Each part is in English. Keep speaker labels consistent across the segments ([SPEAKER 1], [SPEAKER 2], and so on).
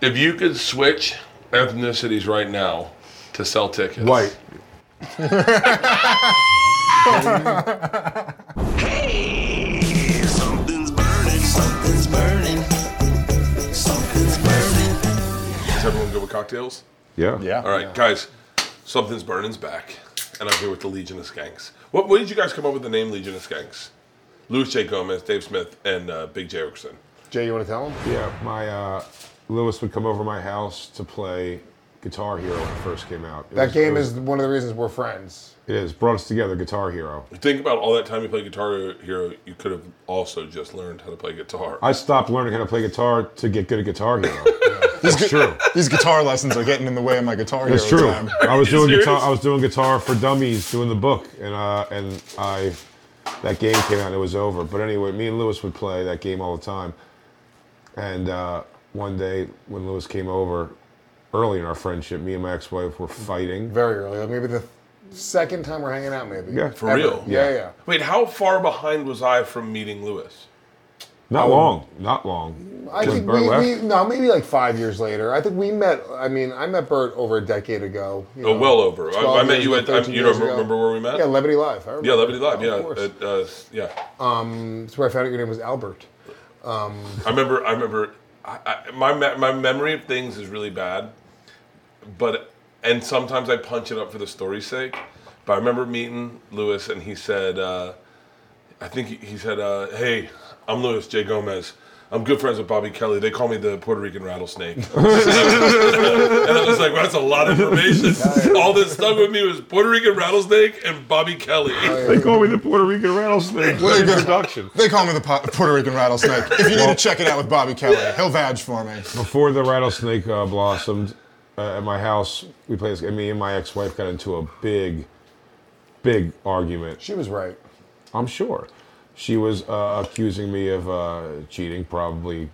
[SPEAKER 1] If you could switch ethnicities right now to sell tickets,
[SPEAKER 2] White.
[SPEAKER 3] Hey, something's burning, something's burning, something's burning.
[SPEAKER 1] Is everyone good with cocktails?
[SPEAKER 4] Yeah.
[SPEAKER 2] Yeah.
[SPEAKER 1] All right, guys, something's burning's back, and I'm here with the Legion of Skanks. What, what did you guys come up with the name Legion of Skanks? Louis J. Gomez, Dave Smith, and uh, Big J. Erickson.
[SPEAKER 2] Jay, you want to tell him?
[SPEAKER 4] Yeah. My uh, Lewis would come over my house to play Guitar Hero when it first came out. It
[SPEAKER 2] That
[SPEAKER 4] was-
[SPEAKER 2] game
[SPEAKER 4] it was-
[SPEAKER 2] is one of the reasons we're friends.
[SPEAKER 4] It is brought us together. Guitar Hero.
[SPEAKER 1] Think about all that time you played Guitar Hero, you could have also just learned how to play guitar.
[SPEAKER 4] I stopped learning how to play guitar to get good at Guitar Hero.
[SPEAKER 5] These gu- These guitar lessons are getting in the way of my guitar
[SPEAKER 4] That's
[SPEAKER 5] hero
[SPEAKER 4] true.
[SPEAKER 5] time.
[SPEAKER 4] I was
[SPEAKER 1] Are you
[SPEAKER 4] doing
[SPEAKER 1] serious?
[SPEAKER 4] guitar. I was doing guitar for dummies, doing the book, and uh, and I that game came out and it was over. But anyway, me and Lewis would play that game all the time. And uh, one day when Lewis came over, early in our friendship, me and my ex-wife were fighting.
[SPEAKER 2] Very early. Like maybe the second time we're hanging out, maybe.
[SPEAKER 4] Yeah, for
[SPEAKER 2] Ever.
[SPEAKER 1] real?
[SPEAKER 2] Yeah,
[SPEAKER 4] Yeah.
[SPEAKER 2] yeah.
[SPEAKER 1] Wait, how far behind was I from meeting Lewis?
[SPEAKER 4] Not long. Not long.
[SPEAKER 2] Oh. I
[SPEAKER 4] When
[SPEAKER 2] think
[SPEAKER 4] Bert
[SPEAKER 2] we,
[SPEAKER 4] left,
[SPEAKER 2] we, no, maybe like five years later. I think we met, I mean, I met Bert over a decade ago. you
[SPEAKER 1] Oh,
[SPEAKER 2] know,
[SPEAKER 1] well over. I,
[SPEAKER 2] 12
[SPEAKER 1] I met
[SPEAKER 2] years
[SPEAKER 1] you
[SPEAKER 2] ago,
[SPEAKER 1] at, I,
[SPEAKER 2] 13
[SPEAKER 1] you don't
[SPEAKER 2] years ago.
[SPEAKER 1] remember where we met?
[SPEAKER 2] Yeah, Levity Live. I
[SPEAKER 1] yeah,
[SPEAKER 2] remember.
[SPEAKER 1] Liberty Live.
[SPEAKER 2] Of
[SPEAKER 1] Yeah,
[SPEAKER 2] course.
[SPEAKER 1] at, uh, yeah.
[SPEAKER 2] That's where I found out your name was Albert.
[SPEAKER 1] I remember. I remember. I, I, my me- my memory of things is really bad, but and sometimes I punch it up for the story's sake. But I remember meeting Lewis, and he said, uh, I think he, he said, uh, "Hey, I'm Lewis J. Gomez. I'm good friends with Bobby Kelly. They call me the Puerto Rican rattlesnake." and I was like, well, "That's a lot of information." All that stuck with me was Puerto Rican rattlesnake and Bobby Kelly.
[SPEAKER 4] They call me the Puerto Rican rattlesnake.
[SPEAKER 5] Well, there you go.
[SPEAKER 4] introduction.
[SPEAKER 5] They call me the po- Puerto Rican rattlesnake. If you need to check it out with Bobby Kelly, he'll vouch for me.
[SPEAKER 4] Before the rattlesnake uh, blossomed uh, at my house, we played. this- and Me and my ex-wife got into a big, big argument.
[SPEAKER 2] She was right.
[SPEAKER 4] I'm sure she was uh, accusing me of uh, cheating, probably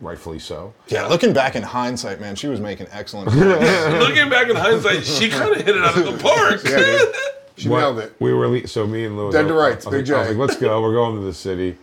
[SPEAKER 4] rightfully so.
[SPEAKER 5] Yeah, looking back in hindsight, man, she was making excellent. progress.
[SPEAKER 1] Looking back in hindsight, she kind of hit it out of the park.
[SPEAKER 2] dude. She
[SPEAKER 4] Well,
[SPEAKER 2] nailed it.
[SPEAKER 4] We were le- so me and Louis.
[SPEAKER 2] Dead to
[SPEAKER 4] I- I-
[SPEAKER 2] rights,
[SPEAKER 4] I was
[SPEAKER 2] Big
[SPEAKER 4] like- I was
[SPEAKER 2] J.
[SPEAKER 4] like, let's go. We're going to the city.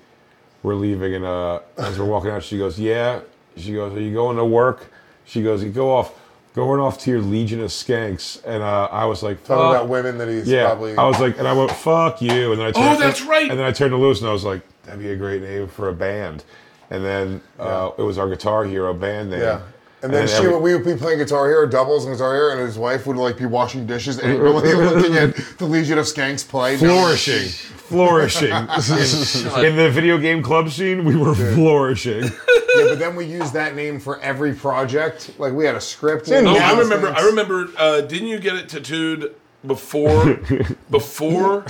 [SPEAKER 4] We're leaving, and uh, as we're walking out, she goes, "Yeah." She goes, "Are you going to work?" She goes, "You go off, going off to your legion of skanks." And uh, I was like,
[SPEAKER 2] Talking
[SPEAKER 4] "Fuck."
[SPEAKER 2] about women that he's
[SPEAKER 4] Yeah,
[SPEAKER 2] probably. Oh,
[SPEAKER 4] I was like, and I went, "Fuck you!" And then I turned,
[SPEAKER 1] that's right.
[SPEAKER 4] And then I turned to Lewis and I was like, "That'd be a great name for a band." And then uh, it was our Guitar Hero band name.
[SPEAKER 2] Yeah. And then she
[SPEAKER 4] every-
[SPEAKER 2] would, we would be playing Guitar Hero, doubles and Guitar Hero, and his wife would like be washing dishes angrily looking at the Legion of Skanks play.
[SPEAKER 4] flourishing, flourishing. in, in the video game club scene, we were flourishing.
[SPEAKER 2] Yeah, but then we used that name for every project. Like we had a script. we had
[SPEAKER 1] No,
[SPEAKER 2] all
[SPEAKER 1] I
[SPEAKER 2] these
[SPEAKER 1] remember.
[SPEAKER 2] things.
[SPEAKER 1] I remember. Uh, didn't you get it tattooed before? Before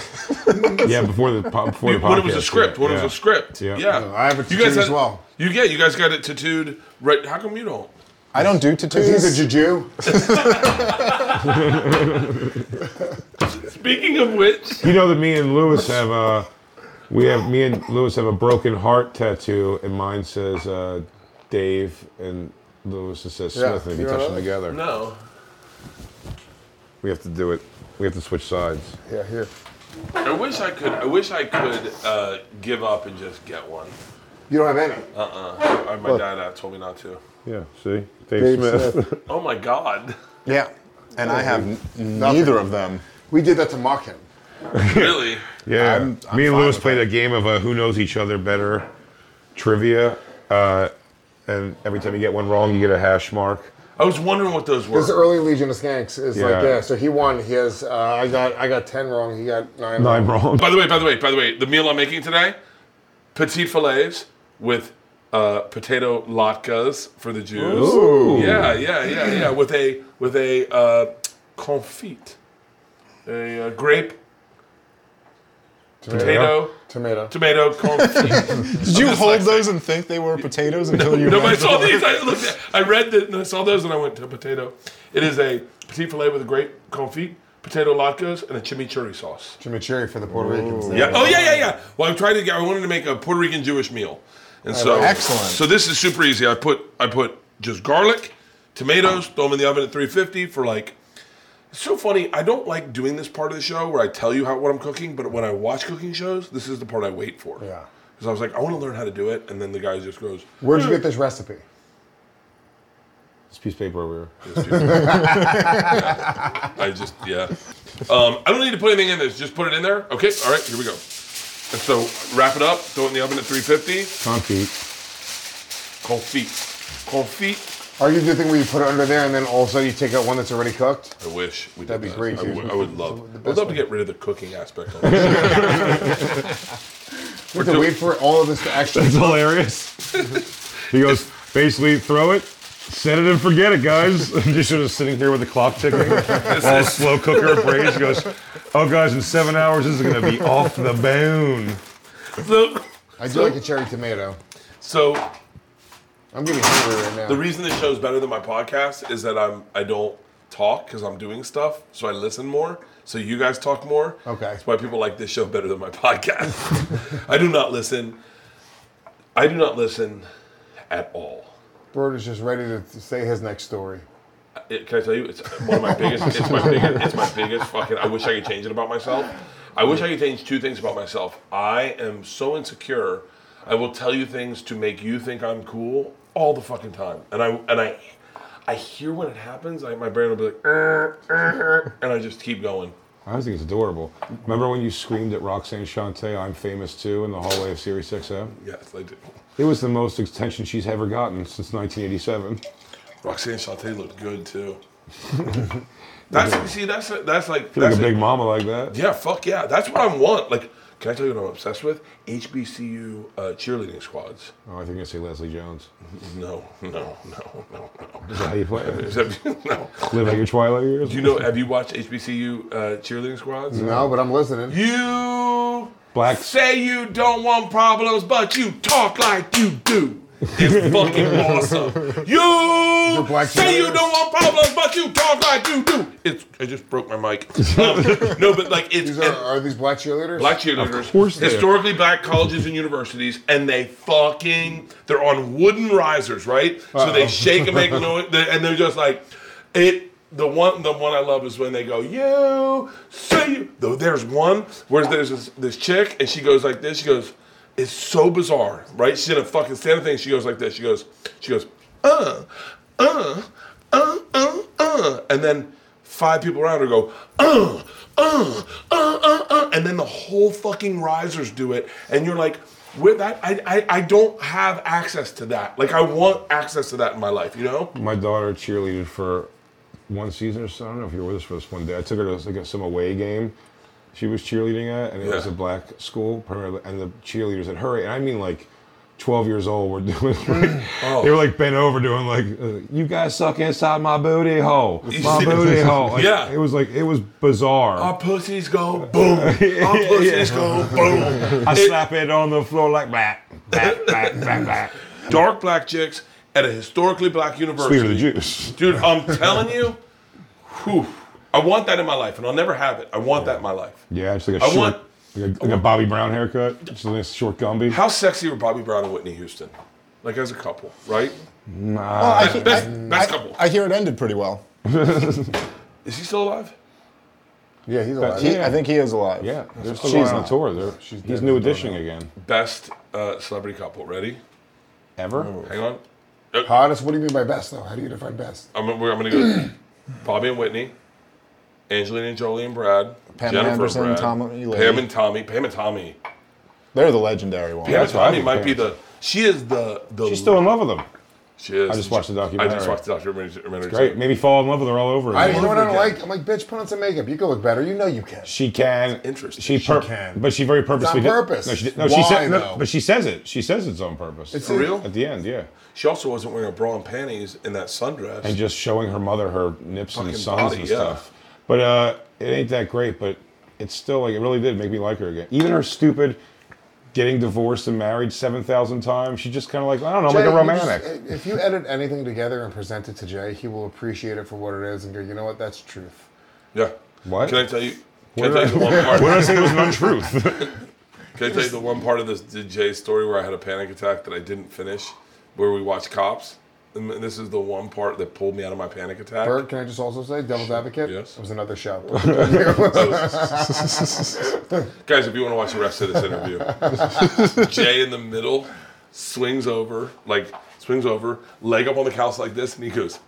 [SPEAKER 4] yeah, before the po- before the podcast.
[SPEAKER 1] when it was a script. When
[SPEAKER 4] yeah.
[SPEAKER 1] it was a script.
[SPEAKER 4] Yeah.
[SPEAKER 1] Yeah,
[SPEAKER 4] No,
[SPEAKER 2] I have it
[SPEAKER 1] You
[SPEAKER 2] tattooed
[SPEAKER 1] guys
[SPEAKER 2] as
[SPEAKER 1] had-
[SPEAKER 2] well.
[SPEAKER 1] You yeah, you guys got it tattooed. Right? How come you don't?
[SPEAKER 5] I don't do
[SPEAKER 2] He's a
[SPEAKER 5] tattoos.
[SPEAKER 2] juju.
[SPEAKER 1] Speaking of which,
[SPEAKER 4] You know that me and Lewis have a, we have me and Lewis have a broken heart tattoo, and mine says uh, Dave and Lewis says
[SPEAKER 2] Yeah,
[SPEAKER 4] Smith, and if you
[SPEAKER 2] you know
[SPEAKER 4] touch them
[SPEAKER 2] that?
[SPEAKER 4] together,
[SPEAKER 1] no.
[SPEAKER 4] we have to do it. We have to switch sides.
[SPEAKER 2] Yeah, here.
[SPEAKER 1] I wish I could. I wish I could uh, give up and just get one.
[SPEAKER 2] You don't have any.
[SPEAKER 1] Uh, my dad uh, told me not to.
[SPEAKER 4] Yeah, see, Dave, Smith.
[SPEAKER 1] Oh my God!
[SPEAKER 5] Yeah, and I have n- neither of them.
[SPEAKER 2] We did that to mock him.
[SPEAKER 1] really?
[SPEAKER 4] Yeah,
[SPEAKER 5] I'm- I'm
[SPEAKER 4] me and
[SPEAKER 5] fine
[SPEAKER 4] Lewis
[SPEAKER 5] with
[SPEAKER 4] played
[SPEAKER 5] that.
[SPEAKER 4] a game of uh who knows each other better trivia, uh, and every time you get one wrong, you get a hash mark.
[SPEAKER 1] I was wondering what those were.
[SPEAKER 2] This early Legion of Skanks is
[SPEAKER 4] Yeah.
[SPEAKER 2] like yeah. So he won. He has. Uh, I got. I got ten wrong. He got nine.
[SPEAKER 4] Nine wrong.
[SPEAKER 1] By the way, by the way, by the way, the meal I'm making today, petite fillets with uh, potato latkes for the Jews.
[SPEAKER 4] Ooh.
[SPEAKER 1] Yeah, yeah, yeah, yeah. With a with a uh, confit, a uh, grape, potato,
[SPEAKER 2] Tomato.
[SPEAKER 1] tomato confit.
[SPEAKER 5] Did you hold
[SPEAKER 1] dyslexic.
[SPEAKER 5] those and think they were potatoes until you?
[SPEAKER 1] no, but I
[SPEAKER 5] read
[SPEAKER 1] saw
[SPEAKER 5] them?
[SPEAKER 1] these. I looked. At, I read that and I saw those and I went to potato. It is a petite fillet with a grape confit, potato latkes, and a chimichurri sauce.
[SPEAKER 2] Chimichurri for the Puerto Ricans.
[SPEAKER 1] Yeah. Oh yeah, yeah, yeah. Well, I'm trying to get. I wanted to make a Puerto Rican Jewish meal, and so
[SPEAKER 5] Excellent.
[SPEAKER 1] So this is super easy. I put I put just garlic, tomatoes, throw them in the oven at 350 for like. It's so funny. I don't like doing this part of the show where I tell you how what I'm cooking, but when I watch cooking shows, this is the part I wait for.
[SPEAKER 2] Yeah.
[SPEAKER 1] Because I was like, I want to learn how to do it, and then the guy just goes,
[SPEAKER 2] Where'd you get this recipe?
[SPEAKER 4] This piece of paper over here.
[SPEAKER 1] I just yeah. Um, I don't need to put anything in this. Just put it in there. Okay. All right. Here we go. And so wrap it up. Throw it in the oven at 350.
[SPEAKER 4] Confit.
[SPEAKER 1] Confit. Confit.
[SPEAKER 2] Are you the thing where you put it under there and then all of a sudden you take out one that's already cooked?
[SPEAKER 1] I wish we
[SPEAKER 2] That'd
[SPEAKER 1] did
[SPEAKER 2] be
[SPEAKER 1] that.
[SPEAKER 2] great,
[SPEAKER 1] I
[SPEAKER 2] too.
[SPEAKER 1] would- I would love. I
[SPEAKER 2] The
[SPEAKER 1] would
[SPEAKER 2] best
[SPEAKER 1] love to
[SPEAKER 2] one.
[SPEAKER 1] get rid of the cooking aspect. Of it.
[SPEAKER 2] We have to wait for all of this to actually.
[SPEAKER 4] It's hilarious. he goes, basically, throw it, set it and forget it, guys. Just sort of sitting here with the clock ticking, all slow cooker praise. He goes, oh, guys, in seven hours, this is going to be off the bone.
[SPEAKER 1] so,
[SPEAKER 2] I do like a cherry tomato.
[SPEAKER 1] so
[SPEAKER 2] I'm getting hungry right now.
[SPEAKER 1] the reason this show's better than my podcast is that I'm I don't talk because I'm doing stuff, so I listen more. So you guys talk more.
[SPEAKER 2] Okay.
[SPEAKER 1] That's why people like this show better than my podcast. I do not listen. I do not listen at all.
[SPEAKER 2] Bird is just ready to say his next story.
[SPEAKER 1] It, can I tell you? It's one of my biggest. It's my biggest. It's my biggest fucking. I wish I could change it about myself. I wish I could change two things about myself. I am so insecure. I will tell you things to make you think I'm cool all the fucking time, and I and I, I hear when it happens. I, my brain will be like, "Er, er," and I just keep going.
[SPEAKER 4] I think it's adorable. Remember when you screamed at Roxanne Shante, I'm famous too, in the hallway of Series 6M?
[SPEAKER 1] Yes, I do.
[SPEAKER 4] It was the most attention she's ever gotten since 1987.
[SPEAKER 1] Roxanne Shante looked good too. that's see. That's that's like
[SPEAKER 4] Like
[SPEAKER 1] that's
[SPEAKER 4] a big mama like that.
[SPEAKER 1] Yeah, fuck yeah. That's what I want. Like, can I tell you what I'm obsessed with? HBCU uh, cheerleading squads.
[SPEAKER 4] Oh, I think you're gonna say Leslie Jones.
[SPEAKER 1] No, no, no, no, no.
[SPEAKER 4] Is that how you play it?
[SPEAKER 1] Is that- no.
[SPEAKER 4] Live out your twilight years.
[SPEAKER 1] Do you know? Have you watched HBCU uh, cheerleading squads?
[SPEAKER 2] No, but I'm listening.
[SPEAKER 1] You
[SPEAKER 4] Black-
[SPEAKER 1] say you don't want problems, but you talk like you do. It's fucking awesome. You
[SPEAKER 2] black
[SPEAKER 1] say you
[SPEAKER 2] cheerleaders.
[SPEAKER 1] don't want problems, but you talk like you do. It's. I just broke my mic. Um, no, but like it's.
[SPEAKER 2] These
[SPEAKER 1] and-
[SPEAKER 2] are, are these black cheerleaders?
[SPEAKER 1] black cheerleaders,
[SPEAKER 4] course they are.
[SPEAKER 1] historically black colleges and universities, and they fucking they're on wooden risers, right? So they shake and make noise, they- and they're just like it. The one, the one I love is when they go, "You say you." Though there's one where there's this, this chick, and she goes like this. She goes, "It's so bizarre, right?" She did a fucking stand up thing. She goes like this. She goes, she goes, uh, uh, uh, uh, uh, and then five people around her go, uh, uh, uh, uh, uh, and then the whole fucking risers do it, and you're like, with that, I, I, I don't have access to that. Like, I want access to that in my life, you know?
[SPEAKER 4] My daughter cheerleaded for one season or so. I don't know if you were with us for this one day. I took her to like some away game. She was cheerleading at, and it was
[SPEAKER 1] Yeah.
[SPEAKER 4] a black school. primarily, And the cheerleaders at her, and I mean like. 12 years old were doing like,
[SPEAKER 1] Mm. Oh.
[SPEAKER 4] they were like bent over doing like uh, you guys suck inside my booty hole my booty hole Like,
[SPEAKER 1] Yeah.
[SPEAKER 4] it was like it was bizarre
[SPEAKER 1] Our pussies go boom. Our pussies go boom.
[SPEAKER 4] I slap it on the floor like black, black, black, black, black.
[SPEAKER 1] Dark black chicks at a historically black university.
[SPEAKER 4] Speaking of the Jews.
[SPEAKER 1] Dude, I'm telling you, whew, I want that in my life, and I'll never have it. I want that in my life.
[SPEAKER 4] Yeah, just like a
[SPEAKER 1] I
[SPEAKER 4] short,
[SPEAKER 1] want-
[SPEAKER 4] like, a, like a Bobby Brown haircut, just a nice short Gumby.
[SPEAKER 1] How sexy were Bobby Brown and Whitney Houston? Like as a couple, right?
[SPEAKER 4] Nah.
[SPEAKER 5] I,
[SPEAKER 1] Best,
[SPEAKER 5] he-
[SPEAKER 1] best, best
[SPEAKER 5] I,
[SPEAKER 1] couple.
[SPEAKER 5] I hear it ended pretty well.
[SPEAKER 1] Is he still alive?
[SPEAKER 2] yeah, he's alive.
[SPEAKER 5] He, I think he is alive.
[SPEAKER 4] yeah, they're still
[SPEAKER 5] She's
[SPEAKER 4] going on
[SPEAKER 5] not.
[SPEAKER 4] tour. They're,
[SPEAKER 2] dead
[SPEAKER 4] he's new edition again.
[SPEAKER 1] Best uh, celebrity couple. Ready?
[SPEAKER 2] Oh.
[SPEAKER 4] Ever?
[SPEAKER 1] Hang on.
[SPEAKER 2] Hottest? What do you mean by best, though? How do you define best?
[SPEAKER 1] I'm, gonna- I'm gonna go. Bobby and Whitney, Angelina and Jolie and Brad,
[SPEAKER 5] Pam
[SPEAKER 1] Jennifer
[SPEAKER 5] Anderson,
[SPEAKER 1] and Brad,
[SPEAKER 5] Tom and Elaine.
[SPEAKER 1] Pam and Tommy, Pam and Tommy.
[SPEAKER 5] They're the legendary one.
[SPEAKER 1] Pam and
[SPEAKER 4] That's what I
[SPEAKER 1] Tommy
[SPEAKER 4] think
[SPEAKER 1] might
[SPEAKER 4] Pam
[SPEAKER 1] be
[SPEAKER 4] is.
[SPEAKER 1] the. She is the the.
[SPEAKER 4] She's still in love with him.
[SPEAKER 1] She is.
[SPEAKER 4] I just watched the
[SPEAKER 1] I just
[SPEAKER 4] documentary.
[SPEAKER 1] watched the documentary.
[SPEAKER 4] Great. Maybe fall in love with her all over
[SPEAKER 2] I,
[SPEAKER 4] again.
[SPEAKER 2] you know what I don't
[SPEAKER 1] Again.
[SPEAKER 2] like? I'm like, bitch, put on some makeup. You can look better. You know you can.
[SPEAKER 4] she can.
[SPEAKER 1] interesting.
[SPEAKER 4] She,
[SPEAKER 1] She
[SPEAKER 4] pur-
[SPEAKER 2] can.
[SPEAKER 4] But she very purposely.
[SPEAKER 2] It's on
[SPEAKER 4] did-
[SPEAKER 2] purpose.
[SPEAKER 4] No, she, did- no,
[SPEAKER 2] Why,
[SPEAKER 4] she said.
[SPEAKER 2] though?
[SPEAKER 4] No, but she says it. She says it's on purpose. Oh,
[SPEAKER 2] It's
[SPEAKER 1] For real?
[SPEAKER 4] At the end, yeah.
[SPEAKER 1] She also wasn't wearing a bra and panties in that sundress.
[SPEAKER 4] and just showing her mother her nips and
[SPEAKER 1] Fucking
[SPEAKER 4] sons
[SPEAKER 1] body,
[SPEAKER 4] and
[SPEAKER 1] yeah.
[SPEAKER 4] stuff. But uh, it ain't that great. But it's still like it really did make me like her again. Even her stupid getting divorced and married seven thousand times. She just kind of like I don't know, I'm like
[SPEAKER 2] Jay,
[SPEAKER 4] a
[SPEAKER 2] you
[SPEAKER 4] romantic.
[SPEAKER 2] just- if you edit anything together and present it to Jay, he will appreciate it for what it is and go, you know what? That's truth.
[SPEAKER 1] yeah.
[SPEAKER 4] What?
[SPEAKER 1] Can I tell you? Can
[SPEAKER 4] What
[SPEAKER 1] I
[SPEAKER 4] did
[SPEAKER 1] tell you the one part?
[SPEAKER 4] What did I say was an untruth?
[SPEAKER 1] Can I tell you the one part of this DJ story where I had a panic attack that I didn't finish, where we watched Cops? And this is the one part that pulled me out of my panic attack.
[SPEAKER 2] Bert, can I just also say, Devil's Advocate?
[SPEAKER 1] Yes.
[SPEAKER 2] It was another show.
[SPEAKER 1] Guys, if you want to watch the rest of this interview, Jay in the middle swings over, like swings over, leg up on the couch like this, and he goes,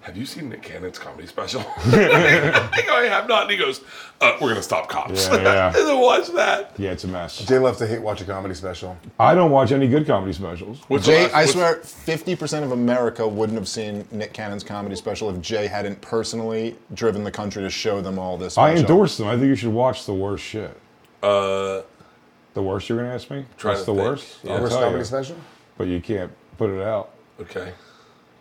[SPEAKER 6] "Have you seen Nick Cannon's comedy special?" I go, "I have not." And he goes, uh, "We're gonna stop cops."
[SPEAKER 4] Yeah, yeah.
[SPEAKER 6] and then watch that.
[SPEAKER 4] Yeah, it's a mess.
[SPEAKER 7] Jay loves to hate watch a comedy special.
[SPEAKER 4] I don't watch any good comedy specials.
[SPEAKER 6] What's the
[SPEAKER 5] Jay,
[SPEAKER 6] last-
[SPEAKER 5] I
[SPEAKER 6] what's-
[SPEAKER 5] swear, 50% of America wouldn't have seen Nick Cannon's comedy special if Jay hadn't personally driven the country to show them all this.
[SPEAKER 4] I
[SPEAKER 5] special.
[SPEAKER 4] endorse them. I think you should watch the worst shit.
[SPEAKER 6] Uh,
[SPEAKER 4] The worst you're gonna ask me?
[SPEAKER 6] Try
[SPEAKER 4] What's
[SPEAKER 6] to
[SPEAKER 4] the
[SPEAKER 6] think.
[SPEAKER 4] worst?
[SPEAKER 6] Yeah.
[SPEAKER 4] I'll
[SPEAKER 7] Worst
[SPEAKER 4] tell
[SPEAKER 7] comedy
[SPEAKER 4] you.
[SPEAKER 7] special?
[SPEAKER 4] But you can't put it out.
[SPEAKER 6] okay,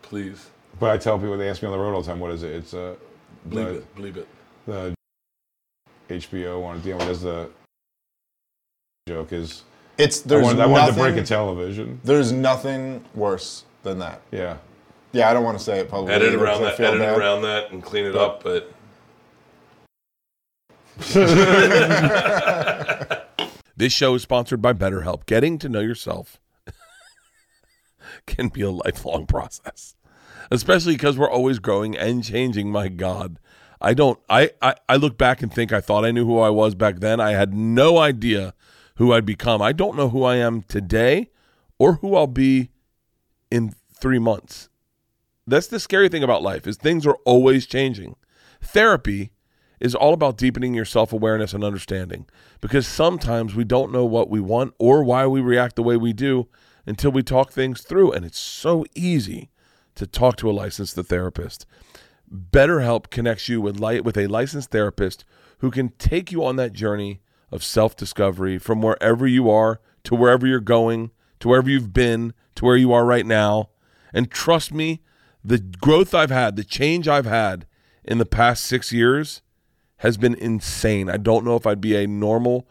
[SPEAKER 6] please
[SPEAKER 4] But I tell people they ask me on the road all the time, what is it? It's uh,
[SPEAKER 6] bleep
[SPEAKER 4] the,
[SPEAKER 6] it. Bleep it.
[SPEAKER 4] the HBO one at the end does the joke is
[SPEAKER 5] It's
[SPEAKER 4] I
[SPEAKER 5] there's
[SPEAKER 4] wanted, I
[SPEAKER 5] nothing.
[SPEAKER 4] wanted to break a television.
[SPEAKER 5] There's nothing worse than that.
[SPEAKER 4] Yeah.
[SPEAKER 5] Yeah, I don't want to say it publicly.
[SPEAKER 6] Edit
[SPEAKER 5] either, 'cause
[SPEAKER 6] around
[SPEAKER 5] I
[SPEAKER 6] that.
[SPEAKER 5] feel
[SPEAKER 6] Edit
[SPEAKER 5] bad.
[SPEAKER 6] around that and clean it up. But
[SPEAKER 1] This show is sponsored by BetterHelp. Getting to know yourself can be a lifelong process, especially because we're always growing and changing. My God, I don't. I, I I look back and think I thought I knew who I was back then. I had no idea who I'd become. I don't know who I am today or who I'll be in three months. That's the scary thing about life is things are always changing. Therapy is all about deepening your self-awareness and understanding because sometimes we don't know what we want or why we react the way we do until we talk things through and it's so easy to talk to a licensed therapist. BetterHelp connects you with light with a licensed therapist who can take you on that journey of self-discovery from wherever you are to wherever you're going, to wherever you've been, to where you are right now. And trust me, the growth I've had, the change I've had in the past 6 years has been insane. I don't know if I'd be a normal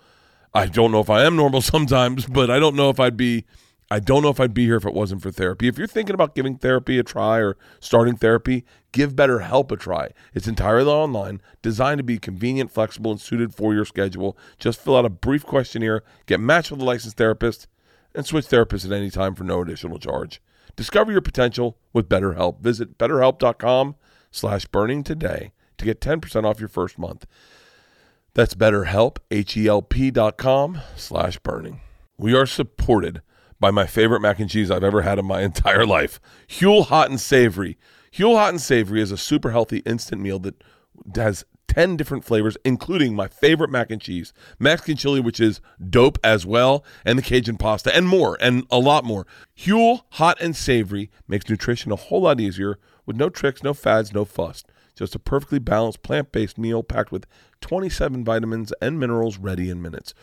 [SPEAKER 1] I don't know if I am normal sometimes, but I don't know if I'd be I don't know if I'd be here if it wasn't for therapy. If you're thinking about giving therapy a try or starting therapy, give BetterHelp a try. It's entirely online, designed to be convenient, flexible, and suited for your schedule. Just fill out a brief questionnaire, get matched with a licensed therapist, and switch therapists at any time for no additional charge. Discover your potential with BetterHelp. Visit betterhelp.com slash burning today to get 10% off your first month. That's BetterHelp, H-E-L-P dot com slash burning. We are supported by my favorite mac and cheese I've ever had in my entire life, Huel Hot and Savory. Huel Hot and Savory is a super healthy instant meal that has 10 different flavors, including my favorite mac and cheese, Mexican chili, which is dope as well, and the Cajun pasta, and more, and a lot more. Huel Hot and Savory makes nutrition a whole lot easier with no tricks, no fads, no fuss. Just a perfectly balanced plant based meal packed with 27 vitamins and minerals ready in minutes.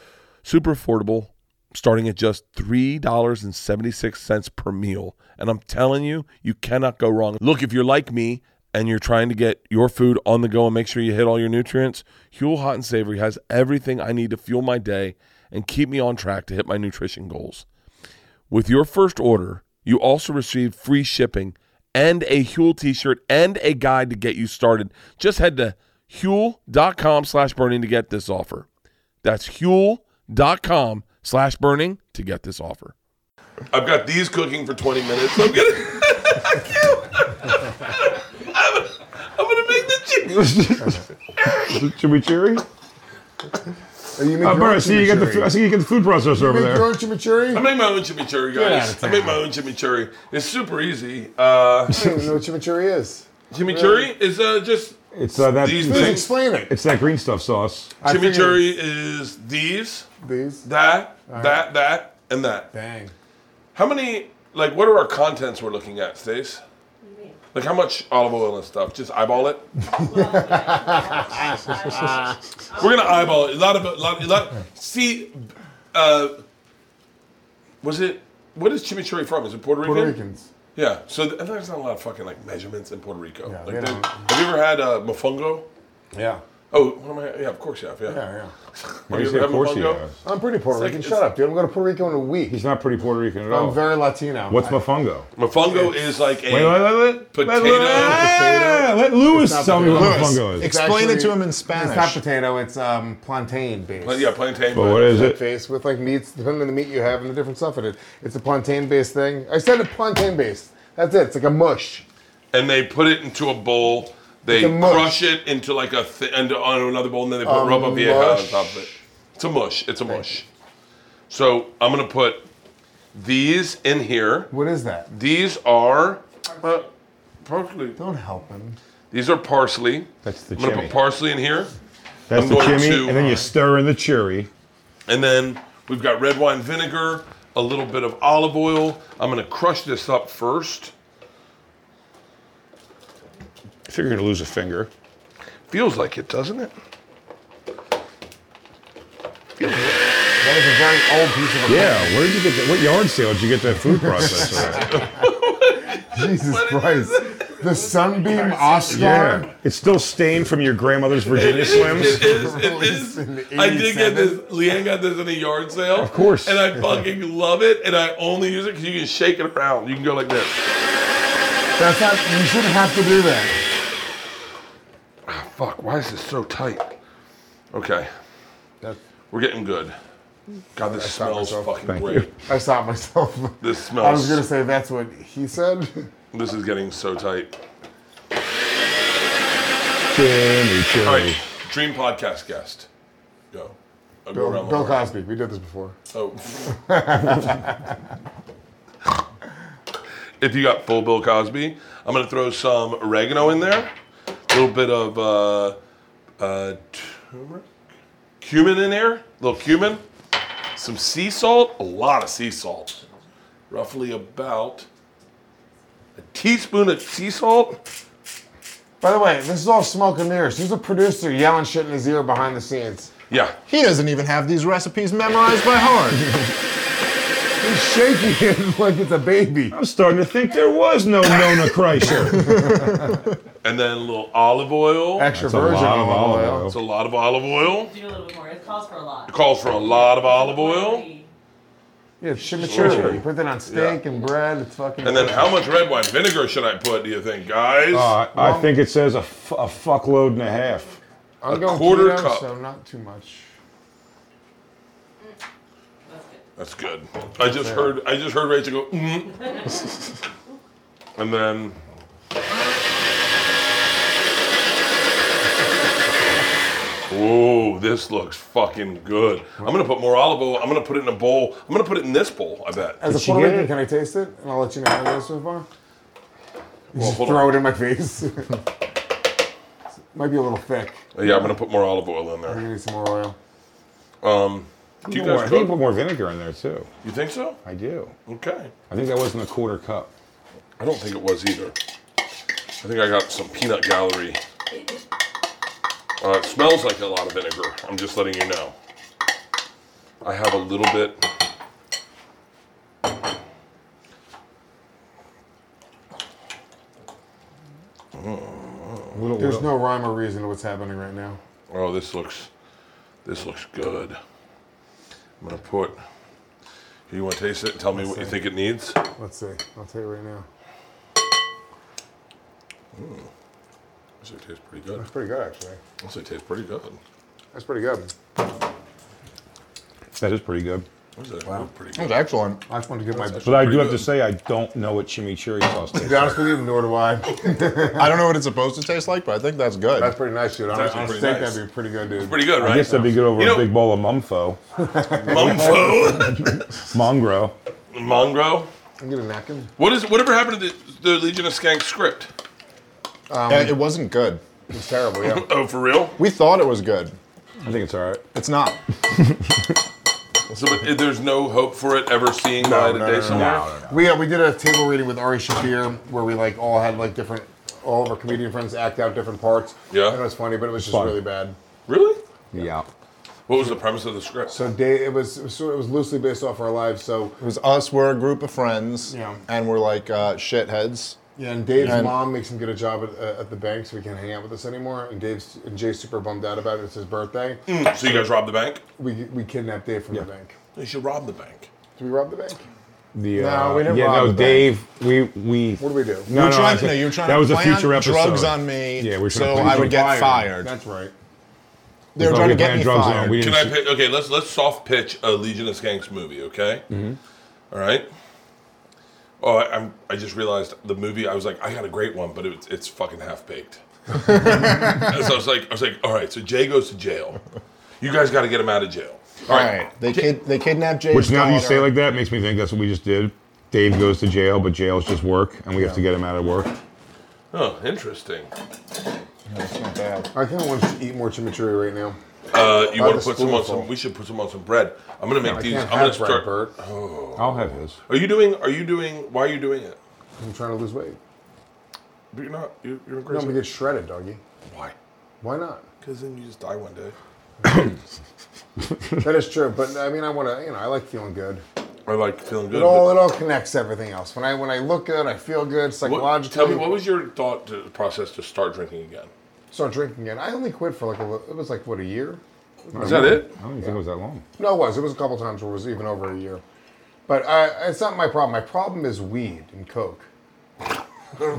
[SPEAKER 1] Super affordable, starting at just $3.76 per meal. And I'm telling you, you cannot go wrong. Look, if you're like me and you're trying to get your food on the go and make sure you hit all your nutrients, Huel Hot and Savory has everything I need to fuel my day and keep me on track to hit my nutrition goals. With your first order, you also receive free shipping and a Huel t-shirt and a guide to get you started. Just head to Huel.com slash burning to get this offer. That's Huel.com slash burning to get this offer.
[SPEAKER 6] I've got these cooking for 20 minutes. I'm gonna. I can't. I'm, gonna- I'm gonna make the chicken.
[SPEAKER 4] Should we cheery?
[SPEAKER 2] Are you make
[SPEAKER 4] Uh,
[SPEAKER 2] your
[SPEAKER 4] Bert, I
[SPEAKER 2] own
[SPEAKER 4] see you got the
[SPEAKER 2] chimichurri?
[SPEAKER 4] food, I see you got the food processor over
[SPEAKER 2] You make
[SPEAKER 4] there.
[SPEAKER 2] your own chimichurri?
[SPEAKER 6] I make my own chimichurri,
[SPEAKER 7] out of
[SPEAKER 6] guys. I
[SPEAKER 7] town.
[SPEAKER 6] make my own chimichurri. It's super easy. Uh,
[SPEAKER 2] I don't even know what chimichurri is.
[SPEAKER 6] chimichurri is uh, just
[SPEAKER 4] It's uh, that
[SPEAKER 6] These
[SPEAKER 2] Please
[SPEAKER 6] things-
[SPEAKER 2] explain it.
[SPEAKER 4] it's that green stuff sauce.
[SPEAKER 2] figured-
[SPEAKER 6] chimichurri is these,
[SPEAKER 2] These.
[SPEAKER 6] that, that, that, and that.
[SPEAKER 2] Bang.
[SPEAKER 6] How many? Like, what are our contents we're looking at, Stace? Like, how much olive oil and stuff? Just eyeball it. We're gonna eyeball it. A lot of a lot. A lot see, uh, was it? What is chimichurri from? Is it Puerto Rican?
[SPEAKER 2] Puerto Ricans.
[SPEAKER 6] Yeah. So th- there's not a lot of fucking like measurements in Puerto Rico.
[SPEAKER 2] Yeah,
[SPEAKER 6] like,
[SPEAKER 2] they
[SPEAKER 6] they-
[SPEAKER 2] don't-
[SPEAKER 6] have you ever had uh, mofongo?
[SPEAKER 2] Yeah.
[SPEAKER 6] Oh, what am I? Yeah, of course you have. Yeah.
[SPEAKER 2] Yeah, yeah.
[SPEAKER 6] Have you
[SPEAKER 4] You say,
[SPEAKER 6] ever had
[SPEAKER 4] of course he
[SPEAKER 6] mofongo?
[SPEAKER 4] has.
[SPEAKER 2] I'm pretty Puerto
[SPEAKER 6] like-
[SPEAKER 2] Rican.
[SPEAKER 6] it's-
[SPEAKER 2] Shut up, dude. I'm going to Puerto Rico in a week.
[SPEAKER 4] He's not pretty Puerto Rican at all.
[SPEAKER 2] I'm very Latino.
[SPEAKER 4] What's
[SPEAKER 2] I-
[SPEAKER 4] mofongo?
[SPEAKER 6] Mofongo is like a.
[SPEAKER 4] Wait, wait, wait, wait.
[SPEAKER 6] Potato.
[SPEAKER 4] Let, ah, let Lewis
[SPEAKER 2] It's not
[SPEAKER 4] tell me what
[SPEAKER 2] potato.
[SPEAKER 4] mofongo is.
[SPEAKER 5] Lewis.
[SPEAKER 2] it's
[SPEAKER 5] Explain it
[SPEAKER 2] actually-
[SPEAKER 5] to him in Spanish.
[SPEAKER 2] It's not potato. It's um, plantain based.
[SPEAKER 6] Pla- yeah, plantain.
[SPEAKER 4] But what is it?
[SPEAKER 2] Face with like meats, depending on the meat you have and the different stuff in it. It's a plantain based thing. I said it plantain based. That's it. It's like a mush.
[SPEAKER 6] and they put it into a bowl. They
[SPEAKER 2] It's a mush.
[SPEAKER 6] crush it into like a th- into on another bowl, and then they put
[SPEAKER 2] A
[SPEAKER 6] ropa vieja on
[SPEAKER 2] mush.
[SPEAKER 6] top of it. It's a mush. It's a mush. So I'm gonna put these in here.
[SPEAKER 2] What is that?
[SPEAKER 6] These are uh,
[SPEAKER 1] Parsley.
[SPEAKER 2] Don't help him.
[SPEAKER 1] These are parsley.
[SPEAKER 4] That's the
[SPEAKER 1] I'm gonna
[SPEAKER 4] chimney.
[SPEAKER 1] put parsley in here,
[SPEAKER 4] That's
[SPEAKER 1] I'm
[SPEAKER 4] the
[SPEAKER 1] going
[SPEAKER 4] chimney,
[SPEAKER 1] to-
[SPEAKER 4] and then you stir in the chili.
[SPEAKER 1] and then we've got red wine vinegar, a little bit of olive oil. I'm gonna crush this up first.
[SPEAKER 4] If you're gonna lose a finger,
[SPEAKER 1] Feels like it, doesn't it?
[SPEAKER 2] That is a very old piece of
[SPEAKER 4] yeah. Where did you get that? What yard sale did you get that food processor? at?
[SPEAKER 2] Jesus Christ. The Sunbeam Oscar.
[SPEAKER 4] yeah, it's still stained from your grandmother's Virginia
[SPEAKER 1] It
[SPEAKER 4] Slims.
[SPEAKER 1] is. It is.
[SPEAKER 2] Released in
[SPEAKER 1] I did get
[SPEAKER 2] 87.
[SPEAKER 1] this. Leanne got this in a yard sale. Of
[SPEAKER 4] course.
[SPEAKER 1] And I fucking love it. And I only use it because you can shake it around. You can go like this.
[SPEAKER 2] That's not, you shouldn't have to do that.
[SPEAKER 1] Fuck, why is this so tight? Okay.
[SPEAKER 2] That-
[SPEAKER 1] We're getting good. God, this
[SPEAKER 2] stopped
[SPEAKER 1] smells
[SPEAKER 2] myself.
[SPEAKER 1] fucking
[SPEAKER 4] Thank
[SPEAKER 1] great.
[SPEAKER 4] you.
[SPEAKER 2] I stopped myself.
[SPEAKER 1] This
[SPEAKER 2] I was
[SPEAKER 1] smells.
[SPEAKER 2] going to say that's what he said.
[SPEAKER 1] This is getting so tight.
[SPEAKER 4] Chimney, chimney.
[SPEAKER 1] All right, dream podcast guest. Go. I'll go
[SPEAKER 2] Bill,
[SPEAKER 1] around the
[SPEAKER 2] Bill
[SPEAKER 1] horn.
[SPEAKER 2] Cosby. We did this before.
[SPEAKER 1] Oh. if you got full Bill Cosby, I'm gonna throw some oregano in there, a little bit of uh, uh, turmeric, cumin in there, a little cumin, some sea salt, a lot of sea salt, roughly about a teaspoon of sea salt.
[SPEAKER 2] By the way, this is all smoke and mirrors. He's a producer yelling shit in his ear behind the scenes.
[SPEAKER 1] Yeah,
[SPEAKER 5] He doesn't even have these recipes memorized by heart.
[SPEAKER 2] He's shaking it like it's a baby.
[SPEAKER 4] I'm starting to think there was no Nona Kreischer.
[SPEAKER 1] and then a little olive oil.
[SPEAKER 2] Extra
[SPEAKER 4] a
[SPEAKER 2] virgin
[SPEAKER 4] lot of
[SPEAKER 2] olive
[SPEAKER 4] olive
[SPEAKER 2] oil.
[SPEAKER 4] oil.
[SPEAKER 1] It's a lot of olive oil.
[SPEAKER 8] Do a little bit more. It calls for a lot.
[SPEAKER 1] It calls for a lot of olive oil.
[SPEAKER 2] Yeah, it's chimichurri. You put that on steak and bread. It's fucking.
[SPEAKER 1] And then how much red wine vinegar should I put, do you think, guys?
[SPEAKER 4] Uh, I think it says a, f- a fuckload and a half.
[SPEAKER 2] I'm
[SPEAKER 1] a
[SPEAKER 2] going
[SPEAKER 1] quarter
[SPEAKER 2] keto,
[SPEAKER 1] cup.
[SPEAKER 2] so not too much.
[SPEAKER 1] That's good. I just heard I just heard Rachel go, mm. and then Whoa, this looks fucking good. I'm gonna put more olive oil. I'm gonna put it in a bowl. I'm gonna put it in this bowl, I bet.
[SPEAKER 2] As a
[SPEAKER 4] she
[SPEAKER 2] Puerto
[SPEAKER 4] get
[SPEAKER 2] Rican,
[SPEAKER 4] it?
[SPEAKER 2] can I taste it? And I'll let you know how it goes so far.
[SPEAKER 1] Well,
[SPEAKER 2] Just
[SPEAKER 1] hold
[SPEAKER 2] throw
[SPEAKER 1] on.
[SPEAKER 2] it in my face. Might be a little thick.
[SPEAKER 1] Yeah, I'm gonna put more olive oil in
[SPEAKER 2] I
[SPEAKER 1] there.
[SPEAKER 2] need some more oil.
[SPEAKER 1] Um, do you
[SPEAKER 4] More- I
[SPEAKER 1] guys
[SPEAKER 4] think I
[SPEAKER 1] cook?
[SPEAKER 4] put more vinegar in there too.
[SPEAKER 1] You think so?
[SPEAKER 4] I do.
[SPEAKER 1] Okay.
[SPEAKER 4] I think that wasn't a quarter cup.
[SPEAKER 1] I don't think it was either. I think I got some peanut gallery. Uh, it smells like a lot of vinegar. I'm just letting you know. I have a little bit.
[SPEAKER 2] There's no rhyme or reason to what's happening right now.
[SPEAKER 1] Oh, this looks, this looks good. I'm gonna put. You want to taste it? Tell me what you think it needs.
[SPEAKER 2] Let's see. I'll tell you right now.
[SPEAKER 1] This it tastes pretty good.
[SPEAKER 2] That's pretty good, actually.
[SPEAKER 1] This it tastes pretty good.
[SPEAKER 2] That's pretty good.
[SPEAKER 4] That is pretty good.
[SPEAKER 1] This is wow. pretty
[SPEAKER 5] That
[SPEAKER 1] good.
[SPEAKER 5] was excellent.
[SPEAKER 2] I just want to give my.
[SPEAKER 4] But I do
[SPEAKER 1] Pretty
[SPEAKER 4] have
[SPEAKER 1] good.
[SPEAKER 4] to say, I don't know what chimichurri sauce
[SPEAKER 2] To
[SPEAKER 4] tastes
[SPEAKER 2] be honest with you, nor do I.
[SPEAKER 5] I don't know what it's supposed to taste like, but I think that's good.
[SPEAKER 2] That's pretty nice, dude. I
[SPEAKER 1] That's
[SPEAKER 2] I
[SPEAKER 1] pretty
[SPEAKER 2] think
[SPEAKER 1] nice.
[SPEAKER 2] that'd be pretty good, dude.
[SPEAKER 1] Pretty good, right?
[SPEAKER 4] I guess that'd be good over
[SPEAKER 1] You
[SPEAKER 4] a
[SPEAKER 1] know-
[SPEAKER 4] big bowl of mumfo.
[SPEAKER 1] Mumfo,
[SPEAKER 4] Mongro.
[SPEAKER 1] Mongro.
[SPEAKER 2] Can you Get a napkin.
[SPEAKER 1] What is? Whatever happened to the, the Legion of Skanks script?
[SPEAKER 5] Yeah, it wasn't good.
[SPEAKER 2] It's terrible, yeah.
[SPEAKER 1] Oh, for real?
[SPEAKER 5] We thought it was good.
[SPEAKER 4] I think it's all right.
[SPEAKER 5] It's not.
[SPEAKER 1] So but there's no hope for it ever seeing the light of
[SPEAKER 2] no,
[SPEAKER 1] day
[SPEAKER 2] no, no,
[SPEAKER 1] somewhere.
[SPEAKER 2] We uh, we did a table reading with Ari Shafir where we like all had like different all of our comedian friends act out different parts.
[SPEAKER 1] Yeah.
[SPEAKER 2] and it was funny, but it was just
[SPEAKER 4] Fun.
[SPEAKER 2] really bad.
[SPEAKER 1] Really?
[SPEAKER 4] Yeah.
[SPEAKER 1] What was the premise of the script?
[SPEAKER 2] So day it was so it was loosely based off our lives. So
[SPEAKER 5] It was us, we're a group of friends,
[SPEAKER 2] Yeah.
[SPEAKER 5] and we're like uh, shitheads.
[SPEAKER 2] yeah, and Dave's
[SPEAKER 5] And-
[SPEAKER 2] mom makes him get a job at, uh, at the bank, so we can't hang out with us anymore. And Dave's and Jay's super bummed out about it. It's his birthday.
[SPEAKER 1] Hmm, so you guys robbed the bank?
[SPEAKER 2] We we kidnapped Dave from the bank.
[SPEAKER 1] You should rob the bank.
[SPEAKER 2] Did we rob the bank?
[SPEAKER 4] The,
[SPEAKER 2] No,
[SPEAKER 4] uh,
[SPEAKER 2] we didn't
[SPEAKER 4] Yeah,
[SPEAKER 2] rob
[SPEAKER 4] no,
[SPEAKER 2] the
[SPEAKER 4] Dave, we, we.
[SPEAKER 2] What do we do?
[SPEAKER 4] No,
[SPEAKER 5] you were
[SPEAKER 4] no,
[SPEAKER 5] trying,
[SPEAKER 4] I think-
[SPEAKER 5] no, you were trying
[SPEAKER 4] that
[SPEAKER 5] to
[SPEAKER 4] was a
[SPEAKER 5] plan
[SPEAKER 4] future episode.
[SPEAKER 5] drugs on me
[SPEAKER 4] Yeah, we were
[SPEAKER 5] so
[SPEAKER 4] trying to plan-
[SPEAKER 5] I would get fired.
[SPEAKER 2] That's right.
[SPEAKER 5] They were
[SPEAKER 4] No,
[SPEAKER 5] trying
[SPEAKER 4] we
[SPEAKER 5] to get
[SPEAKER 4] planned
[SPEAKER 5] me
[SPEAKER 4] drugs on.
[SPEAKER 5] fired.
[SPEAKER 4] We
[SPEAKER 1] Can
[SPEAKER 4] didn't
[SPEAKER 1] I
[SPEAKER 4] see-
[SPEAKER 1] pick? Okay, let's let's soft pitch a Legion of Skanks movie, okay? Mm-hmm. right. Oh, I, I'm. I just realized the movie. I was like, I got a great one, but it, it's fucking half baked. And so I was like, I was like, all right. So Jay goes to jail. You guys got to get him out of jail.
[SPEAKER 5] All right, they kid, they kidnapped Jay's
[SPEAKER 4] Which now that you
[SPEAKER 5] daughter.
[SPEAKER 4] say it like that makes me think that's what we just did. Dave goes to jail, but jail's just work, and we have to get him out of work.
[SPEAKER 1] Oh, interesting.
[SPEAKER 5] That's not bad.
[SPEAKER 2] I kind of want to eat more chimichurri right now.
[SPEAKER 1] Uh, you want
[SPEAKER 2] a
[SPEAKER 1] to put some on some?
[SPEAKER 2] spoonful.
[SPEAKER 1] We should put some on some bread. I'm gonna make
[SPEAKER 2] I
[SPEAKER 1] these.
[SPEAKER 2] can't
[SPEAKER 1] I'm
[SPEAKER 2] have
[SPEAKER 1] gonna
[SPEAKER 2] bread,
[SPEAKER 1] start.
[SPEAKER 2] Bert. I'll have his.
[SPEAKER 1] Are you doing? Are you doing? Why are you doing it?
[SPEAKER 2] I'm trying to lose weight.
[SPEAKER 1] But you're not. You're, you're in
[SPEAKER 2] No,
[SPEAKER 1] great.
[SPEAKER 2] I'm gonna get shredded, doggy.
[SPEAKER 1] why?
[SPEAKER 2] Why not?
[SPEAKER 1] Because then you just die one day.
[SPEAKER 2] that is true, but I mean, I want to. You know, I like feeling good.
[SPEAKER 1] I like feeling good.
[SPEAKER 2] It all it all connects to everything else. When I when I look good, I feel
[SPEAKER 1] but
[SPEAKER 2] good
[SPEAKER 1] what-
[SPEAKER 2] psychologically.
[SPEAKER 1] tell me, what was your thought to, process to start drinking again?
[SPEAKER 2] Start drinking again. I only quit for like a, li- it was like what a year.
[SPEAKER 1] Is that it?
[SPEAKER 4] I don't even think it was that long.
[SPEAKER 2] No, it was. It was a couple times where it was even over a year. But I, it's not my problem. My problem is weed and coke. so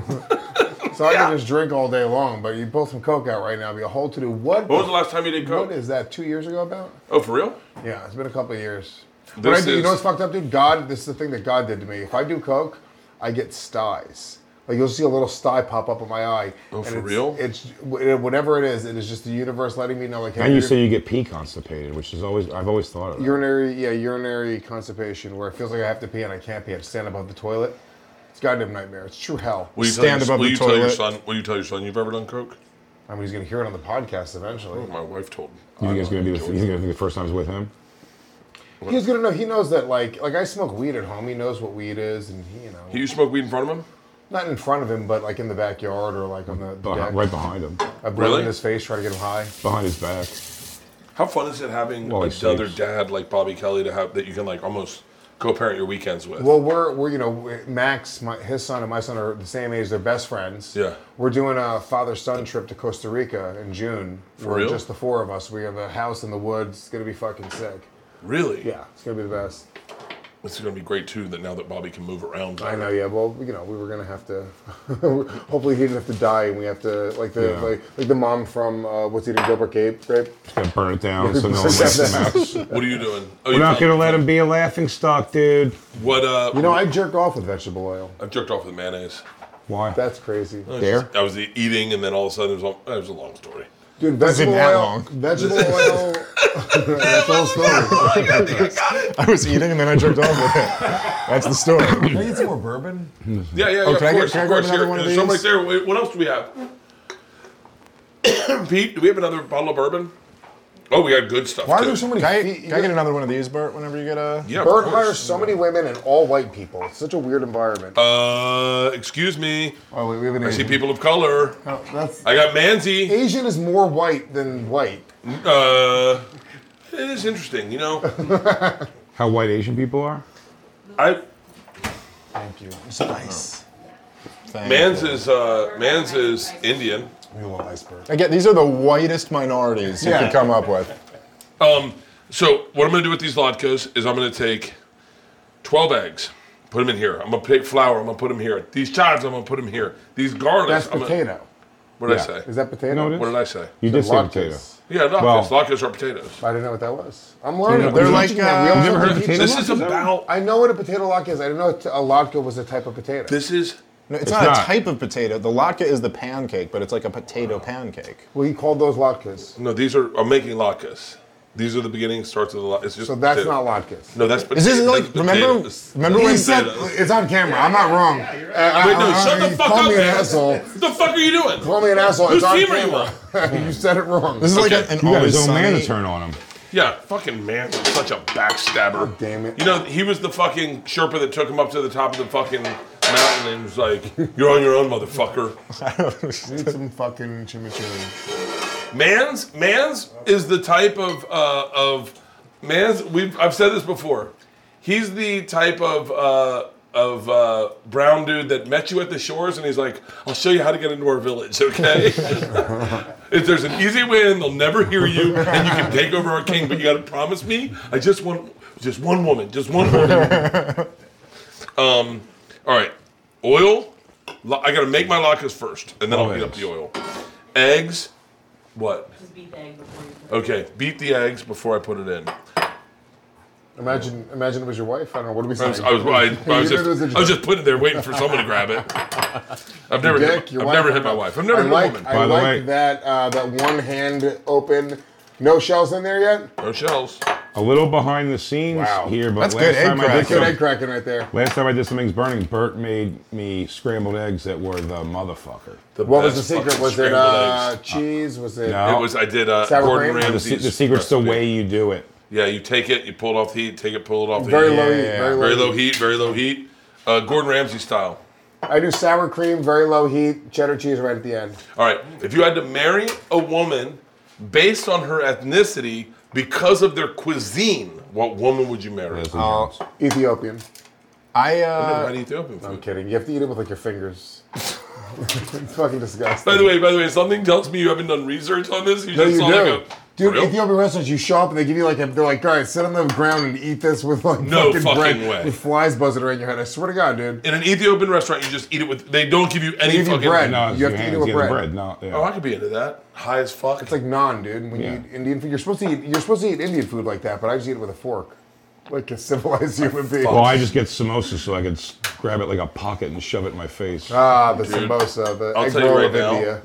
[SPEAKER 2] I can just drink all day long. But you pull some coke out right now, it'd be a whole to do. What?
[SPEAKER 1] When was the last time you did coke?
[SPEAKER 2] What is that? Two years ago? About?
[SPEAKER 1] Oh, for real?
[SPEAKER 2] Yeah, it's been a couple of years. But
[SPEAKER 1] This
[SPEAKER 2] I do, you
[SPEAKER 1] is-
[SPEAKER 2] know what's fucked up, dude? God, this is the thing that God did to me. If I do coke, I get styes. Like you'll see a little sty pop up in my eye.
[SPEAKER 1] Oh, for
[SPEAKER 2] it's,
[SPEAKER 1] real?
[SPEAKER 2] It's whatever it is. It is just the universe letting me know, like, hey,
[SPEAKER 4] And you
[SPEAKER 2] you're-
[SPEAKER 4] say you get pee constipated, which is always I've always thought of. That.
[SPEAKER 2] urinary, yeah, urinary constipation, where it feels like I have to pee and I can't pee. I have to stand above the toilet. It's goddamn nightmare. It's true hell.
[SPEAKER 1] Will you
[SPEAKER 2] stand
[SPEAKER 1] tell your,
[SPEAKER 2] above
[SPEAKER 1] will
[SPEAKER 2] the
[SPEAKER 1] you
[SPEAKER 2] toilet.
[SPEAKER 1] Tell your son, will you tell your son you've ever done coke?
[SPEAKER 2] I mean, he's gonna hear it on the podcast eventually.
[SPEAKER 1] My wife told me.
[SPEAKER 4] You think it's gonna be the, you think it's the first time's with him?
[SPEAKER 2] He's gonna know. He knows that, like, like I smoke weed at home. He knows what weed is, and he, you know,
[SPEAKER 1] You smoke weed in front of him?
[SPEAKER 2] not in front of him, but like in the backyard or like on the, the deck.
[SPEAKER 4] Behind, Uh, right behind him,
[SPEAKER 2] I've
[SPEAKER 1] Really?
[SPEAKER 2] in his face, try to get him high.
[SPEAKER 4] behind his back.
[SPEAKER 1] How fun is it having
[SPEAKER 4] Well, he
[SPEAKER 1] another
[SPEAKER 4] sleeps.
[SPEAKER 1] dad like Bobby Kelly to have that you can like almost co-parent your weekends with?
[SPEAKER 2] Well, we're we're you know Max, my, his son and my son are the same age. They're best friends.
[SPEAKER 1] Yeah.
[SPEAKER 2] We're doing a father son trip to Costa Rica in June. For
[SPEAKER 1] real?
[SPEAKER 2] Just the four of us. We have a house in the woods. It's gonna be fucking sick.
[SPEAKER 1] really?
[SPEAKER 2] Yeah, it's gonna be the best.
[SPEAKER 1] It's going to be great too. That now that Bobby can move around.
[SPEAKER 2] I know. Yeah. Well, you know, we were gonna have to. hopefully, he didn't have to die, and we have to like the
[SPEAKER 4] Yeah.
[SPEAKER 2] like, like the mom from uh, what's eating Gilbert Grape. Grape.
[SPEAKER 4] Gonna burn it down so no one laughs at Max.
[SPEAKER 1] What are you doing? Oh,
[SPEAKER 4] We're not gonna let him be a laughing stock, dude.
[SPEAKER 1] What? Uh,
[SPEAKER 2] You know, I jerk off with vegetable oil.
[SPEAKER 1] I've jerked off with mayonnaise.
[SPEAKER 4] Why?
[SPEAKER 2] That's crazy.
[SPEAKER 4] There?
[SPEAKER 1] I was eating, and then all of a sudden, it was, a- it was a long story.
[SPEAKER 2] Dude, vegetable
[SPEAKER 5] isn't that
[SPEAKER 2] oil.
[SPEAKER 5] long.
[SPEAKER 2] Vegetable oil. That's all story.
[SPEAKER 5] I was eating and then I jerked off with it. That's the story. Can I get some more bourbon?
[SPEAKER 1] Yeah, yeah, yeah.
[SPEAKER 5] Oh, can I
[SPEAKER 1] of
[SPEAKER 5] get-
[SPEAKER 1] course,
[SPEAKER 5] can I
[SPEAKER 1] of
[SPEAKER 5] grab
[SPEAKER 1] course.
[SPEAKER 5] another
[SPEAKER 1] Here,
[SPEAKER 5] one of
[SPEAKER 1] there's some right
[SPEAKER 5] these?
[SPEAKER 1] there. Wait, what else do we have? Pete, do we have another bottle of bourbon? Oh, we got good stuff.
[SPEAKER 2] Why are
[SPEAKER 1] too.
[SPEAKER 2] there so many?
[SPEAKER 5] Can I,
[SPEAKER 2] feet? You
[SPEAKER 5] get
[SPEAKER 2] got-
[SPEAKER 5] another one of these, Bert, whenever you get a.
[SPEAKER 1] Yeah, of
[SPEAKER 2] Bert
[SPEAKER 1] course.
[SPEAKER 2] hires so many women and all white people. It's such a weird environment.
[SPEAKER 1] Uh, excuse me.
[SPEAKER 2] oh, wait, we have an
[SPEAKER 1] I see
[SPEAKER 2] Asian.
[SPEAKER 1] people of color.
[SPEAKER 2] Oh, that's,
[SPEAKER 1] I got Manzi.
[SPEAKER 2] Asian is more white than white.
[SPEAKER 1] Uh, it is interesting, you know.
[SPEAKER 4] How white Asian people are?
[SPEAKER 1] I
[SPEAKER 2] Thank you. Oh,
[SPEAKER 5] Spice. Thank
[SPEAKER 1] Mans
[SPEAKER 5] you.
[SPEAKER 1] is uh, Mans is Indian.
[SPEAKER 2] We love iceberg.
[SPEAKER 5] Again, these are the whitest minorities you
[SPEAKER 2] Yeah.
[SPEAKER 5] could come up with.
[SPEAKER 1] Um, so what I'm gonna do with these latkes is I'm gonna take 12 eggs, put them in here. I'm gonna pick flour. I'm gonna put them here. These chives. I'm gonna put them here. These garlics.
[SPEAKER 2] That's
[SPEAKER 1] I'm gonna-
[SPEAKER 2] potato.
[SPEAKER 1] what did I
[SPEAKER 4] Yeah.
[SPEAKER 1] say?
[SPEAKER 2] Is that potato?
[SPEAKER 4] No, it
[SPEAKER 1] What did I say?
[SPEAKER 4] You did say
[SPEAKER 2] latkes.
[SPEAKER 4] potato.
[SPEAKER 1] Yeah, latkes.
[SPEAKER 4] Well-
[SPEAKER 1] latkes are potatoes.
[SPEAKER 2] I didn't know what that was. I'm learning.
[SPEAKER 4] They're
[SPEAKER 2] We're
[SPEAKER 5] like,
[SPEAKER 2] teaching them. We
[SPEAKER 5] uh,
[SPEAKER 2] also
[SPEAKER 5] you
[SPEAKER 4] never heard of
[SPEAKER 2] teach
[SPEAKER 4] potato
[SPEAKER 2] them.
[SPEAKER 1] This is about.
[SPEAKER 2] I know what a potato latke is. I didn't know a latke was a type of potato.
[SPEAKER 1] This is.
[SPEAKER 5] No, it's, not, a
[SPEAKER 4] not.
[SPEAKER 5] type of potato. The latke is the pancake, but it's like a potato pancake.
[SPEAKER 2] well, you called those latkes.
[SPEAKER 1] No, these are. I'm making latkes. These are the beginning starts of the. lot. It's just.
[SPEAKER 2] So that's
[SPEAKER 1] potato.
[SPEAKER 2] not latkes.
[SPEAKER 1] No, that's.
[SPEAKER 5] Is this
[SPEAKER 1] potato-
[SPEAKER 5] like
[SPEAKER 1] that's
[SPEAKER 5] remember?
[SPEAKER 1] potatoes.
[SPEAKER 5] Remember
[SPEAKER 1] That's
[SPEAKER 2] He
[SPEAKER 5] when he
[SPEAKER 2] said
[SPEAKER 1] potatoes.
[SPEAKER 2] it's on camera. I'm not wrong. Uh,
[SPEAKER 1] Wait, no,
[SPEAKER 2] uh,
[SPEAKER 1] shut the
[SPEAKER 2] you
[SPEAKER 1] fuck
[SPEAKER 2] call
[SPEAKER 1] up,
[SPEAKER 2] me an
[SPEAKER 1] man.
[SPEAKER 2] asshole.
[SPEAKER 1] the fuck are you doing?
[SPEAKER 2] Call me an asshole.
[SPEAKER 1] Whose
[SPEAKER 2] it's on
[SPEAKER 1] team are you
[SPEAKER 2] camera. You, said it wrong.
[SPEAKER 5] This is like
[SPEAKER 1] Okay.
[SPEAKER 5] an
[SPEAKER 4] You
[SPEAKER 2] Oh,
[SPEAKER 4] got his
[SPEAKER 5] always
[SPEAKER 4] own man to
[SPEAKER 5] sunny.
[SPEAKER 4] turn on him.
[SPEAKER 1] Yeah, fucking man, such a backstabber.
[SPEAKER 2] damn it.
[SPEAKER 1] You know, he was the fucking Sherpa that took him up to the top of the fucking mountain and was like, "You're on your own, motherfucker."
[SPEAKER 2] Need some fucking chimichurri.
[SPEAKER 1] Man's man's is the type of uh, of man's. We've I've said this before. He's the type of uh, of uh, brown dude that met you at the shores and he's like, "I'll show you how to get into our village." Okay. If there's an easy win, they'll never hear you, and you can take over our king. But you got to promise me, I just want just one woman, just one woman. um, all right, oil. Lo- I got to make my latkes first, and then I'll heat up
[SPEAKER 4] Always.
[SPEAKER 1] the oil. Eggs. What?
[SPEAKER 8] Just beat the egg before you put it.
[SPEAKER 1] Okay, beat the eggs before I put it in.
[SPEAKER 2] Imagine, imagine it was your wife. I don't know. What do we say?
[SPEAKER 1] I was, I was, I, I was
[SPEAKER 2] You
[SPEAKER 1] just,
[SPEAKER 2] know, there's a-
[SPEAKER 1] I was just putting it there waiting for someone to grab it. I've never,
[SPEAKER 2] Dick,
[SPEAKER 1] hit,
[SPEAKER 2] your
[SPEAKER 1] I've
[SPEAKER 2] wife-
[SPEAKER 1] never hit my wife. I've never
[SPEAKER 2] I
[SPEAKER 1] hit
[SPEAKER 2] like,
[SPEAKER 1] a woman.
[SPEAKER 2] I
[SPEAKER 4] By the
[SPEAKER 2] like
[SPEAKER 4] way-
[SPEAKER 2] that uh, that one hand open, no shells in there yet.
[SPEAKER 1] no shells.
[SPEAKER 4] A little behind the scenes
[SPEAKER 9] Wow.
[SPEAKER 4] here, but
[SPEAKER 5] That's
[SPEAKER 4] last
[SPEAKER 5] good egg
[SPEAKER 4] time I
[SPEAKER 5] crack.
[SPEAKER 4] did
[SPEAKER 2] That's good
[SPEAKER 4] some-
[SPEAKER 2] egg cracking right there.
[SPEAKER 4] last time I did something's burning, Bert made me scrambled eggs that were the motherfucker.
[SPEAKER 1] The
[SPEAKER 2] What was the
[SPEAKER 1] best
[SPEAKER 2] secret?
[SPEAKER 1] fucking
[SPEAKER 2] Was it
[SPEAKER 1] scrambled
[SPEAKER 2] uh,
[SPEAKER 1] eggs.
[SPEAKER 2] cheese? Was it?
[SPEAKER 4] No.
[SPEAKER 1] It was. I did uh,
[SPEAKER 2] Sour
[SPEAKER 1] Gordon
[SPEAKER 2] cream?
[SPEAKER 4] The,
[SPEAKER 1] Ramsay's.
[SPEAKER 4] se- the secret's the
[SPEAKER 1] recipe.
[SPEAKER 4] way you do it.
[SPEAKER 1] Yeah, you take it, you pull it off the heat, take it, pull it off the
[SPEAKER 2] Very
[SPEAKER 1] heat.
[SPEAKER 2] low
[SPEAKER 5] Yeah,
[SPEAKER 2] heat.
[SPEAKER 5] yeah,
[SPEAKER 2] Very low.
[SPEAKER 1] Very
[SPEAKER 2] heat.
[SPEAKER 1] low heat, very low heat. Uh, Gordon Ramsay style.
[SPEAKER 2] I do sour cream, very low heat, cheddar cheese right at the end.
[SPEAKER 1] All right, if you had to marry a woman based on her ethnicity because of their cuisine, what woman would you marry?
[SPEAKER 4] Leslie
[SPEAKER 2] Oh.
[SPEAKER 4] Jones.
[SPEAKER 2] Ethiopian.
[SPEAKER 5] I
[SPEAKER 1] I've
[SPEAKER 5] uh,
[SPEAKER 1] had Ethiopian food.
[SPEAKER 2] I'm kidding. You have to eat it with like your fingers. it's fucking disgusting.
[SPEAKER 1] By the way, by the way, something tells me you haven't done research on this. You
[SPEAKER 2] No,
[SPEAKER 1] just
[SPEAKER 2] you
[SPEAKER 1] saw
[SPEAKER 2] do.
[SPEAKER 1] like a
[SPEAKER 2] Dude,
[SPEAKER 1] uh, Real?
[SPEAKER 2] Ethiopian restaurants, you show up and they give you like a, they're like, all right, sit on the ground and eat this with like
[SPEAKER 1] No
[SPEAKER 2] fucking,
[SPEAKER 1] fucking
[SPEAKER 2] bread.
[SPEAKER 1] way.
[SPEAKER 2] With flies buzzing around your head. I swear to God, dude.
[SPEAKER 1] in an Ethiopian restaurant. You just eat it with. They don't give you any
[SPEAKER 2] give you
[SPEAKER 1] fucking
[SPEAKER 2] bread.
[SPEAKER 4] No, it's
[SPEAKER 2] You have
[SPEAKER 4] your
[SPEAKER 2] to eat it
[SPEAKER 4] hands,
[SPEAKER 2] with
[SPEAKER 4] yeah, the
[SPEAKER 2] bread.
[SPEAKER 4] bread. No, yeah.
[SPEAKER 1] Oh, I could be into that. High as fuck.
[SPEAKER 2] It's like naan, dude. When
[SPEAKER 4] Yeah.
[SPEAKER 2] you eat Indian food, you're supposed to eat you're supposed to eat Indian food like that, but I just eat it with a fork, like a civilized human being.
[SPEAKER 4] Well, I just get samosas so I could s- grab it like a pocket and shove it in my face.
[SPEAKER 2] Ah, the samosa, the
[SPEAKER 1] I'll
[SPEAKER 2] egg
[SPEAKER 1] tell you
[SPEAKER 2] roll
[SPEAKER 1] right
[SPEAKER 2] of
[SPEAKER 1] now.
[SPEAKER 2] India,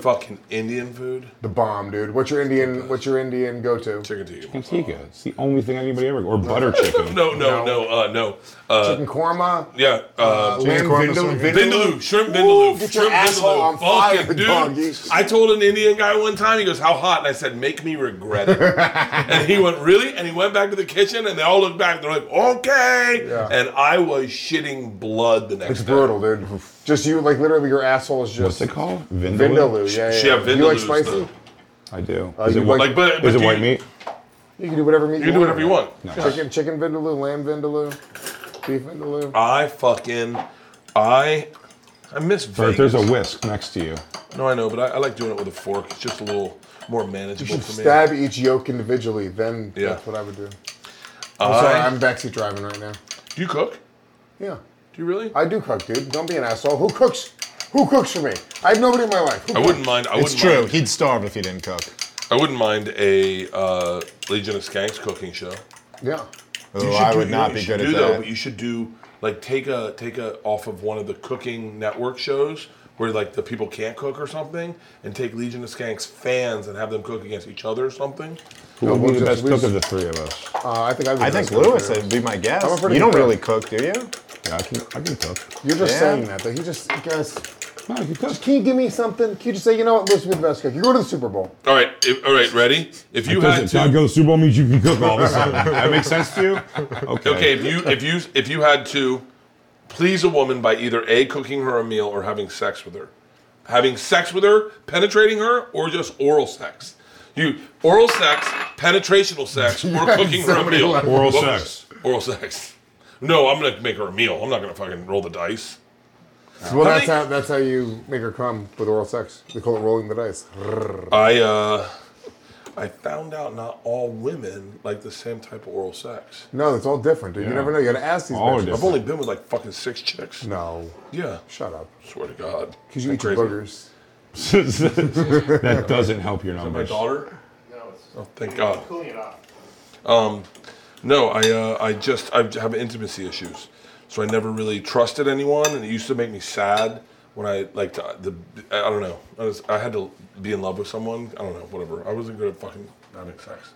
[SPEAKER 1] fucking Indian food.
[SPEAKER 2] the bomb, dude. What's your Indian? What's your Indian go-to?
[SPEAKER 1] Chicken tikka.
[SPEAKER 4] Chicken tikka. It's the only thing anybody ever or butter chicken.
[SPEAKER 1] No, no, no, uh, no. Uh,
[SPEAKER 2] Chicken korma,
[SPEAKER 1] yeah, uh,
[SPEAKER 2] lamb
[SPEAKER 5] korma,
[SPEAKER 2] vindaloo,
[SPEAKER 5] something.
[SPEAKER 1] Vindaloo, shrimp vindaloo,
[SPEAKER 2] Ooh, get your
[SPEAKER 1] shrimp
[SPEAKER 2] asshole
[SPEAKER 1] vindaloo.
[SPEAKER 2] on fire,
[SPEAKER 1] Fucking dude.
[SPEAKER 2] doggy.
[SPEAKER 1] I told an Indian guy one time, he goes, "How hot?" And I said, "Make me regret it." and he went, "Really?" And he went back to the kitchen, and they all looked back. They're like, "Okay."
[SPEAKER 2] Yeah.
[SPEAKER 1] And I was shitting blood the next
[SPEAKER 2] It's
[SPEAKER 1] day.
[SPEAKER 2] brutal, dude. Just you, like literally, your asshole is
[SPEAKER 4] What's
[SPEAKER 2] just
[SPEAKER 4] it called?
[SPEAKER 2] vindaloo. Yeah,
[SPEAKER 1] Sh-
[SPEAKER 2] yeah.
[SPEAKER 1] yeah,
[SPEAKER 2] you like
[SPEAKER 1] vindaloo's
[SPEAKER 2] spicy?
[SPEAKER 1] the-
[SPEAKER 4] I do.
[SPEAKER 2] Uh,
[SPEAKER 4] is
[SPEAKER 2] you
[SPEAKER 4] it white,
[SPEAKER 1] Like, but, but
[SPEAKER 4] is it
[SPEAKER 1] do
[SPEAKER 4] white
[SPEAKER 1] you,
[SPEAKER 4] meat?
[SPEAKER 2] You can do whatever meat you,
[SPEAKER 1] You can do whatever you want.
[SPEAKER 2] Chicken, chicken vindaloo, lamb vindaloo, beef vindaloo.
[SPEAKER 1] I fucking, I, I miss
[SPEAKER 4] Bert,
[SPEAKER 1] Vegas.
[SPEAKER 4] there's a whisk next to you.
[SPEAKER 1] no, I know, but I, I like doing it with a fork. It's just a little more manageable
[SPEAKER 2] should
[SPEAKER 1] for me.
[SPEAKER 2] stab each yolk individually. Then
[SPEAKER 1] Yeah.
[SPEAKER 2] that's what I would do. I'm
[SPEAKER 1] I-
[SPEAKER 2] sorry, I'm backseat driving right now.
[SPEAKER 1] do you cook?
[SPEAKER 2] Yeah,
[SPEAKER 1] Do you really?
[SPEAKER 2] I do cook, dude. Don't be an asshole. Who cooks? Who cooks for me? I have nobody in my life. Who
[SPEAKER 1] I
[SPEAKER 2] cooks?
[SPEAKER 1] wouldn't mind. I
[SPEAKER 5] it's
[SPEAKER 1] wouldn't
[SPEAKER 5] true.
[SPEAKER 1] Mind,
[SPEAKER 5] He'd starve if he didn't cook.
[SPEAKER 1] I wouldn't mind a uh, Legion of Skanks cooking show.
[SPEAKER 2] Yeah.
[SPEAKER 5] Oh,
[SPEAKER 1] should
[SPEAKER 5] I
[SPEAKER 1] do-
[SPEAKER 5] would
[SPEAKER 1] you know
[SPEAKER 5] not
[SPEAKER 1] what
[SPEAKER 5] be
[SPEAKER 1] you should
[SPEAKER 5] good at
[SPEAKER 1] do,
[SPEAKER 5] that.
[SPEAKER 1] But you should do like take a take a off of one of the cooking network shows where like the people can't cook or something, and take Legion of Skanks fans and have them cook against each other or something.
[SPEAKER 4] Who would
[SPEAKER 2] we'll
[SPEAKER 4] be the best
[SPEAKER 2] just- we
[SPEAKER 4] cook of
[SPEAKER 2] just-
[SPEAKER 4] the three of us?
[SPEAKER 2] Uh, I think I.
[SPEAKER 5] I think Lewis would be my guess.
[SPEAKER 2] I'm a pretty
[SPEAKER 5] You don't
[SPEAKER 2] good
[SPEAKER 5] really cook, do you?
[SPEAKER 4] Yeah, I can, I can cook.
[SPEAKER 2] You're just
[SPEAKER 5] Yeah.
[SPEAKER 2] saying that. That he just guys.
[SPEAKER 4] No, I can cook.
[SPEAKER 2] Can you give me something? Can you just say, you know what, Lewis would be the best cook? You go to the Super Bowl.
[SPEAKER 1] All right, if- all right, ready? If you had
[SPEAKER 4] Does it- I
[SPEAKER 1] to,
[SPEAKER 4] go to Super Bowl means you can cook all this. that makes sense to you? Okay.
[SPEAKER 1] okay, if you if you if you had to please a woman by either a cooking her a meal or having sex with her, having sex with her, penetrating her, or just oral sex. You oral sex, penetrational sex, or cooking her a
[SPEAKER 2] somebody
[SPEAKER 1] meal.
[SPEAKER 2] left.
[SPEAKER 4] Oral
[SPEAKER 1] What-
[SPEAKER 4] sex.
[SPEAKER 1] Oral sex. No, I'm gonna make her a meal. I'm not gonna fucking roll the dice. How
[SPEAKER 2] Well, that's
[SPEAKER 1] many-
[SPEAKER 2] how that's how you make her come with oral sex. They call it rolling the dice.
[SPEAKER 1] I uh, I found out not all women like the same type of oral sex.
[SPEAKER 2] No, that's all different, dude. You
[SPEAKER 4] Yeah.
[SPEAKER 2] never know. You gotta ask these.
[SPEAKER 4] All
[SPEAKER 2] bitches.
[SPEAKER 4] different.
[SPEAKER 1] I've only been with like fucking six chicks.
[SPEAKER 2] No,
[SPEAKER 1] Yeah,
[SPEAKER 2] shut up.
[SPEAKER 1] swear to God.
[SPEAKER 2] Because you eat your
[SPEAKER 1] Crazy.
[SPEAKER 2] boogers.
[SPEAKER 4] that doesn't help your
[SPEAKER 1] My
[SPEAKER 4] numbers.
[SPEAKER 1] daughter.
[SPEAKER 10] No, it's
[SPEAKER 1] Oh, thank God. Um,
[SPEAKER 10] cooling it off.
[SPEAKER 1] No, I uh, I just I have intimacy issues, so I never really trusted anyone, and it used to make me sad when I like to, the I don't know I, was, I had to be in love with someone I don't know whatever I wasn't good at fucking having sex.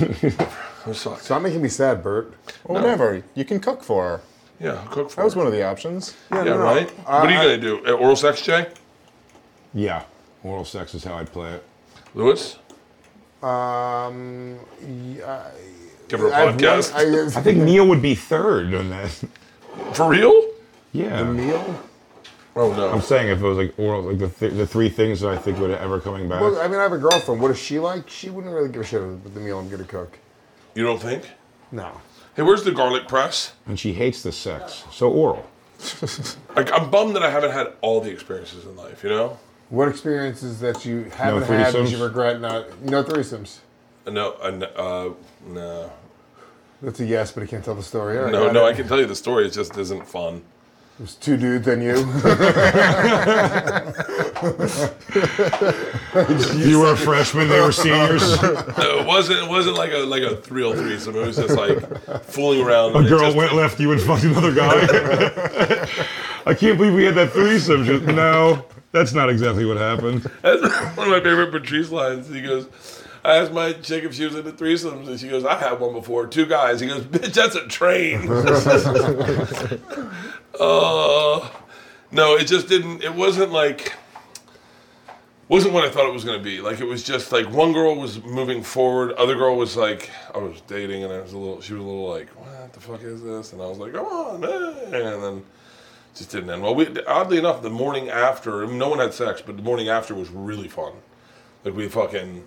[SPEAKER 1] I sucked.
[SPEAKER 2] Stop making me sad, Bert.
[SPEAKER 5] Or Whatever. You can cook for her.
[SPEAKER 1] yeah, I'll cook for
[SPEAKER 5] That was
[SPEAKER 1] her.
[SPEAKER 5] one of the options.
[SPEAKER 1] yeah,
[SPEAKER 2] no, no.
[SPEAKER 1] right. what are you
[SPEAKER 2] I-
[SPEAKER 1] gonna do? Uh, Oral sex, Jay
[SPEAKER 4] Yeah. Oral sex is how I'd play it.
[SPEAKER 1] Lewis.
[SPEAKER 2] Um, yeah,
[SPEAKER 1] Give her a
[SPEAKER 2] I have one-
[SPEAKER 1] podcast
[SPEAKER 4] I
[SPEAKER 2] I,
[SPEAKER 4] think Neil would be third on that.
[SPEAKER 1] for real.
[SPEAKER 4] Yeah.
[SPEAKER 2] meal.
[SPEAKER 1] Oh no.
[SPEAKER 4] I'm saying if it was like oral, like the, th- the three things that I think would ever coming back.
[SPEAKER 2] Well, I mean, I have a girlfriend. What is she like? She wouldn't really give a shit about the meal I'm gonna cook.
[SPEAKER 1] you don't think?
[SPEAKER 2] No.
[SPEAKER 1] Hey, where's the garlic press?
[SPEAKER 4] and she hates the sex, so oral.
[SPEAKER 1] Like, I'm bummed that I haven't had all the experiences in life. You know.
[SPEAKER 2] What experiences that you haven't had that
[SPEAKER 4] threesomes?
[SPEAKER 2] you regret not? No threesomes.
[SPEAKER 1] No, I n- uh, no.
[SPEAKER 2] That's a yes, but he can't tell the story. All right,
[SPEAKER 1] No,
[SPEAKER 2] got
[SPEAKER 1] no,
[SPEAKER 2] it.
[SPEAKER 1] I can tell you the story. It just isn't fun.
[SPEAKER 2] There's two dudes and you.
[SPEAKER 4] You were a freshman, they were seniors.
[SPEAKER 1] No, it wasn't. It wasn't like a like a thrill threesome. It was just like fooling around.
[SPEAKER 4] A
[SPEAKER 1] and it
[SPEAKER 4] girl
[SPEAKER 1] just-
[SPEAKER 4] went left, you and fucked another guy. I can't believe we had that threesome. Just, no, that's not exactly what happened.
[SPEAKER 1] That's one of my favorite Patrice lines. He goes, "I- I asked my chick if she was into threesomes, and she goes, "I had one before, two guys." He goes, "Bitch, that's a train." uh, no, it just didn't. It wasn't like wasn't what I thought it was going to be. Like it was just like one girl was moving forward, other girl was like I was dating, and I was a little. She was a little like, "What the fuck is this?" And I was like, "Come on," man. and then just didn't end well. We oddly enough, the morning after, no one had sex, but the morning after was really fun. Like we fucking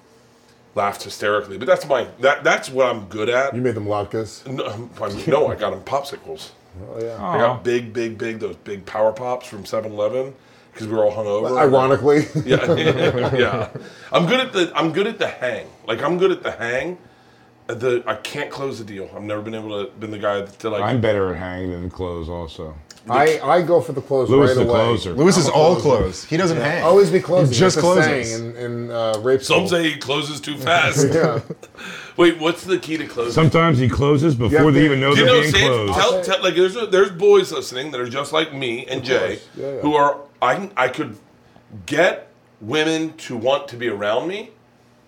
[SPEAKER 1] laughed hysterically. But that's my that that's what I'm good at.
[SPEAKER 2] You made them latkes.
[SPEAKER 1] No, I'm- no, I got them popsicles.
[SPEAKER 2] Oh yeah.
[SPEAKER 1] I got big, big, big those big power pops from 7-Eleven because we were all hungover.
[SPEAKER 2] Ironically,
[SPEAKER 1] Yeah, yeah. I'm good at the I'm good at the hang. Like I'm good at the hang. Uh, The I can't close the deal. I've never been able to been the guy to like
[SPEAKER 4] I'm better at hanging than close. Also,
[SPEAKER 2] I, I go for the close
[SPEAKER 4] Lewis
[SPEAKER 2] right
[SPEAKER 4] the
[SPEAKER 2] away.
[SPEAKER 4] closer.
[SPEAKER 5] Lewis is all closed. He doesn't hang.
[SPEAKER 2] Always be closing.
[SPEAKER 5] just
[SPEAKER 2] Just
[SPEAKER 5] closes.
[SPEAKER 2] closing in, in uh, rape.
[SPEAKER 1] some
[SPEAKER 2] school.
[SPEAKER 1] say he closes too fast.
[SPEAKER 2] Yeah.
[SPEAKER 1] Wait, what's the key to closing?
[SPEAKER 11] Sometimes he closes before
[SPEAKER 2] have
[SPEAKER 11] they
[SPEAKER 2] to-
[SPEAKER 11] even know
[SPEAKER 1] Do
[SPEAKER 11] they're
[SPEAKER 1] you know,
[SPEAKER 11] being
[SPEAKER 1] Sam,
[SPEAKER 11] closed.
[SPEAKER 1] tell, tell, like there's there's boys listening that are just like me and Jay, who are I can- I could get women to want to be around me,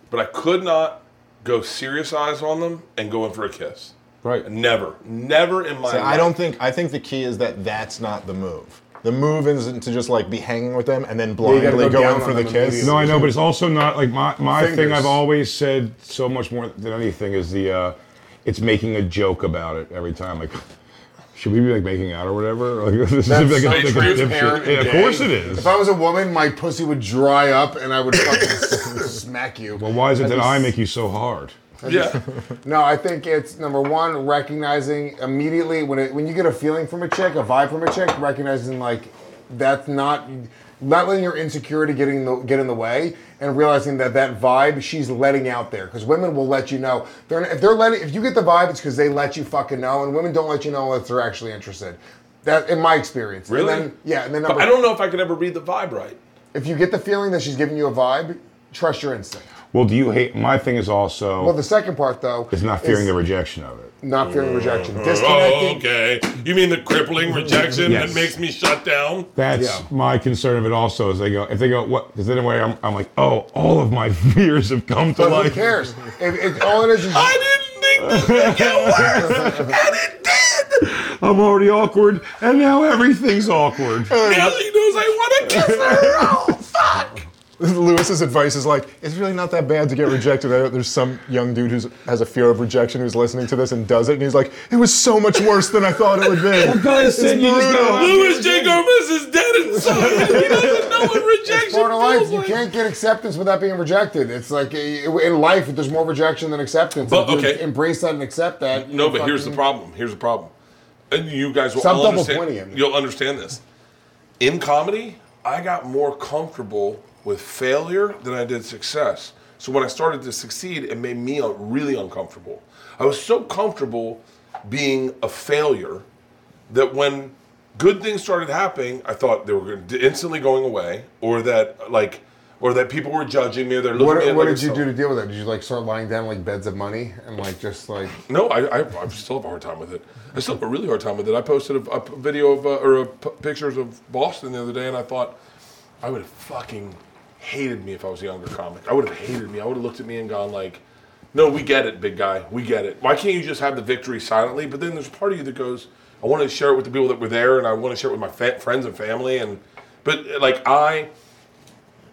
[SPEAKER 1] but I could not go serious eyes on them and go in for a kiss.
[SPEAKER 4] Right.
[SPEAKER 1] Never, never in my.
[SPEAKER 5] So I
[SPEAKER 1] life.
[SPEAKER 5] don't think. I think the key is that that's not the move. The move isn't to just like be hanging with them and then
[SPEAKER 2] you gotta
[SPEAKER 5] blindly
[SPEAKER 2] go
[SPEAKER 5] go
[SPEAKER 2] down
[SPEAKER 5] in for
[SPEAKER 2] on
[SPEAKER 5] the
[SPEAKER 2] them
[SPEAKER 5] kiss.
[SPEAKER 2] immediately.
[SPEAKER 4] No, I know, but it's also not like my my thing.
[SPEAKER 2] Fingers.
[SPEAKER 4] I've always said so much more than anything is the, uh, it's making a joke about it every time. Like, should we be like making out or whatever? Like, this
[SPEAKER 2] That's
[SPEAKER 4] is like, a-
[SPEAKER 1] so
[SPEAKER 4] like a
[SPEAKER 2] transparent
[SPEAKER 4] dipshit. Yeah,
[SPEAKER 2] and
[SPEAKER 4] of
[SPEAKER 2] gay.
[SPEAKER 4] course it is.
[SPEAKER 2] If I was a woman, my pussy would dry up and I would fucking s- smack you.
[SPEAKER 4] Well, why is it
[SPEAKER 2] I'd
[SPEAKER 4] that
[SPEAKER 2] be
[SPEAKER 4] I
[SPEAKER 2] s-
[SPEAKER 4] make you so hard?
[SPEAKER 1] Yeah.
[SPEAKER 2] No, I think it's number one, recognizing immediately when it when you get a feeling from a chick, a vibe from a chick, recognizing like that's not not letting your insecurity get in the get in the way, and realizing that that vibe she's letting out there because women will let you know they're if they're letting if you get the vibe it's because they let you fucking know, and women don't let you know that they're actually interested. That in my experience, And
[SPEAKER 1] Really?
[SPEAKER 2] then- yeah, and then
[SPEAKER 1] But
[SPEAKER 2] number,
[SPEAKER 1] I don't know if I could ever read the vibe right.
[SPEAKER 2] if you get the feeling that she's giving you a vibe, trust your instinct.
[SPEAKER 4] Well, do you hate? My thing is also
[SPEAKER 2] Well, the second part though
[SPEAKER 4] is not fearing the rejection of it.
[SPEAKER 2] not fearing rejection,
[SPEAKER 1] Oh,
[SPEAKER 2] disconnecting.
[SPEAKER 1] okay. You mean the crippling rejection
[SPEAKER 4] Yes.
[SPEAKER 1] that makes me shut down?
[SPEAKER 4] That's
[SPEAKER 2] Yeah.
[SPEAKER 4] my concern of it. Also, is they go if they go what? Because then way I'm, I'm like, oh, all of my fears have come to
[SPEAKER 2] But
[SPEAKER 4] life.
[SPEAKER 2] who cares? If, if all it is is
[SPEAKER 1] I didn't think this could get worse, and it did.
[SPEAKER 4] I'm already awkward, and now everything's awkward.
[SPEAKER 1] Now she knows I want to kiss her. Oh, fuck.
[SPEAKER 5] Lewis's advice is like, it's really not that bad to get rejected. I- There's some young dude who has a fear of rejection who's listening to this and does it, and he's like, it was so much worse than I thought it would be.
[SPEAKER 4] guys said you just
[SPEAKER 5] brutal.
[SPEAKER 4] gotta-
[SPEAKER 1] Louis J. Gomez is dead inside. He doesn't know what rejection
[SPEAKER 2] part of
[SPEAKER 1] feels
[SPEAKER 2] life. You
[SPEAKER 1] like.
[SPEAKER 2] can't get acceptance without being rejected. It's like eh, in life, there's more rejection than acceptance.
[SPEAKER 1] But,
[SPEAKER 2] If you
[SPEAKER 1] okay.
[SPEAKER 2] embrace that and accept that.
[SPEAKER 1] No,
[SPEAKER 2] you're
[SPEAKER 1] but here's the
[SPEAKER 2] fucking-
[SPEAKER 1] problem. Here's the problem. And you guys will
[SPEAKER 2] Stop
[SPEAKER 1] all
[SPEAKER 2] double pointing at
[SPEAKER 1] understand.
[SPEAKER 2] me.
[SPEAKER 1] You'll understand this. In comedy, I got more comfortable with failure than I did success. So when I started to succeed, it made me uh, really uncomfortable. I was so comfortable being a failure that when good things started happening, I thought they were gonna- instantly going away, or that like, or that people were judging me, or they're looking at
[SPEAKER 2] What,
[SPEAKER 1] me
[SPEAKER 2] what
[SPEAKER 1] like
[SPEAKER 2] did you
[SPEAKER 1] some-
[SPEAKER 2] do to deal with that? Did you like start lying down like beds of money and like just like
[SPEAKER 1] No, I, I, I still have a hard time with it. I still have a really hard time with it. I posted a, a p- video of uh, or a p- pictures of Boston the other day, and I thought I would have fucking hated me if I was a younger comic. I would have hated me. I would have looked at me and gone like, "No, we get it, big guy. We get it. Why can't you just have the victory silently?" But then there's a part of you that goes, "I want to share it with the people that were there, and I want to share it with my fa- friends and family." And but uh, like I.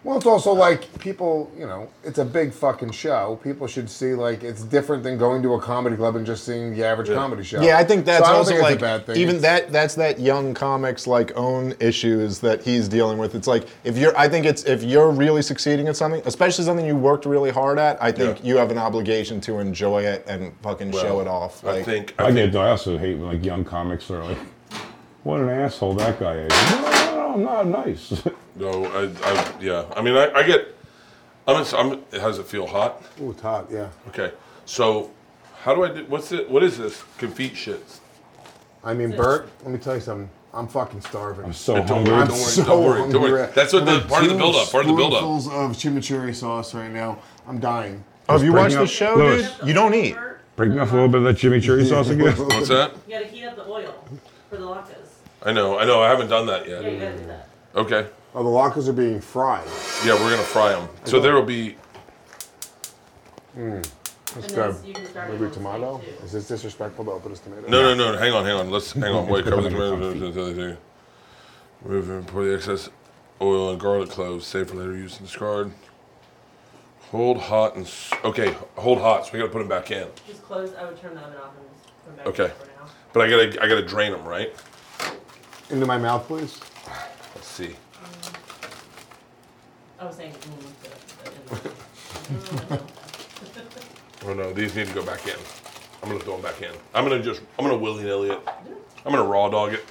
[SPEAKER 2] Well, it's also like people, you know, it's a big fucking show. People should see like it's different than going to a comedy club and just seeing the average comedy show.
[SPEAKER 5] Yeah, I think that's
[SPEAKER 2] so I don't
[SPEAKER 5] also
[SPEAKER 2] think
[SPEAKER 5] like
[SPEAKER 2] it's a bad thing.
[SPEAKER 5] even
[SPEAKER 2] It's-
[SPEAKER 5] that that's that young comic's like own issues that he's dealing with. It's like if you're I think it's if you're really succeeding at something, especially something you worked really hard at, I think you have an obligation to enjoy it and fucking show it off.
[SPEAKER 1] I
[SPEAKER 5] Like,
[SPEAKER 1] think
[SPEAKER 4] I
[SPEAKER 1] I
[SPEAKER 4] get. I also hate when like young comics are like, "What an asshole that guy is." No, no, no, I'm not nice.
[SPEAKER 1] no, I, I yeah. I mean, I, I get. I'm, I'm. How does it feel hot?
[SPEAKER 2] Ooh, it's hot. Yeah,
[SPEAKER 1] Okay, so how do I do? What's it? What is this? Confit shits.
[SPEAKER 2] I mean, Bert, let me tell you something. I'm fucking starving.
[SPEAKER 4] I'm so
[SPEAKER 1] Don't
[SPEAKER 4] hungry.
[SPEAKER 1] worry,
[SPEAKER 2] I'm
[SPEAKER 1] don't worry,
[SPEAKER 2] so
[SPEAKER 1] don't worry, don't worry.
[SPEAKER 2] hungry.
[SPEAKER 1] That's what the
[SPEAKER 2] I'm
[SPEAKER 1] part of the
[SPEAKER 2] two
[SPEAKER 1] buildup, part of the buildup.
[SPEAKER 2] Spoonfuls of chimichurri sauce right now. I'm dying.
[SPEAKER 5] Oh, have you
[SPEAKER 4] Bring
[SPEAKER 5] watched
[SPEAKER 4] up-
[SPEAKER 5] the show,
[SPEAKER 4] Louis.
[SPEAKER 5] dude? You don't eat.
[SPEAKER 4] Bring up a little bit of that chimichurri sauce again.
[SPEAKER 1] What's that?
[SPEAKER 8] You gotta heat up the oil for the latkes.
[SPEAKER 1] I know, I know. I haven't done that
[SPEAKER 8] Yeah, you
[SPEAKER 1] yet.
[SPEAKER 8] gotta do that.
[SPEAKER 1] Okay,
[SPEAKER 2] Oh, the latkes are being fried.
[SPEAKER 1] yeah, we're gonna fry them. So there will be.
[SPEAKER 8] And
[SPEAKER 2] Let's
[SPEAKER 8] then
[SPEAKER 2] grab
[SPEAKER 8] you can start your
[SPEAKER 2] maybe
[SPEAKER 8] own
[SPEAKER 2] tomato.
[SPEAKER 8] thing, too.
[SPEAKER 2] Is this disrespectful to open this tomato?
[SPEAKER 1] No, no, no. Hang on, hang on. Let's hang on. Wait, cover the tomatoes until they do. Remove and pour the excess oil and garlic cloves. Save for later use and discard. Hold hot and s- okay. Hold hot. So we gotta put them back in.
[SPEAKER 8] Just close. I would turn the oven off and just put 'em back
[SPEAKER 1] Okay.
[SPEAKER 8] in for now.
[SPEAKER 1] But I gotta I gotta drain them, right?
[SPEAKER 2] Into my mouth, please.
[SPEAKER 1] Let's see.
[SPEAKER 8] I was saying, mm, but, but I didn't.
[SPEAKER 1] Oh no, these need to go back in. I'm gonna throw them back in. I'm gonna just I'm gonna willy nilly it. I'm gonna raw dog it.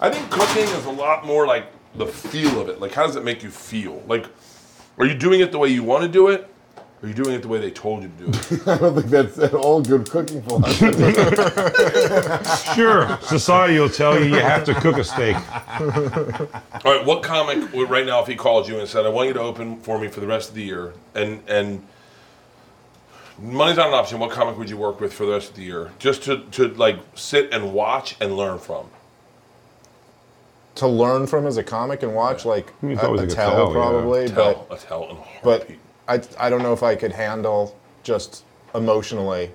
[SPEAKER 1] I think cooking is a lot more like the feel of it. Like how does it make you feel? Like are you doing it the way you want to do it? Or are you doing it the way they told you to do it?
[SPEAKER 2] I don't think that's at all good cooking philosophy.
[SPEAKER 11] Sure, society will tell you you have to cook a steak.
[SPEAKER 1] All right, what comic would right now if he called you and said, "I want you to open for me for the rest of the year," and and money's not an option. What comic would you work with for the rest of the year, just to to like sit and watch and learn from?
[SPEAKER 5] to learn from as a comic and watch, like a,
[SPEAKER 4] mean, it's always
[SPEAKER 5] a
[SPEAKER 4] a good
[SPEAKER 5] tell,
[SPEAKER 4] tell, yeah.
[SPEAKER 5] probably,
[SPEAKER 1] Tell,
[SPEAKER 5] but
[SPEAKER 1] a tell, and
[SPEAKER 5] but
[SPEAKER 1] heartbeat.
[SPEAKER 5] I I don't know if I could handle just emotionally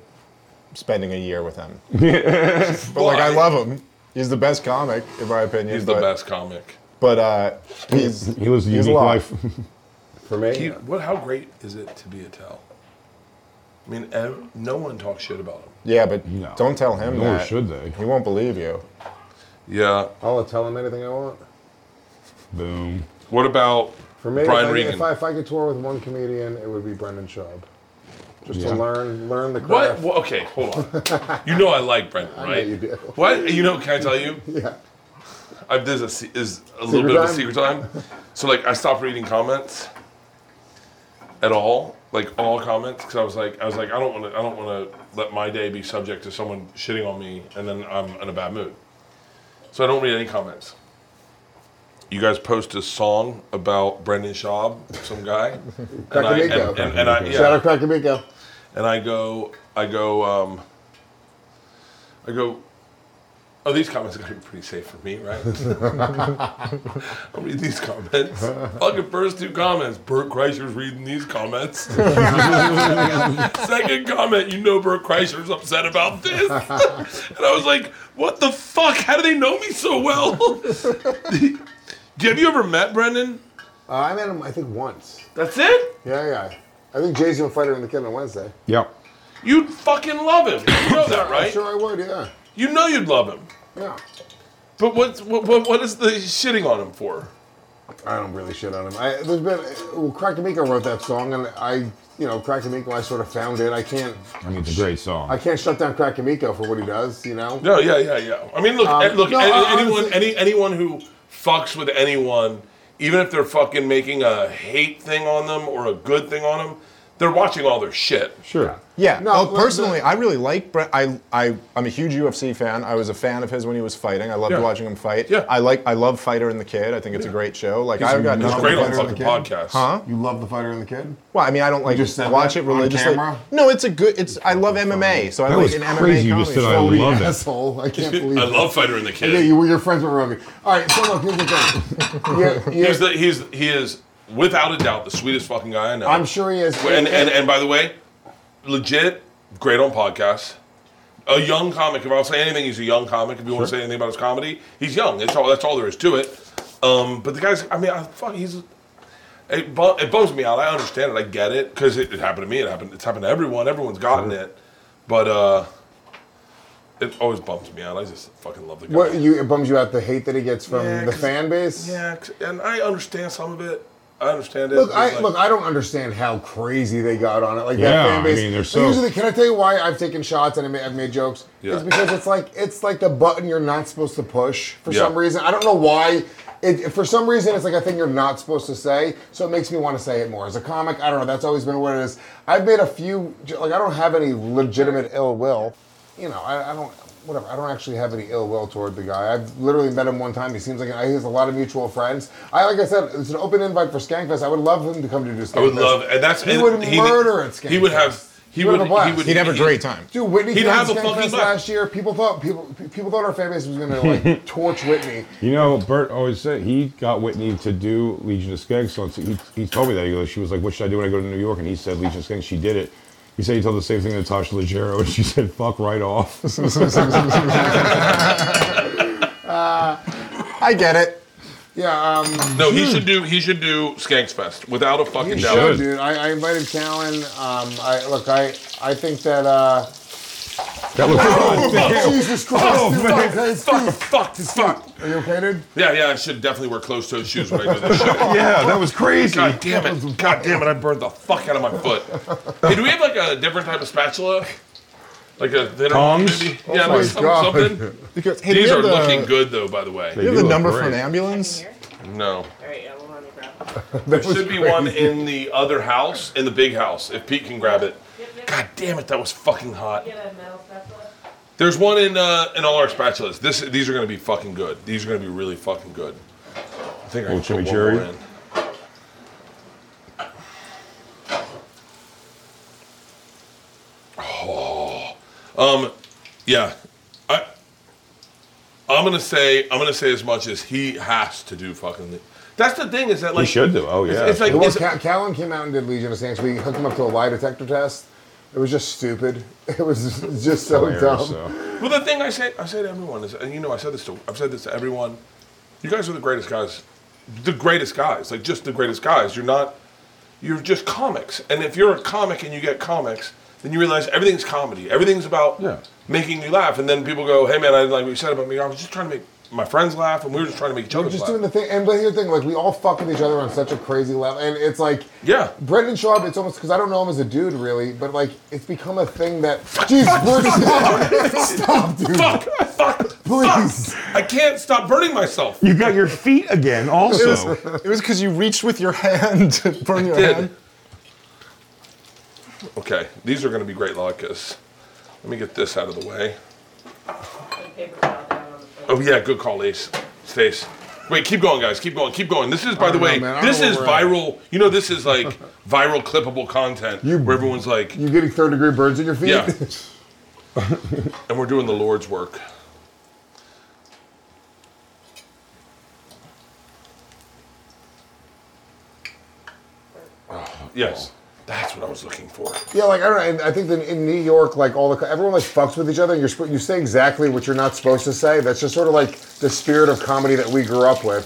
[SPEAKER 5] spending a year with him. but like I love him. He's the best comic in my opinion.
[SPEAKER 1] he's the
[SPEAKER 5] but,
[SPEAKER 1] best comic.
[SPEAKER 5] But uh, he's
[SPEAKER 4] He lives a
[SPEAKER 5] he's
[SPEAKER 4] unique
[SPEAKER 5] lot.
[SPEAKER 4] life.
[SPEAKER 2] For me,
[SPEAKER 1] He, what? How great is it to be a tell? I mean, ev- no one talks shit about him.
[SPEAKER 5] Yeah, but
[SPEAKER 4] No.
[SPEAKER 5] don't tell him
[SPEAKER 4] Nor
[SPEAKER 5] that.
[SPEAKER 4] should they.
[SPEAKER 5] He won't believe you.
[SPEAKER 1] Yeah.
[SPEAKER 2] I'll tell him anything I want.
[SPEAKER 4] Boom.
[SPEAKER 1] What about
[SPEAKER 2] For me,
[SPEAKER 1] Brian
[SPEAKER 2] if, I,
[SPEAKER 1] Regan?
[SPEAKER 2] if I if I could tour with one comedian, it would be Brendan Schaub. Just
[SPEAKER 4] Yeah.
[SPEAKER 2] to learn learn the
[SPEAKER 1] What?
[SPEAKER 2] craft.
[SPEAKER 1] Well, okay, hold on. You know I like Brendan, right?
[SPEAKER 2] you do.
[SPEAKER 1] What? You know? Can I tell you?
[SPEAKER 2] Yeah.
[SPEAKER 1] I, there's a se- is a little bit of a secret
[SPEAKER 2] Secret
[SPEAKER 1] time. So like I stopped reading comments at all, like all comments, because I was like I was like I don't want to I don't want to let my day be subject to someone shitting on me and then I'm in a bad mood. So I don't read any comments. You guys post a song about Brendan Schaub, some guy, and I and,
[SPEAKER 2] Kakamico.
[SPEAKER 1] and- and I yeah,
[SPEAKER 2] Shout out Cracker Miko.
[SPEAKER 1] and I go, I go, um, I go. Oh, these comments are gonna be pretty safe for me, right? I'll read these comments. Fucking first two comments. Bert Kreischer's reading these comments. Second comment, you know Bert Kreischer's upset about this. and I was like, what the fuck? How do they know me so well? Have you ever met Brendan?
[SPEAKER 2] Uh, I met him, I think, once.
[SPEAKER 1] That's it?
[SPEAKER 2] Yeah, yeah. I think Jay's gonna fight him in the kid on Wednesday.
[SPEAKER 4] Yep.
[SPEAKER 1] You'd fucking love him. You know that, right?
[SPEAKER 2] Sure, I would. Yeah,
[SPEAKER 1] You know you'd love him.
[SPEAKER 2] yeah.
[SPEAKER 1] But what's, what, what what is the shitting on him for?
[SPEAKER 2] I don't really shit on him. I, there's been well, Cracker Miko wrote that song, and I, you know, Cracker Miko, I sort of found it. I can't,
[SPEAKER 4] I mean, it's a great song.
[SPEAKER 2] I can't shut down Cracker Miko for what he does. You know.
[SPEAKER 1] No, yeah, yeah, yeah. I mean, look,
[SPEAKER 2] Um,
[SPEAKER 1] eh, look.
[SPEAKER 2] no,
[SPEAKER 1] any-
[SPEAKER 2] I- I
[SPEAKER 1] anyone,
[SPEAKER 2] was-
[SPEAKER 1] any anyone who fucks with anyone, even if they're fucking making a hate thing on them or a good thing on them, they're watching all their shit.
[SPEAKER 4] sure.
[SPEAKER 5] Yeah.
[SPEAKER 2] No,
[SPEAKER 5] No,
[SPEAKER 2] well,
[SPEAKER 5] personally, I really like Brett. I, I, I'm a huge UFC fan. I was a fan of his when he was fighting. I loved
[SPEAKER 1] Yeah.
[SPEAKER 5] watching him fight.
[SPEAKER 1] Yeah.
[SPEAKER 5] I like, I love Fighter and the Kid. I think it's a great show. Like I've got
[SPEAKER 1] It's
[SPEAKER 5] nothing
[SPEAKER 1] great on
[SPEAKER 5] against-
[SPEAKER 2] Fighter and
[SPEAKER 1] fucking
[SPEAKER 2] the
[SPEAKER 1] podcasts. Huh?
[SPEAKER 2] You love the fighter and the kid.
[SPEAKER 5] Well, I mean, I don't like
[SPEAKER 2] just said
[SPEAKER 5] watch
[SPEAKER 2] that
[SPEAKER 5] it
[SPEAKER 2] on
[SPEAKER 5] religiously.
[SPEAKER 2] camera?
[SPEAKER 5] No, it's a good. It's I love MMA, so I
[SPEAKER 4] That
[SPEAKER 5] like
[SPEAKER 4] was
[SPEAKER 5] an
[SPEAKER 4] crazy
[SPEAKER 5] MMA
[SPEAKER 4] you
[SPEAKER 5] comedy.
[SPEAKER 4] just said I
[SPEAKER 5] show.
[SPEAKER 2] Cody,
[SPEAKER 4] love it.
[SPEAKER 2] asshole! I can't believe.
[SPEAKER 1] I
[SPEAKER 2] it.
[SPEAKER 1] love Fighter and the
[SPEAKER 2] Yeah,
[SPEAKER 1] Kid.
[SPEAKER 2] you were your friends with Rogan. All right, so look, here's the thing. Yeah, yeah,
[SPEAKER 1] He's the, he's he is without a doubt the sweetest fucking guy I know.
[SPEAKER 2] I'm sure he is.
[SPEAKER 1] And and and by the way, legit, great on podcasts. A young comic. If I'll say anything, he's a young comic. If you want to say anything about his comedy, he's young. That's all. That's all there is to it. Um, but the guy's. I mean, I, fuck. He's. It, bu- it bums me out. I understand it. I get it because it, it happened to me. It happened. It's happened to everyone. Everyone's gotten it. But uh, it always bums me out. I just fucking love the guy.
[SPEAKER 2] What you it bums you out the hate that he gets from
[SPEAKER 1] Yeah,
[SPEAKER 2] the
[SPEAKER 1] 'cause-
[SPEAKER 2] fan base?
[SPEAKER 1] Yeah, 'cause- and I understand some of it. I understand it.
[SPEAKER 2] Look,
[SPEAKER 1] It's
[SPEAKER 2] I
[SPEAKER 1] like-
[SPEAKER 2] look. I don't understand how crazy they got on it. Like
[SPEAKER 4] Yeah,
[SPEAKER 2] that fan base.
[SPEAKER 4] I mean, they're
[SPEAKER 2] Like,
[SPEAKER 4] so-
[SPEAKER 2] Usually, can I tell you why I've taken shots and I've made, I've made jokes?
[SPEAKER 1] Yeah.
[SPEAKER 2] It's because it's like it's like the button you're not supposed to push for
[SPEAKER 1] Yeah.
[SPEAKER 2] some reason. I don't know why. It, for some reason, it's like a thing you're not supposed to say, so it makes me want to say it more. As a comic, I don't know. That's always been what it is. I've made a few. Like I don't have any legitimate ill will. You know, I, I don't. Whatever. I don't actually have any ill will toward the guy. I've literally met him one time. He seems like he has a lot of mutual friends. I like I said, it's an open invite for Skankfest. I would love him to come to do Skankfest.
[SPEAKER 1] I would love, and that's
[SPEAKER 2] He
[SPEAKER 1] and
[SPEAKER 2] would murder at
[SPEAKER 1] He would
[SPEAKER 2] Skankfest.
[SPEAKER 1] have. He
[SPEAKER 2] would have a blast.
[SPEAKER 1] He would.
[SPEAKER 5] He'd have a
[SPEAKER 1] he-
[SPEAKER 5] great time.
[SPEAKER 2] Dude, Whitney
[SPEAKER 1] He'd
[SPEAKER 2] came to
[SPEAKER 1] have a
[SPEAKER 2] Skank
[SPEAKER 1] fucking
[SPEAKER 2] Fest
[SPEAKER 1] blast.
[SPEAKER 2] last year. People thought people people thought our fan base was gonna like torch Whitney.
[SPEAKER 4] You know, Bert always said he got Whitney to do Legion of Skanks. So he, he told me that. He goes, she was like, what should I do when I go to New York? And he said, Legion of Skanks. She did it. He said he told the same thing to Natasha Leggero, and she said, fuck right off.
[SPEAKER 5] I get it.
[SPEAKER 2] Yeah, um,
[SPEAKER 1] No, he should do. He should do Skanks Fest without a fucking
[SPEAKER 2] You
[SPEAKER 1] doubt.
[SPEAKER 2] should, dude. I, I invited Callan. Um, I look, I, I think that. Uh,
[SPEAKER 4] that looks
[SPEAKER 1] Oh,
[SPEAKER 11] Oh,
[SPEAKER 2] Jesus Christ! dude, fuck, that's-
[SPEAKER 1] Fuck, fuck, fuck.
[SPEAKER 2] Are you okay, dude?
[SPEAKER 1] Yeah, yeah. I should definitely wear closed toed shoes when I do this shit.
[SPEAKER 4] Yeah, that was crazy.
[SPEAKER 1] God damn it! God damn it! I burned the fuck out of my foot. Hey, do we have like a different type of spatula? Like a thinner one,
[SPEAKER 4] Tongs?
[SPEAKER 1] maybe? Yeah,
[SPEAKER 2] my
[SPEAKER 1] like some,
[SPEAKER 2] God.
[SPEAKER 1] something.
[SPEAKER 5] Because hey, do
[SPEAKER 1] These
[SPEAKER 5] you
[SPEAKER 1] are
[SPEAKER 5] have the,
[SPEAKER 1] looking good though, by the way.
[SPEAKER 5] do you
[SPEAKER 4] They
[SPEAKER 5] have
[SPEAKER 4] do
[SPEAKER 5] the
[SPEAKER 4] look
[SPEAKER 5] number for
[SPEAKER 4] great.
[SPEAKER 5] an ambulance?
[SPEAKER 1] No,
[SPEAKER 8] Alright, Mm. yeah, we'll run it, bro.
[SPEAKER 1] there should be one in the other house, in the big house, if Pete can grab it. God damn it! That was fucking hot.
[SPEAKER 8] Get a metal spatula.
[SPEAKER 1] There's one in uh, in all our spatulas. This these are gonna be fucking good. These are gonna be really fucking good. I think
[SPEAKER 4] Oh,
[SPEAKER 1] I can put one
[SPEAKER 4] chimichurri?
[SPEAKER 1] more in. Oh, um, yeah. I I'm gonna say I'm gonna say as much as he has to do fucking. The, that's the thing is that like
[SPEAKER 4] should do. Oh,
[SPEAKER 1] it's-
[SPEAKER 4] yeah.
[SPEAKER 1] It's, like
[SPEAKER 2] Well,
[SPEAKER 1] it's-
[SPEAKER 2] Ca- Callan came out and did Legion of Saints. We hooked him up to a lie detector test. It was just stupid. It was just so dumb.
[SPEAKER 4] So.
[SPEAKER 1] Well, the thing I say, I say to everyone is, and you know, I said this to, I've said this to everyone. You guys are the greatest guys, the greatest guys, like just the greatest guys. You're not, you're just comics. And if you're a comic and you get comics, then you realize everything's comedy. Everything's about
[SPEAKER 4] Yeah.
[SPEAKER 1] making you laugh. And then people go, "Hey, man, I didn't like what you said about me. I was just trying to make my friends laugh, and we were just trying to make each other
[SPEAKER 2] Just
[SPEAKER 1] laugh."
[SPEAKER 2] doing the thing, and but here's the thing: like we all fuck with each other on such a crazy level, and it's like,
[SPEAKER 1] Yeah.
[SPEAKER 2] Brendan Sharp. It's almost because I don't know him as a dude, really, but like it's become a thing that. Jeez, Bruce, stop, stop, dude!
[SPEAKER 1] fuck, fuck,
[SPEAKER 2] Please.
[SPEAKER 1] fuck! I can't stop burning myself.
[SPEAKER 11] You got your feet again, also.
[SPEAKER 5] It was because you reached with your hand to burn your
[SPEAKER 1] Did.
[SPEAKER 5] hand.
[SPEAKER 1] Okay, these are going to be great latkes. Let me get this out of the way.
[SPEAKER 8] Put a paper towel down on the plate.
[SPEAKER 1] Oh yeah, good call, Ace. Stace. Wait, keep going, guys. Keep going. Keep going. This is, by the
[SPEAKER 2] don't
[SPEAKER 1] way,
[SPEAKER 2] know, man. I don't
[SPEAKER 1] this
[SPEAKER 2] know
[SPEAKER 1] is
[SPEAKER 2] where we're at.
[SPEAKER 1] viral. You know, this is like viral clippable content where everyone's like,
[SPEAKER 2] You getting third degree burns in your feet?
[SPEAKER 1] yeah. and we're doing the Lord's work. Oh, yes, that's what I was looking for.
[SPEAKER 2] Yeah, like I don't know. And I think that in New York, like all the everyone like fucks with each other, and you're sp- you say exactly what you're not supposed to say. That's just sort of like the spirit of comedy that we grew up with.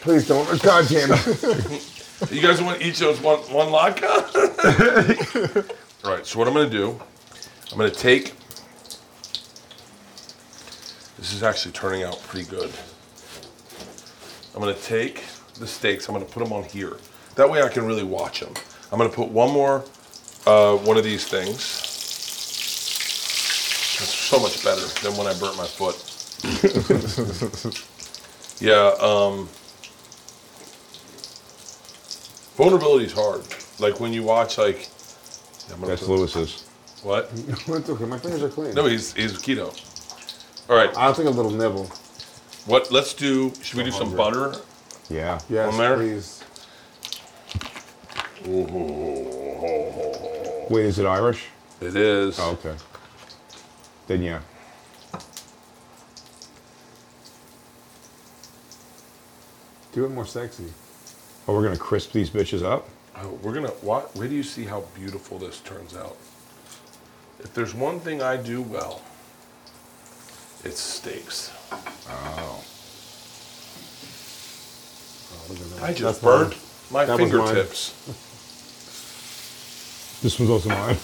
[SPEAKER 2] Please don't, God damn it!
[SPEAKER 1] You guys want each of us one one latke? All right. So what I'm gonna do, I'm gonna take. This is actually turning out pretty good. I'm gonna take the steaks. I'm gonna put them on here. That way I can really watch them. I'm gonna put one more, uh, one of these things. That's so much better than when I burnt my foot. yeah. Um, vulnerability is hard. Like when you watch like. I'm gonna
[SPEAKER 4] That's
[SPEAKER 1] put-
[SPEAKER 4] Lewis's.
[SPEAKER 1] What?
[SPEAKER 2] it's okay. My fingers are clean.
[SPEAKER 1] No, he's he's keto. All right.
[SPEAKER 2] I'll take a little nibble.
[SPEAKER 1] What? Let's do. Should we do some butter?
[SPEAKER 4] Yeah.
[SPEAKER 2] Yes,
[SPEAKER 1] One there?
[SPEAKER 2] please.
[SPEAKER 4] Wait, is it Irish?
[SPEAKER 1] It is.
[SPEAKER 4] Oh, okay. Then yeah.
[SPEAKER 2] Do it more sexy.
[SPEAKER 4] Oh, we're gonna crisp these bitches up.
[SPEAKER 1] Oh, we're gonna. What? Where do you see how beautiful this turns out? If there's one thing I do well, it's steaks. Oh. I just burnt my
[SPEAKER 2] That was mine.
[SPEAKER 1] fingertips.
[SPEAKER 4] This one's also mine.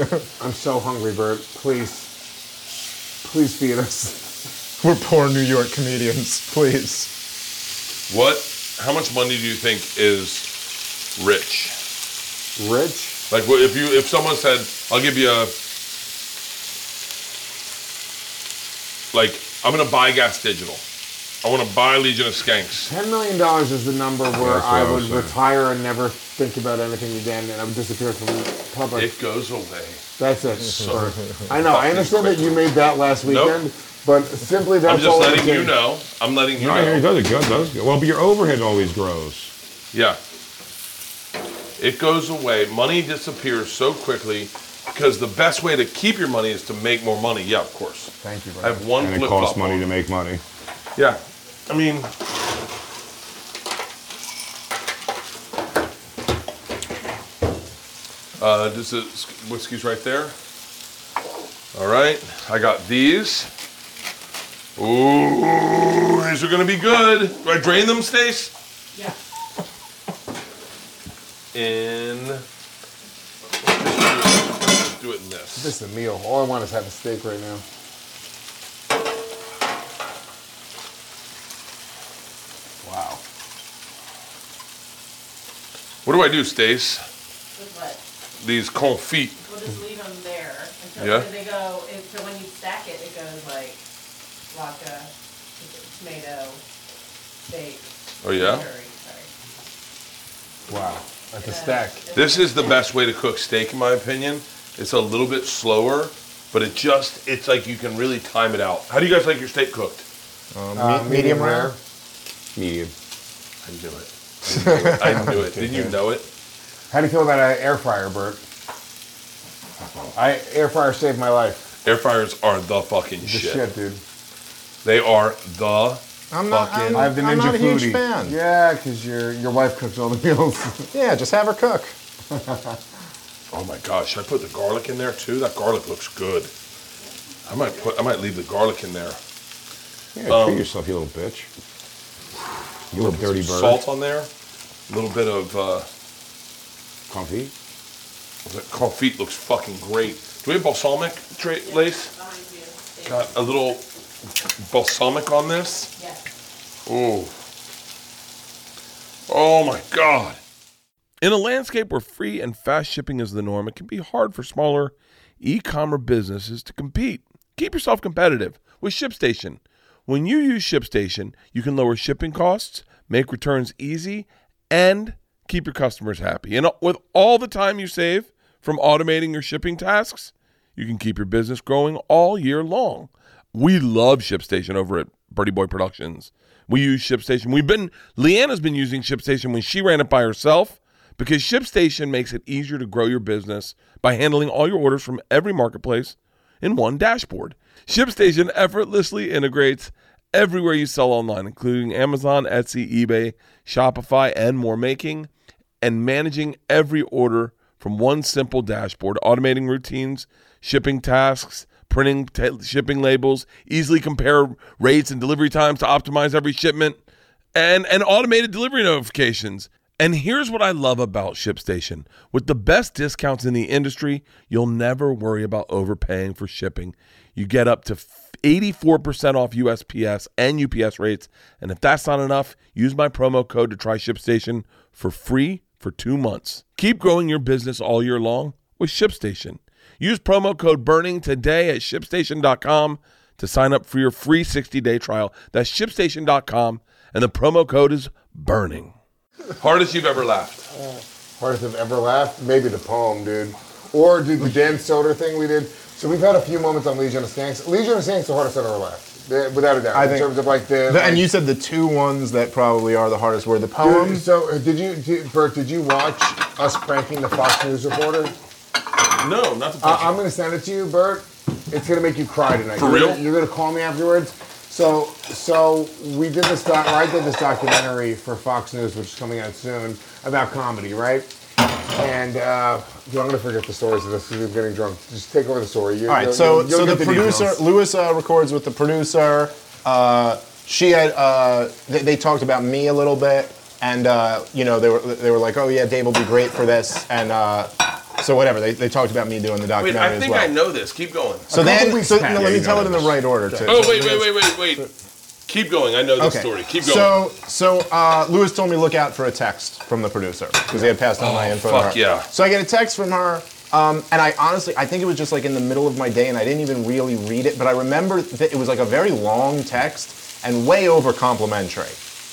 [SPEAKER 2] I'm so hungry, Bert. Please, please feed us.
[SPEAKER 5] We're poor New York comedians, please.
[SPEAKER 1] What? How much money do you think is rich?
[SPEAKER 2] Rich,
[SPEAKER 1] Like what- if you if someone said, "I'll give you a," like I'm gonna buy Gas Digital. I want to buy Legion of Skanks.
[SPEAKER 2] ten million dollars is the number where
[SPEAKER 4] that's what
[SPEAKER 2] I
[SPEAKER 4] I
[SPEAKER 2] would
[SPEAKER 4] was saying.
[SPEAKER 2] retire and never think about anything again, and I would disappear from public.
[SPEAKER 1] It goes away.
[SPEAKER 2] That's it. Bert. I know. I understand that you made that last
[SPEAKER 1] Nope.
[SPEAKER 2] weekend, but simply that's
[SPEAKER 1] I'm just
[SPEAKER 2] all it
[SPEAKER 1] letting you
[SPEAKER 2] takes.
[SPEAKER 1] know. I'm letting you
[SPEAKER 4] No, it
[SPEAKER 1] know.
[SPEAKER 4] does it good. Does it good. Well, but your overhead always grows.
[SPEAKER 1] Yeah.
[SPEAKER 12] It goes away. Money disappears so quickly because the best way to keep your money is to make more money. Yeah, of course.
[SPEAKER 2] Thank you,
[SPEAKER 12] I
[SPEAKER 2] brother.
[SPEAKER 12] have one
[SPEAKER 4] and it
[SPEAKER 12] flip
[SPEAKER 4] costs
[SPEAKER 12] flop.
[SPEAKER 4] money to make money.
[SPEAKER 12] Yeah, I mean, uh, this is whiskey's right there. All right, I got these. Ooh, these are gonna be good. Do I drain them, Stace?
[SPEAKER 8] Yeah.
[SPEAKER 12] In. let's Do it in this.
[SPEAKER 2] This is a meal. All I want is have a steak right now. Wow.
[SPEAKER 12] What do I do, Stace?
[SPEAKER 8] With what?
[SPEAKER 12] These confit.
[SPEAKER 8] We'll just leave them there until
[SPEAKER 12] Yeah.
[SPEAKER 8] they go. It, so when you stack it, it goes like vodka, tomato, steak.
[SPEAKER 12] Oh, yeah?
[SPEAKER 8] curry, sorry.
[SPEAKER 2] Wow. That's a
[SPEAKER 8] And
[SPEAKER 2] stack.
[SPEAKER 8] then-
[SPEAKER 12] This is the best way to cook steak, in my opinion. It's a little bit slower, but it just, it's like you can really time it out. How do you guys like your steak cooked?
[SPEAKER 5] Um,
[SPEAKER 2] Uh,
[SPEAKER 5] me- medium rare.
[SPEAKER 4] Medium.
[SPEAKER 12] I knew it. I knew it. Didn't you know it?
[SPEAKER 2] How do you feel about an air fryer, Bert? I air fryer saved my life.
[SPEAKER 12] Air fryers are the fucking
[SPEAKER 2] The
[SPEAKER 12] shit.
[SPEAKER 2] shit, dude.
[SPEAKER 12] They are the
[SPEAKER 5] I'm not.
[SPEAKER 12] fucking.
[SPEAKER 5] I'm,
[SPEAKER 2] I have the
[SPEAKER 5] I'm
[SPEAKER 2] ninja
[SPEAKER 5] not a huge
[SPEAKER 2] foodie.
[SPEAKER 5] fan. Yeah.
[SPEAKER 2] Yeah, because your your wife cooks all the meals.
[SPEAKER 5] just have her cook.
[SPEAKER 12] oh my gosh! Should I put the garlic in there too. That garlic looks good. I might put. I might leave the garlic in there.
[SPEAKER 4] Yeah, treat yourself, you little bitch. You little dirty bird.
[SPEAKER 12] Salt on there. A little bit of. Uh,
[SPEAKER 4] Comfy.
[SPEAKER 12] the confit looks fucking great. Do we have balsamic tra- lace?
[SPEAKER 8] Behind you. steak.
[SPEAKER 12] Got a little balsamic on this.
[SPEAKER 8] Yes.
[SPEAKER 12] Oh. Oh my God.
[SPEAKER 1] In a landscape where free and fast shipping is the norm, it can be hard for smaller e commerce businesses to compete. Keep yourself competitive with ShipStation. When you use ShipStation, you can lower shipping costs, make returns easy, and keep your customers happy. And with all the time you save from automating your shipping tasks, you can keep your business growing all year long. We love ShipStation over at Birdie Boy Productions. We use ShipStation. We've been Leanna's been using ShipStation when she ran it by herself because ShipStation makes it easier to grow your business by handling all your orders from every marketplace in one dashboard. ShipStation effortlessly integrates everywhere you sell online, including Amazon, Etsy, eBay, Shopify, and more, making and managing every order from one simple dashboard, automating routines, shipping tasks, printing ta- shipping labels, easily compare rates and delivery times to optimize every shipment, and and automated delivery notifications. And here's what I love about ShipStation. With the best discounts in the industry, you'll never worry about overpaying for shipping. You get up to f- 84% off USPS and UPS rates. And if that's not enough, use my promo code to try ShipStation for free for two months. Keep growing your business all year long with ShipStation. Use promo code BURNING today at shipstation.com to sign up for your free 60 day trial. That's shipstation.com, and the promo code is BURNING.
[SPEAKER 12] Hardest you've ever laughed.
[SPEAKER 2] Hardest I've ever laughed. Maybe the poem, dude. Or dude, the Dan Soder thing we did. So we've had a few moments on Legion of Skanks. Legion of Skanks, the hardest I've ever laughed, Yeah, without a doubt.
[SPEAKER 5] I
[SPEAKER 2] in
[SPEAKER 5] think-
[SPEAKER 2] terms of like the,
[SPEAKER 5] The- and you said the two ones that probably are the hardest were the
[SPEAKER 2] Dude,
[SPEAKER 5] poems.
[SPEAKER 2] so uh, did you, did, Bert? Did you watch us pranking the Fox News reporter?
[SPEAKER 12] No, not the
[SPEAKER 2] I, I'm gonna send it to you, Bert. It's gonna make you cry tonight.
[SPEAKER 12] For
[SPEAKER 2] You're
[SPEAKER 12] real?
[SPEAKER 2] gonna- You're gonna call me afterwards. So, so we did this. Doc, or I did this documentary for Fox News, which is coming out soon about comedy, right? And uh, dude, I'm gonna forget the stories of this because I'm getting drunk. Just take over the story. You,
[SPEAKER 5] All right,
[SPEAKER 2] you'll-
[SPEAKER 5] so
[SPEAKER 2] you'll- you'll
[SPEAKER 5] so
[SPEAKER 2] get
[SPEAKER 5] the producer
[SPEAKER 2] details.
[SPEAKER 5] Lewis uh, records with the producer. Uh, she had uh, they, they talked about me a little bit, and uh, you know they were they were like, oh yeah, Dave will be great for this, and uh, so whatever they, they talked about me doing the
[SPEAKER 12] Wait,
[SPEAKER 5] documentary
[SPEAKER 12] I
[SPEAKER 5] as
[SPEAKER 12] think
[SPEAKER 5] well.
[SPEAKER 12] I know this. Keep going.
[SPEAKER 5] So
[SPEAKER 2] couple
[SPEAKER 5] then,
[SPEAKER 2] weeks
[SPEAKER 5] so,
[SPEAKER 2] back.
[SPEAKER 5] no,
[SPEAKER 2] Yeah,
[SPEAKER 5] let
[SPEAKER 2] you
[SPEAKER 5] me tell
[SPEAKER 2] know
[SPEAKER 5] it in the
[SPEAKER 2] this.
[SPEAKER 5] right order. Too.
[SPEAKER 12] Oh, wait, wait, wait, wait, wait. Keep going. I know this story. Keep going.
[SPEAKER 5] So, so uh, Lewis told me look out for a text from the producer because they had passed on my info. to
[SPEAKER 12] Oh, fuck
[SPEAKER 5] her.
[SPEAKER 12] yeah.
[SPEAKER 5] So I get a text from her, um, and I honestly, I think it was just like in the middle of my day, and I didn't even really read it, but I remember that it was like a very long text and way over complimentary.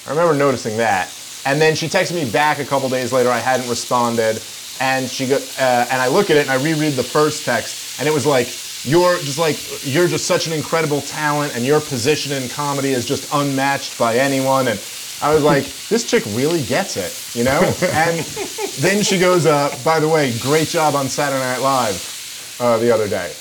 [SPEAKER 5] I remember noticing that. And then she texted me back a couple days later. I hadn't responded, and she go, uh, and I look at it and I reread the first text, and it was like. You're just like you're just such an incredible talent, and your position in comedy is just unmatched by anyone. And I was like, this chick really gets it, you know? And then she goes, uh, by the way, great job on Saturday Night Live uh, the other day.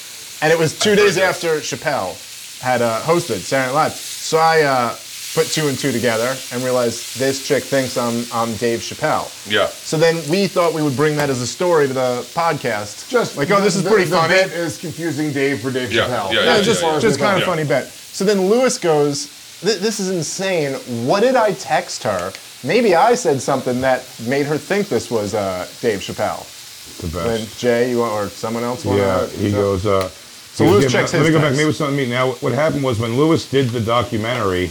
[SPEAKER 5] And it was two days after Chappelle had uh, hosted Saturday Night Live. So I uh, put two and two together and realized this chick thinks I'm, I'm Dave Chappelle.
[SPEAKER 1] Yeah.
[SPEAKER 5] So then we thought we would bring that as a story to the podcast.
[SPEAKER 2] Just
[SPEAKER 5] like, oh, this is
[SPEAKER 2] the-
[SPEAKER 5] pretty
[SPEAKER 2] the
[SPEAKER 5] funny.
[SPEAKER 2] bit is confusing Dave for Dave
[SPEAKER 1] Yeah,
[SPEAKER 2] Chappelle.
[SPEAKER 1] yeah,
[SPEAKER 5] Yeah,
[SPEAKER 1] yeah,
[SPEAKER 5] just
[SPEAKER 1] yeah, yeah.
[SPEAKER 5] just kind of
[SPEAKER 1] Yeah.
[SPEAKER 5] funny bet. So then Lewis goes, "Th- "This is insane. What did I text her? Maybe I said something that made her think this was uh, Dave Chappelle."
[SPEAKER 4] The best.
[SPEAKER 5] And Jay, you want, or someone else? Want
[SPEAKER 4] Yeah,
[SPEAKER 5] to,
[SPEAKER 4] he goes. Uh, so
[SPEAKER 5] Lewis checks
[SPEAKER 4] Let
[SPEAKER 5] his
[SPEAKER 4] me go back.
[SPEAKER 5] text.
[SPEAKER 4] Maybe it was something to me. Now, what happened was when Lewis did the documentary,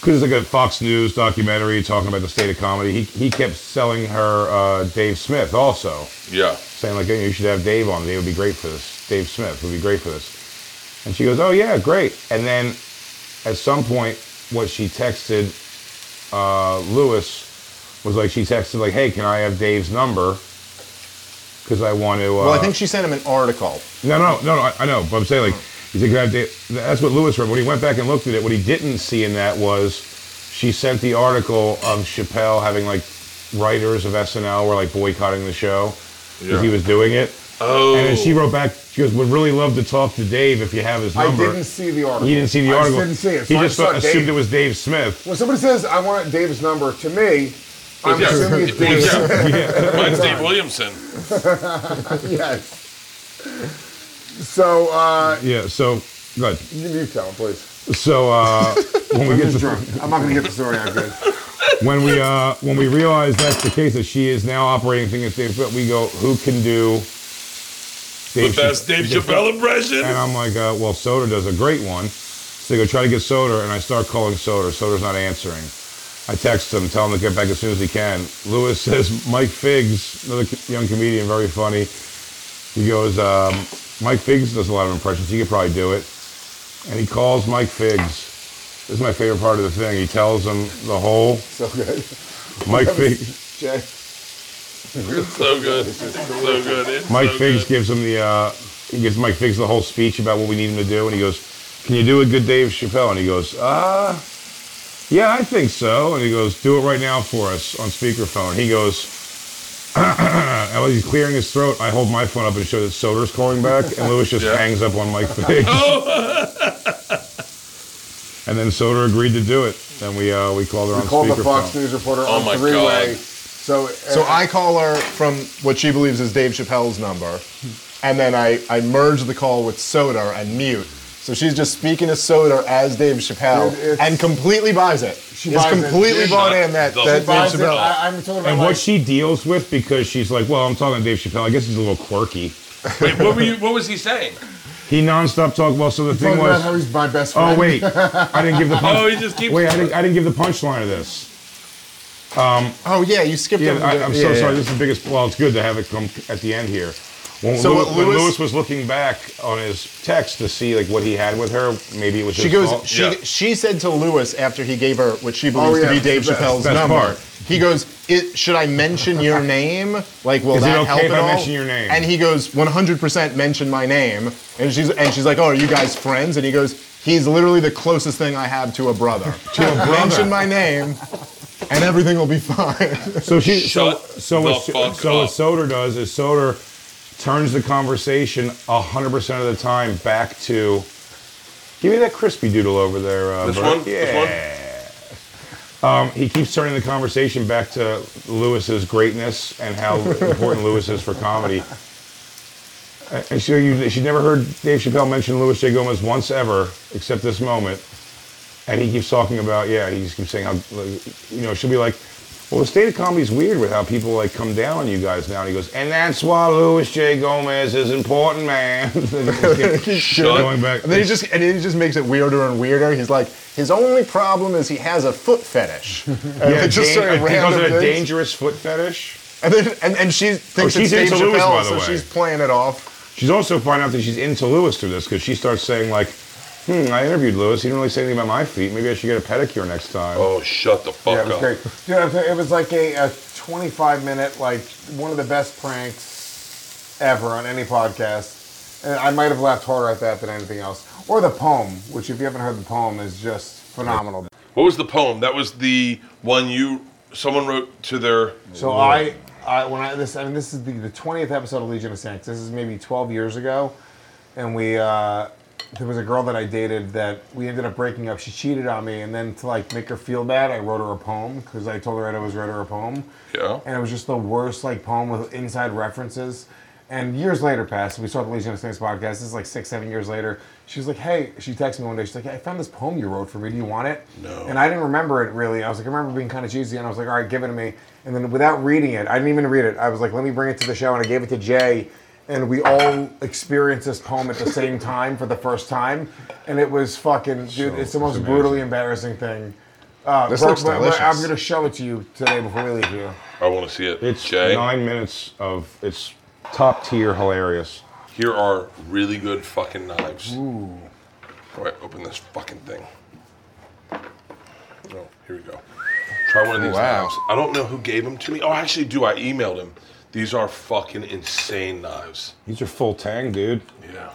[SPEAKER 4] because it's like a Fox News documentary talking about the state of comedy. He he kept selling her uh, Dave Smith also
[SPEAKER 1] Yeah.
[SPEAKER 4] saying like, "Hey, you should have Dave on. Dave would be great for this. Dave Smith would be great for this. And she goes, oh yeah, great. And then at some point, what she texted uh, Lewis was like, she texted like, hey, can I have Dave's number? Because I want to. Uh,
[SPEAKER 5] Well, I think she sent him an article.
[SPEAKER 4] no, no, no, no. I, I know, but I'm saying like he's like that. that- That's what Lewis read. When he went back and looked at it, what he didn't see in that was she sent the article of Chappelle having like writers of SNL were like boycotting the show because
[SPEAKER 1] Yeah.
[SPEAKER 4] he was doing it.
[SPEAKER 1] Oh.
[SPEAKER 4] And then she wrote back. She goes, "Would really love to talk to Dave if you have his
[SPEAKER 2] I
[SPEAKER 4] number."
[SPEAKER 2] didn't see the article.
[SPEAKER 4] He didn't see the
[SPEAKER 2] I
[SPEAKER 4] article.
[SPEAKER 2] didn't see it. so
[SPEAKER 4] He
[SPEAKER 2] I
[SPEAKER 4] just
[SPEAKER 2] saw
[SPEAKER 4] thought- assumed
[SPEAKER 2] Dave.
[SPEAKER 4] it was Dave Smith.
[SPEAKER 2] When somebody says, I want Dave's number, to me, I'm
[SPEAKER 1] Yeah.
[SPEAKER 2] assuming it's
[SPEAKER 1] Well,
[SPEAKER 2] Dave.
[SPEAKER 1] yeah. Mine's Dave Williamson.
[SPEAKER 2] yes. So, uh,
[SPEAKER 4] Yeah. So good.
[SPEAKER 2] you you tell him, please.
[SPEAKER 4] So uh, when we get to
[SPEAKER 2] I'm not going to get the story out good.
[SPEAKER 4] when we uh, when we realize that's the case that she is now operating things Dave Chappelle, we go, who can do
[SPEAKER 1] The
[SPEAKER 4] Dave
[SPEAKER 1] best Dave Chappelle impression.
[SPEAKER 4] And I'm like, uh, well, Soda does a great one. So they go try to get Soda, and I start calling Soda. Soda's not answering. I text him, tell him to get back as soon as he can. Lewis says, Mike Figs, another co- young comedian, very funny. He goes, um, Mike Figs does a lot of impressions. He could probably do it. And he calls Mike Figs. This is my favorite part of the thing. He tells him the whole.
[SPEAKER 2] So good.
[SPEAKER 4] Mike Figs.
[SPEAKER 2] Jay.
[SPEAKER 1] It's so good. It's so good. It's
[SPEAKER 4] Mike
[SPEAKER 1] so
[SPEAKER 4] Figs
[SPEAKER 1] good.
[SPEAKER 4] gives him the uh, he gives Mike Figs the whole speech about what we need him to do, and he goes, "Can you do a good Dave Chappelle?" And he goes, "Uh, yeah, I think so." And he goes, "Do it right now for us on speakerphone." He goes, and while he's clearing his throat, I hold my phone up and show that Soder's calling back, and Lewis just
[SPEAKER 1] Yeah. Oh.
[SPEAKER 4] hangs up on Mike Figs. and then Soder agreed to do it, and we uh, we called her on
[SPEAKER 2] Called the Fox
[SPEAKER 4] speakerphone.
[SPEAKER 2] News reporter
[SPEAKER 1] Oh my
[SPEAKER 2] on three way.
[SPEAKER 1] God.
[SPEAKER 2] So, uh,
[SPEAKER 5] So I call her from what she believes is Dave Chappelle's number, and then I, I merge the call with Soder and mute. So she's just speaking to Soder as Dave Chappelle
[SPEAKER 2] Dude, it's-
[SPEAKER 5] and completely buys it. She's
[SPEAKER 2] buys it.
[SPEAKER 5] completely
[SPEAKER 1] She's
[SPEAKER 5] bought
[SPEAKER 1] not-
[SPEAKER 5] in that,
[SPEAKER 1] She
[SPEAKER 5] that Dave
[SPEAKER 1] buys
[SPEAKER 2] Buys it.
[SPEAKER 5] Chappelle.
[SPEAKER 2] I, I'm talking about
[SPEAKER 4] And
[SPEAKER 2] my
[SPEAKER 4] what she deals with because she's like, well, I'm talking to Dave Chappelle. I guess he's a little quirky.
[SPEAKER 1] Wait, what were you? What was he saying?
[SPEAKER 4] He nonstop talked. Well, so the
[SPEAKER 2] talking
[SPEAKER 4] thing
[SPEAKER 2] about how
[SPEAKER 4] was.
[SPEAKER 2] he's my best friend.
[SPEAKER 4] Oh wait, I didn't give the punch.
[SPEAKER 1] Oh, he just keeps.
[SPEAKER 4] Wait, I didn't, I didn't give the punchline of this.
[SPEAKER 5] oh, yeah, you skipped
[SPEAKER 4] Yeah,
[SPEAKER 5] over
[SPEAKER 4] I,
[SPEAKER 5] the-
[SPEAKER 4] I'm so
[SPEAKER 5] yeah,
[SPEAKER 4] sorry.
[SPEAKER 5] yeah.
[SPEAKER 4] This is the biggest. Well, it's good to have it come at the end here. When,
[SPEAKER 5] So
[SPEAKER 4] Lew-
[SPEAKER 5] what
[SPEAKER 4] when
[SPEAKER 5] Lewis-
[SPEAKER 4] Lewis was looking back on his text to see like what he had with her, maybe it was
[SPEAKER 5] She
[SPEAKER 4] his
[SPEAKER 5] goes.
[SPEAKER 4] fault.
[SPEAKER 5] She
[SPEAKER 1] Yeah.
[SPEAKER 5] she said to Lewis after he gave her what she believes
[SPEAKER 2] Oh,
[SPEAKER 5] to
[SPEAKER 2] yeah,
[SPEAKER 5] be Dave
[SPEAKER 2] that's-
[SPEAKER 5] Chappelle's
[SPEAKER 4] that's
[SPEAKER 5] number.
[SPEAKER 4] part.
[SPEAKER 5] He goes. It, should I mention your name? Like, will
[SPEAKER 4] Is it
[SPEAKER 5] that
[SPEAKER 4] okay
[SPEAKER 5] help
[SPEAKER 4] if
[SPEAKER 5] at
[SPEAKER 4] I
[SPEAKER 5] all?
[SPEAKER 4] mention your name?
[SPEAKER 5] And he goes, 100% mention my name. And she's and she's like, oh, are you guys friends? And he goes, he's literally the closest thing I have to a brother. to a brother. Mention my name, and everything will be fine.
[SPEAKER 4] So she. So
[SPEAKER 1] Shut
[SPEAKER 4] so
[SPEAKER 1] the
[SPEAKER 4] what,
[SPEAKER 1] fuck
[SPEAKER 4] so what
[SPEAKER 1] up.
[SPEAKER 4] Soder does is Soder turns the conversation hundred percent of the time back to. Give me that crispy doodle over there. Uh,
[SPEAKER 1] This
[SPEAKER 4] Bert."
[SPEAKER 1] one?
[SPEAKER 4] Yeah.
[SPEAKER 1] This one?
[SPEAKER 4] he keeps turning the conversation back to Lewis's greatness and how important Lewis is for comedy. And she, you, she never heard Dave Chappelle mention Louis J. Gomez once ever, except this moment. And he keeps talking about, yeah, he just keeps saying how, like, you know, she'll be like, well, the state of comedy's weird with how people like come down on you guys now. And he goes, and that's why Louis J. Gomez is important, man.
[SPEAKER 1] up.
[SPEAKER 4] Going back.
[SPEAKER 5] And then he just and he just makes it weirder and weirder. He's like, his only problem is he has a foot fetish. And
[SPEAKER 2] Uh,
[SPEAKER 4] yeah,
[SPEAKER 5] they
[SPEAKER 4] dan-
[SPEAKER 5] just sort of
[SPEAKER 4] he calls
[SPEAKER 5] random
[SPEAKER 4] it a
[SPEAKER 5] things.
[SPEAKER 4] dangerous foot fetish.
[SPEAKER 5] And then and, and she thinks
[SPEAKER 4] Oh,
[SPEAKER 5] it's
[SPEAKER 4] she's
[SPEAKER 5] Dave
[SPEAKER 4] into Lewis,
[SPEAKER 5] Chappelle,
[SPEAKER 4] by the
[SPEAKER 5] so
[SPEAKER 4] way.
[SPEAKER 5] she's playing it off.
[SPEAKER 4] She's also finding out that she's into Lewis through this because she starts saying like, "Hmm, I interviewed Lewis. He didn't really say anything about my feet. Maybe I should get a pedicure next time."
[SPEAKER 1] Oh, shut the fuck
[SPEAKER 2] Yeah, it was
[SPEAKER 1] up.
[SPEAKER 2] great. Dude, I think it was like a, a 25 minute, like one of the best pranks ever on any podcast. And I might have laughed harder at that than anything else. Or the poem, which if you haven't heard the poem is just phenomenal.
[SPEAKER 11] What was the poem? That was the one you someone wrote to their.
[SPEAKER 2] So I, I when I this I mean this is the twentieth episode of Legion of Saints. This is maybe twelve years ago, and we uh, there was a girl that I dated that we ended up breaking up. She cheated on me, and then to like make her feel bad, I wrote her a poem because I told her I'd always write her a poem.
[SPEAKER 11] Yeah.
[SPEAKER 2] And it was just the worst like poem with inside references. And years later passed, we saw the Legion of Saints podcast. This is like six, seven years later. She was like, "Hey," she texted me one day. She's like, "Hey, "I found this poem you wrote for me. Do you want it?"
[SPEAKER 11] No.
[SPEAKER 2] And I didn't remember it really. I was like, I remember being kind of cheesy, and I was like, all right, give it to me. And then without reading it, I didn't even read it. I was like, let me bring it to the show, and I gave it to Jay, and we all experienced this poem at the same time for the first time, and it was fucking dude. It's the most brutally embarrassing thing. Uh,
[SPEAKER 5] This
[SPEAKER 2] Brooke,
[SPEAKER 5] looks
[SPEAKER 2] but- but I'm
[SPEAKER 5] delicious.
[SPEAKER 2] gonna show it to you today before we leave here.
[SPEAKER 11] I want to see it.
[SPEAKER 4] It's
[SPEAKER 11] Jay.
[SPEAKER 4] nine minutes of it's top tier hilarious.
[SPEAKER 11] Here are really good fucking knives. Ooh. All right, open this fucking thing. Oh, here we go. Try one of these
[SPEAKER 5] Wow.
[SPEAKER 11] knives. I don't know who gave them to me. Oh, I actually do. I emailed him. These are fucking insane knives.
[SPEAKER 4] These are full tang, dude.
[SPEAKER 11] Yeah.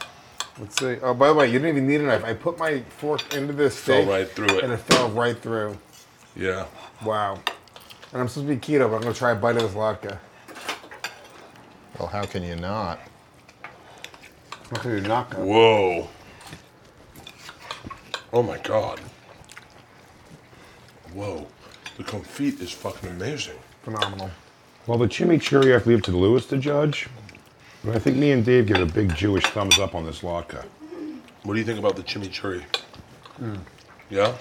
[SPEAKER 2] Let's see. Oh, by the way, you didn't even need a knife. I put my fork into this
[SPEAKER 11] Fell
[SPEAKER 2] steak,
[SPEAKER 11] right through it.
[SPEAKER 2] and it fell right through.
[SPEAKER 11] Yeah.
[SPEAKER 2] Wow. And I'm supposed to be keto, but I'm gonna try a bite of this vodka.
[SPEAKER 5] Well, how can you not?
[SPEAKER 2] How could you not go?
[SPEAKER 11] Whoa. Oh my god. Whoa. The confit is fucking amazing.
[SPEAKER 2] Phenomenal.
[SPEAKER 4] Well, the chimichurri I have to leave to Lewis to judge. But I think me and Dave give it a big Jewish thumbs up on this latke.
[SPEAKER 11] What do you think about the chimichurri? Mm. Yeah?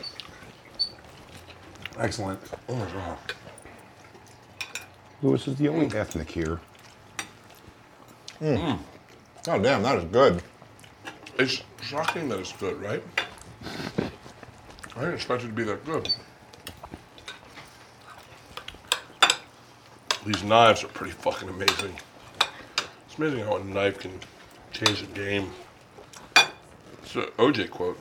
[SPEAKER 2] Excellent.
[SPEAKER 11] Oh my god.
[SPEAKER 4] Lewis is the only ethnic here.
[SPEAKER 5] Oh damn, that is good.
[SPEAKER 11] It's shocking that it's good, right? I didn't expect it to be that good. These knives are pretty fucking amazing. It's amazing how a knife can change the game. It's an OJ quote.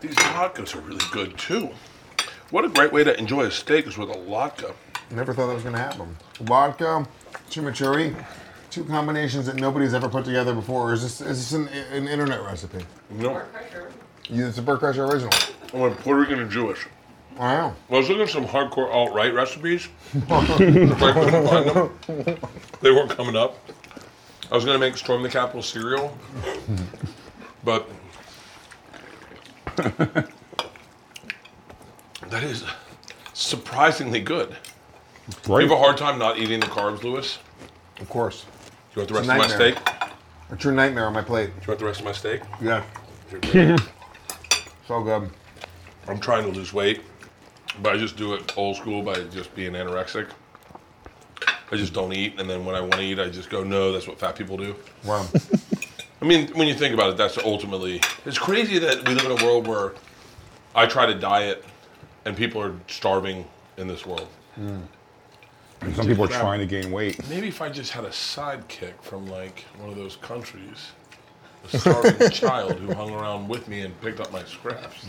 [SPEAKER 11] These latkes are really good too. What a great way to enjoy a steak is with a latke.
[SPEAKER 2] Never thought that was going to happen. Vodka, chimichurri, two combinations that nobody's ever put together before. Or is this is this an, an internet recipe?
[SPEAKER 11] You know,
[SPEAKER 2] You- It's a Burt Crusher original.
[SPEAKER 11] I'm a Puerto Rican and Jewish.
[SPEAKER 2] Wow.
[SPEAKER 11] I was looking at some hardcore alt right recipes. but I couldn't find them. They weren't coming up. I was gonna make Storm the Capitol cereal, but that is surprisingly good. You
[SPEAKER 4] Right?
[SPEAKER 11] have a hard time not eating the carbs, Lewis.
[SPEAKER 2] Of course.
[SPEAKER 11] You want the
[SPEAKER 2] It's
[SPEAKER 11] rest
[SPEAKER 2] a
[SPEAKER 11] of my
[SPEAKER 2] nightmare.
[SPEAKER 11] steak? You
[SPEAKER 2] A true nightmare on my plate.
[SPEAKER 11] want the rest of my steak?
[SPEAKER 2] Yeah. So good.
[SPEAKER 11] I'm trying to lose weight, but I just do it old school by just being anorexic. I just don't eat, and then when I want to eat, I just go, no, that's what fat people do.
[SPEAKER 2] Wow.
[SPEAKER 11] I mean, when you think about it, that's ultimately. It's crazy that we live in a world where I try to diet and people are starving in this world.
[SPEAKER 4] And some people are trying to gain weight.
[SPEAKER 11] Maybe if I just had a sidekick from like one of those countries, a starving child who hung around with me and picked up my scraps.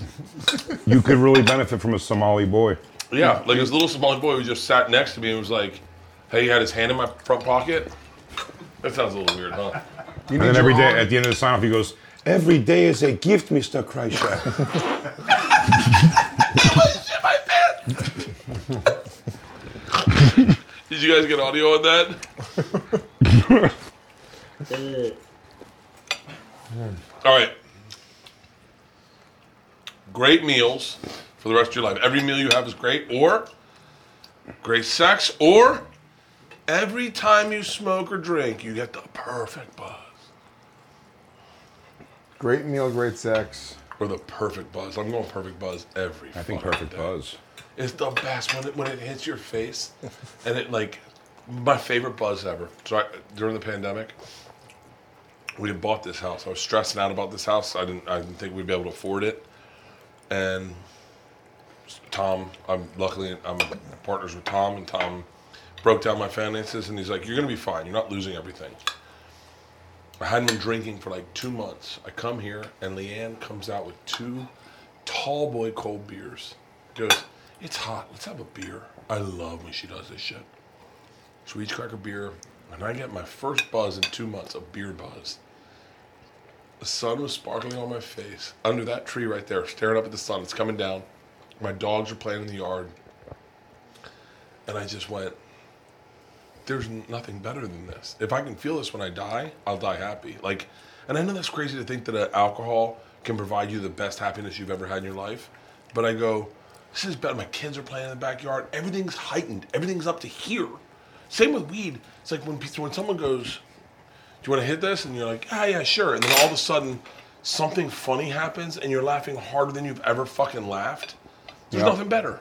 [SPEAKER 4] You could really benefit from a Somali boy.
[SPEAKER 11] Yeah, like this little Somali boy who just sat next to me and was like, "Hey, he had his hand in my front pocket." That sounds a little weird, huh?
[SPEAKER 2] You
[SPEAKER 4] And then
[SPEAKER 2] your
[SPEAKER 4] every day,
[SPEAKER 2] own-
[SPEAKER 4] at the end of the sign off, he goes, Every day is a gift, Mr. Kreischer.
[SPEAKER 11] Did you guys get audio on that? All right. Great meals for the rest of your life. Every meal you have is great, or great sex, or every time you smoke or drink, you get the perfect buzz.
[SPEAKER 2] Great meal, great sex.
[SPEAKER 11] Or the perfect buzz. I'm going perfect buzz every.
[SPEAKER 4] I think
[SPEAKER 11] fucking
[SPEAKER 4] perfect
[SPEAKER 11] day.
[SPEAKER 4] buzz.
[SPEAKER 11] It's the best when it when it hits your face, and it like my favorite buzz ever. So I, during the pandemic, we had bought this house. I was stressing out about this house. I didn't I didn't think we'd be able to afford it, and Tom. I'm luckily I'm partners with Tom, and Tom broke down my finances, and he's like, "You're gonna be fine. You're not losing everything." I hadn't been drinking for like two months. I come here, and Leanne comes out with two tall boy cold beers. Goes, it's hot. Let's have a beer. I love when she does this shit. So we each crack a beer, and I get my first buzz in two months, a beer buzz. The sun was sparkling on my face under that tree right there, staring up at the sun. It's coming down. My dogs are playing in the yard. And I just went, there's nothing better than this. If I can feel this when I die, I'll die happy. Like, and I know that's crazy to think that uh, alcohol can provide you the best happiness you've ever had in your life, but I go, this is better. My kids are playing in the backyard. Everything's heightened. Everything's up to here. Same with weed. It's like when pe- when someone goes, do you want to hit this? And you're like, ah, yeah, sure. And then all of a sudden, something funny happens, and you're laughing harder than you've ever fucking laughed. There's nothing better.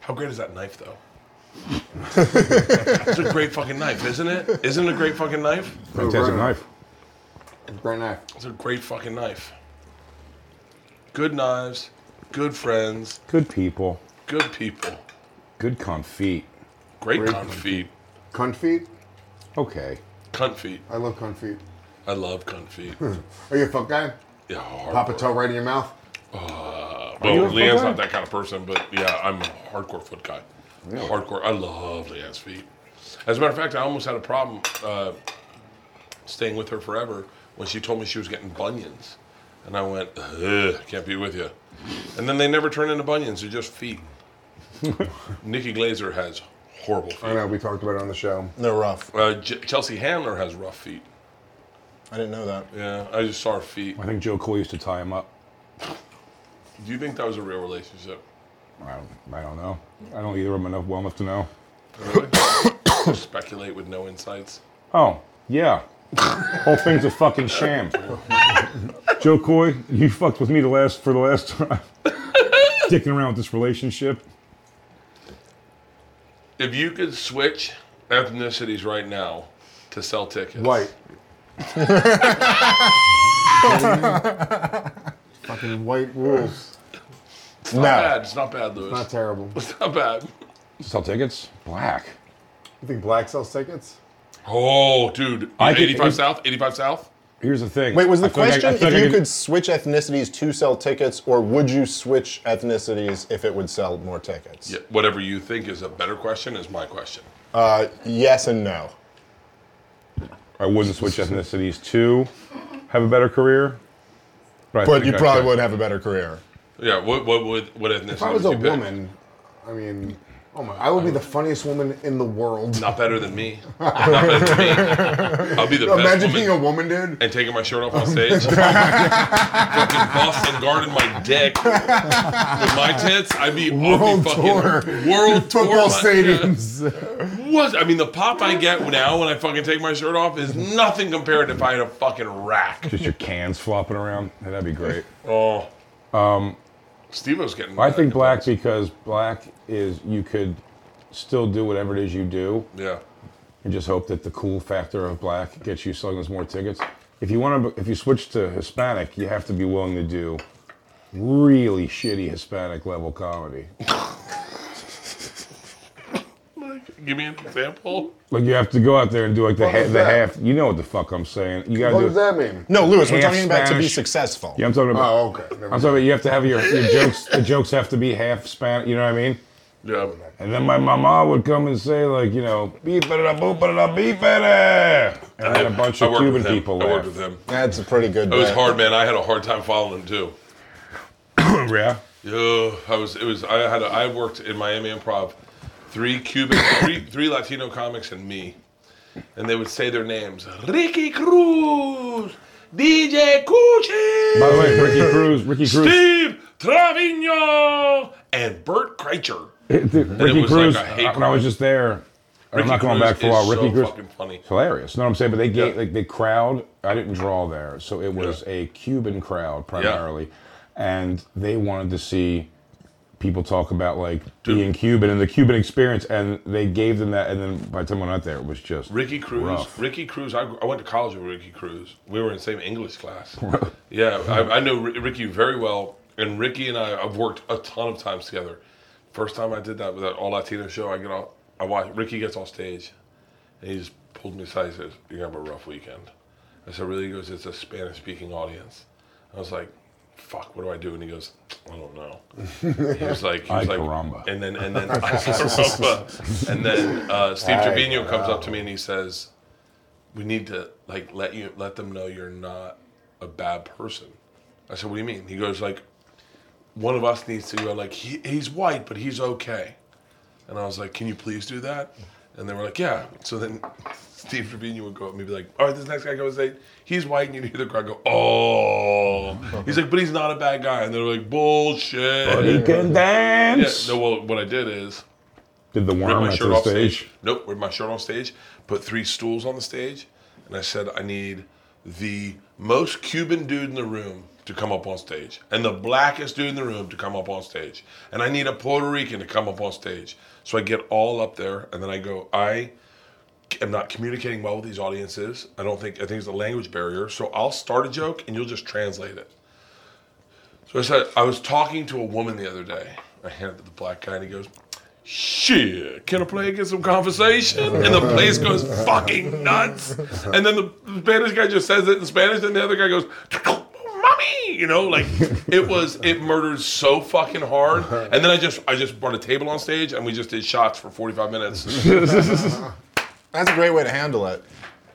[SPEAKER 11] How great is that knife, though? it's a great fucking knife, isn't it? Isn't it a great fucking knife?
[SPEAKER 4] Fantastic knife.
[SPEAKER 2] Great knife.
[SPEAKER 11] It's a great fucking knife. Good knives, good friends,
[SPEAKER 4] Good people.
[SPEAKER 11] good people,
[SPEAKER 4] Good confit.
[SPEAKER 11] great cunt feet.
[SPEAKER 2] Cunt feet?
[SPEAKER 4] Okay.
[SPEAKER 11] Cunt feet.
[SPEAKER 2] I love cunt feet.
[SPEAKER 11] I love cunt feet.
[SPEAKER 2] Are you a fuck guy?
[SPEAKER 11] Yeah, hardcore.
[SPEAKER 2] Pop a toe right in your mouth?
[SPEAKER 11] Uh, well,
[SPEAKER 4] you a foot
[SPEAKER 11] Leanne's
[SPEAKER 4] guy?
[SPEAKER 11] not that kind of person, but yeah, I'm a hardcore foot guy. Hardcore. I love Leanne's feet. As a matter of fact, I almost had a problem uh, staying with her forever when she told me she was getting bunions. And I went, Ugh, can't be with you. And then they never turn into bunions, they're just feet. Nikki Glazer has horrible
[SPEAKER 2] I
[SPEAKER 11] feet.
[SPEAKER 2] know, we talked about it on the show.
[SPEAKER 5] They're rough.
[SPEAKER 11] Uh, J- Chelsea Handler has rough feet.
[SPEAKER 5] I didn't know that.
[SPEAKER 11] Yeah, I just saw her feet.
[SPEAKER 4] I think Joe Cool used to tie him up.
[SPEAKER 11] Do you think that was a real relationship?
[SPEAKER 4] I don't, I don't know. I don't either of them enough well enough to know.
[SPEAKER 11] Really? Speculate with no insights.
[SPEAKER 4] Oh, yeah. Whole thing's a fucking sham. Joe Coy, you fucked with me the last for the last time. Dicking around with this relationship.
[SPEAKER 11] If you could switch ethnicities right now to sell tickets,
[SPEAKER 2] White. Fucking white rules.
[SPEAKER 11] It's not
[SPEAKER 5] No.
[SPEAKER 11] bad. It's not bad, Louis.
[SPEAKER 2] Not terrible.
[SPEAKER 11] it's not bad.
[SPEAKER 4] Sell tickets? Black.
[SPEAKER 2] You think black sells tickets?
[SPEAKER 11] Oh, dude,
[SPEAKER 4] I could-
[SPEAKER 11] 85
[SPEAKER 4] if-
[SPEAKER 11] South, 85 South.
[SPEAKER 4] Here's the thing.
[SPEAKER 5] Wait, was the
[SPEAKER 4] I feel like I- I
[SPEAKER 5] question
[SPEAKER 4] feel like
[SPEAKER 5] if
[SPEAKER 4] I
[SPEAKER 5] you could switch ethnicities to sell tickets, or would you switch ethnicities if it would sell more tickets?
[SPEAKER 11] Yeah, whatever you think is a better question is my question.
[SPEAKER 5] Uh, yes and no.
[SPEAKER 4] I wouldn't switch ethnicities to have a better career. I
[SPEAKER 5] But
[SPEAKER 4] think
[SPEAKER 5] you
[SPEAKER 4] I
[SPEAKER 5] probably
[SPEAKER 4] could.
[SPEAKER 5] would have a better career.
[SPEAKER 11] Yeah, what what would what ethnicity?
[SPEAKER 2] If I was
[SPEAKER 11] would
[SPEAKER 2] a
[SPEAKER 11] you pick?
[SPEAKER 2] woman, I mean, oh my, I would be the funniest woman in the world.
[SPEAKER 11] not better than me. Not better than me. I'll be the best
[SPEAKER 2] Imagine
[SPEAKER 11] woman.
[SPEAKER 2] being a Oh, woman, dude.
[SPEAKER 11] and taking my shirt off on stage. Fucking bust and guarding my dick with my tits. I'd be on
[SPEAKER 2] World
[SPEAKER 11] the fucking
[SPEAKER 2] tour.
[SPEAKER 11] world tour.
[SPEAKER 2] Football
[SPEAKER 11] my-
[SPEAKER 2] stadiums.
[SPEAKER 11] What? I mean, the pop I get now when I fucking take my shirt off is nothing compared to if I had a fucking rack.
[SPEAKER 4] Just your cans flopping around. Yeah, That'd be great.
[SPEAKER 11] Oh. Um. Steve-O's getting.
[SPEAKER 4] I think black because black is you could still do whatever it is you do
[SPEAKER 11] Yeah.
[SPEAKER 4] and just hope that the cool factor of black gets you selling us more tickets. If you want to, if you switch to Hispanic, you have to be willing to do really shitty Hispanic level comedy.
[SPEAKER 11] Like, give me an example.
[SPEAKER 4] Like you have to go out there and do like the
[SPEAKER 2] What
[SPEAKER 4] ha-
[SPEAKER 2] was
[SPEAKER 4] the
[SPEAKER 2] that?
[SPEAKER 4] half. You know what the fuck I'm saying? You gotta
[SPEAKER 2] What
[SPEAKER 4] do.
[SPEAKER 2] does that mean?
[SPEAKER 5] No, Lewis, we're
[SPEAKER 4] Half
[SPEAKER 5] talking about to be
[SPEAKER 4] Spanish.
[SPEAKER 5] successful.
[SPEAKER 4] Yeah, I'm talking about.
[SPEAKER 2] Oh, okay. Never
[SPEAKER 4] I'm
[SPEAKER 2] mind.
[SPEAKER 4] sorry, but you have to have your, your jokes. The jokes have to be half Spanish. You know what I mean?
[SPEAKER 11] Yeah.
[SPEAKER 4] And then my mama would come and say like, you know, beep it up, boop it up, beep it. up." And then a bunch
[SPEAKER 11] I
[SPEAKER 4] of
[SPEAKER 11] worked
[SPEAKER 4] Cuban
[SPEAKER 11] with him.
[SPEAKER 4] people
[SPEAKER 11] I
[SPEAKER 4] laugh.
[SPEAKER 11] worked with him.
[SPEAKER 5] That's a pretty good.
[SPEAKER 11] It was
[SPEAKER 5] bet.
[SPEAKER 11] hard, man. I had a hard time following him too.
[SPEAKER 4] yeah.
[SPEAKER 11] Yeah, I was. It was. I had. A, I worked in Miami Improv. Three Cuban, three, three Latino comics, and me, and they would say their names: Ricky Cruz, DJ Cucci,
[SPEAKER 4] By the way, Ricky Cruz, Ricky Cruz,
[SPEAKER 11] Steve Trevino, and Bert Kreischer.
[SPEAKER 4] dude, Ricky
[SPEAKER 11] was
[SPEAKER 4] Cruz.
[SPEAKER 11] like, I hate
[SPEAKER 4] uh, when I was
[SPEAKER 11] Cruz.
[SPEAKER 4] just there, I'm
[SPEAKER 11] Ricky
[SPEAKER 4] not going
[SPEAKER 11] Cruz
[SPEAKER 4] back for a
[SPEAKER 11] is
[SPEAKER 4] while. Ricky
[SPEAKER 11] so
[SPEAKER 4] Cruz,
[SPEAKER 11] fucking funny.
[SPEAKER 4] hilarious. You know what I'm saying? But they gave
[SPEAKER 11] Yeah.
[SPEAKER 4] like the crowd. I didn't draw there, so it was a Cuban crowd primarily, and they wanted to see people talk about like being Cuban and the Cuban experience, and they gave them that. And then by the time I went out there, it was just
[SPEAKER 11] Ricky Cruz.
[SPEAKER 4] rough.
[SPEAKER 11] Ricky Cruz. I, I went to college with Ricky Cruz. We were in the same English class. yeah, I, I know Ri- Ricky very well, and Ricky and I have worked a ton of times together. First time I did that with that all Latino show, I get off. I watch Ricky gets on stage, and he just pulled me aside. He says, "You're gonna have a rough weekend." I said, "Really?" He goes, "It's a Spanish-speaking audience." I was like, "Fuck, what do I do?" And he goes, "I don't know." He was like, he was
[SPEAKER 4] Ay,
[SPEAKER 11] like,
[SPEAKER 4] caramba.
[SPEAKER 11] and then and then Ay, caramba. and then uh, Steve Trevino comes up to me and he says, "We need to like let you let them know you're not a bad person. I said, what do you mean? He goes like, one of us needs to go like, he, he's white, but he's okay. And I was like, can you please do that? And they were like, yeah. So then Steve Trevino would go up and he'd be like, all right, this next guy goes, say, he's white, and you hear the crowd go, oh. He's like, but he's not a bad guy. And they're like, bullshit.
[SPEAKER 1] But he can
[SPEAKER 11] Yeah,
[SPEAKER 1] dance.
[SPEAKER 11] no, well, what I did is
[SPEAKER 1] Did the
[SPEAKER 11] ripped
[SPEAKER 1] worm
[SPEAKER 11] my
[SPEAKER 1] at
[SPEAKER 11] shirt
[SPEAKER 1] the
[SPEAKER 11] off
[SPEAKER 1] stage.
[SPEAKER 11] stage. Nope, ripped my shirt off stage, put three stools on the stage, and I said, I need the most Cuban dude in the room to come up on stage, and the blackest dude in the room to come up on stage, and I need a Puerto Rican to come up on stage. So I get all up there, and then I go, I am not communicating well with these audiences. I don't think, I think it's a language barrier. So I'll start a joke, and you'll just translate it. So I said, I was talking to a woman the other day. I handed it to the black guy, and he goes, Shit, can I play get some conversation? And the place goes fucking nuts. And then the Spanish guy just says it in Spanish, and the other guy goes, Mommy! You know, like it was, it murdered so fucking hard. And then I just, I just brought a table on stage, and we just did shots for 45 minutes.
[SPEAKER 5] That's a great way to handle it.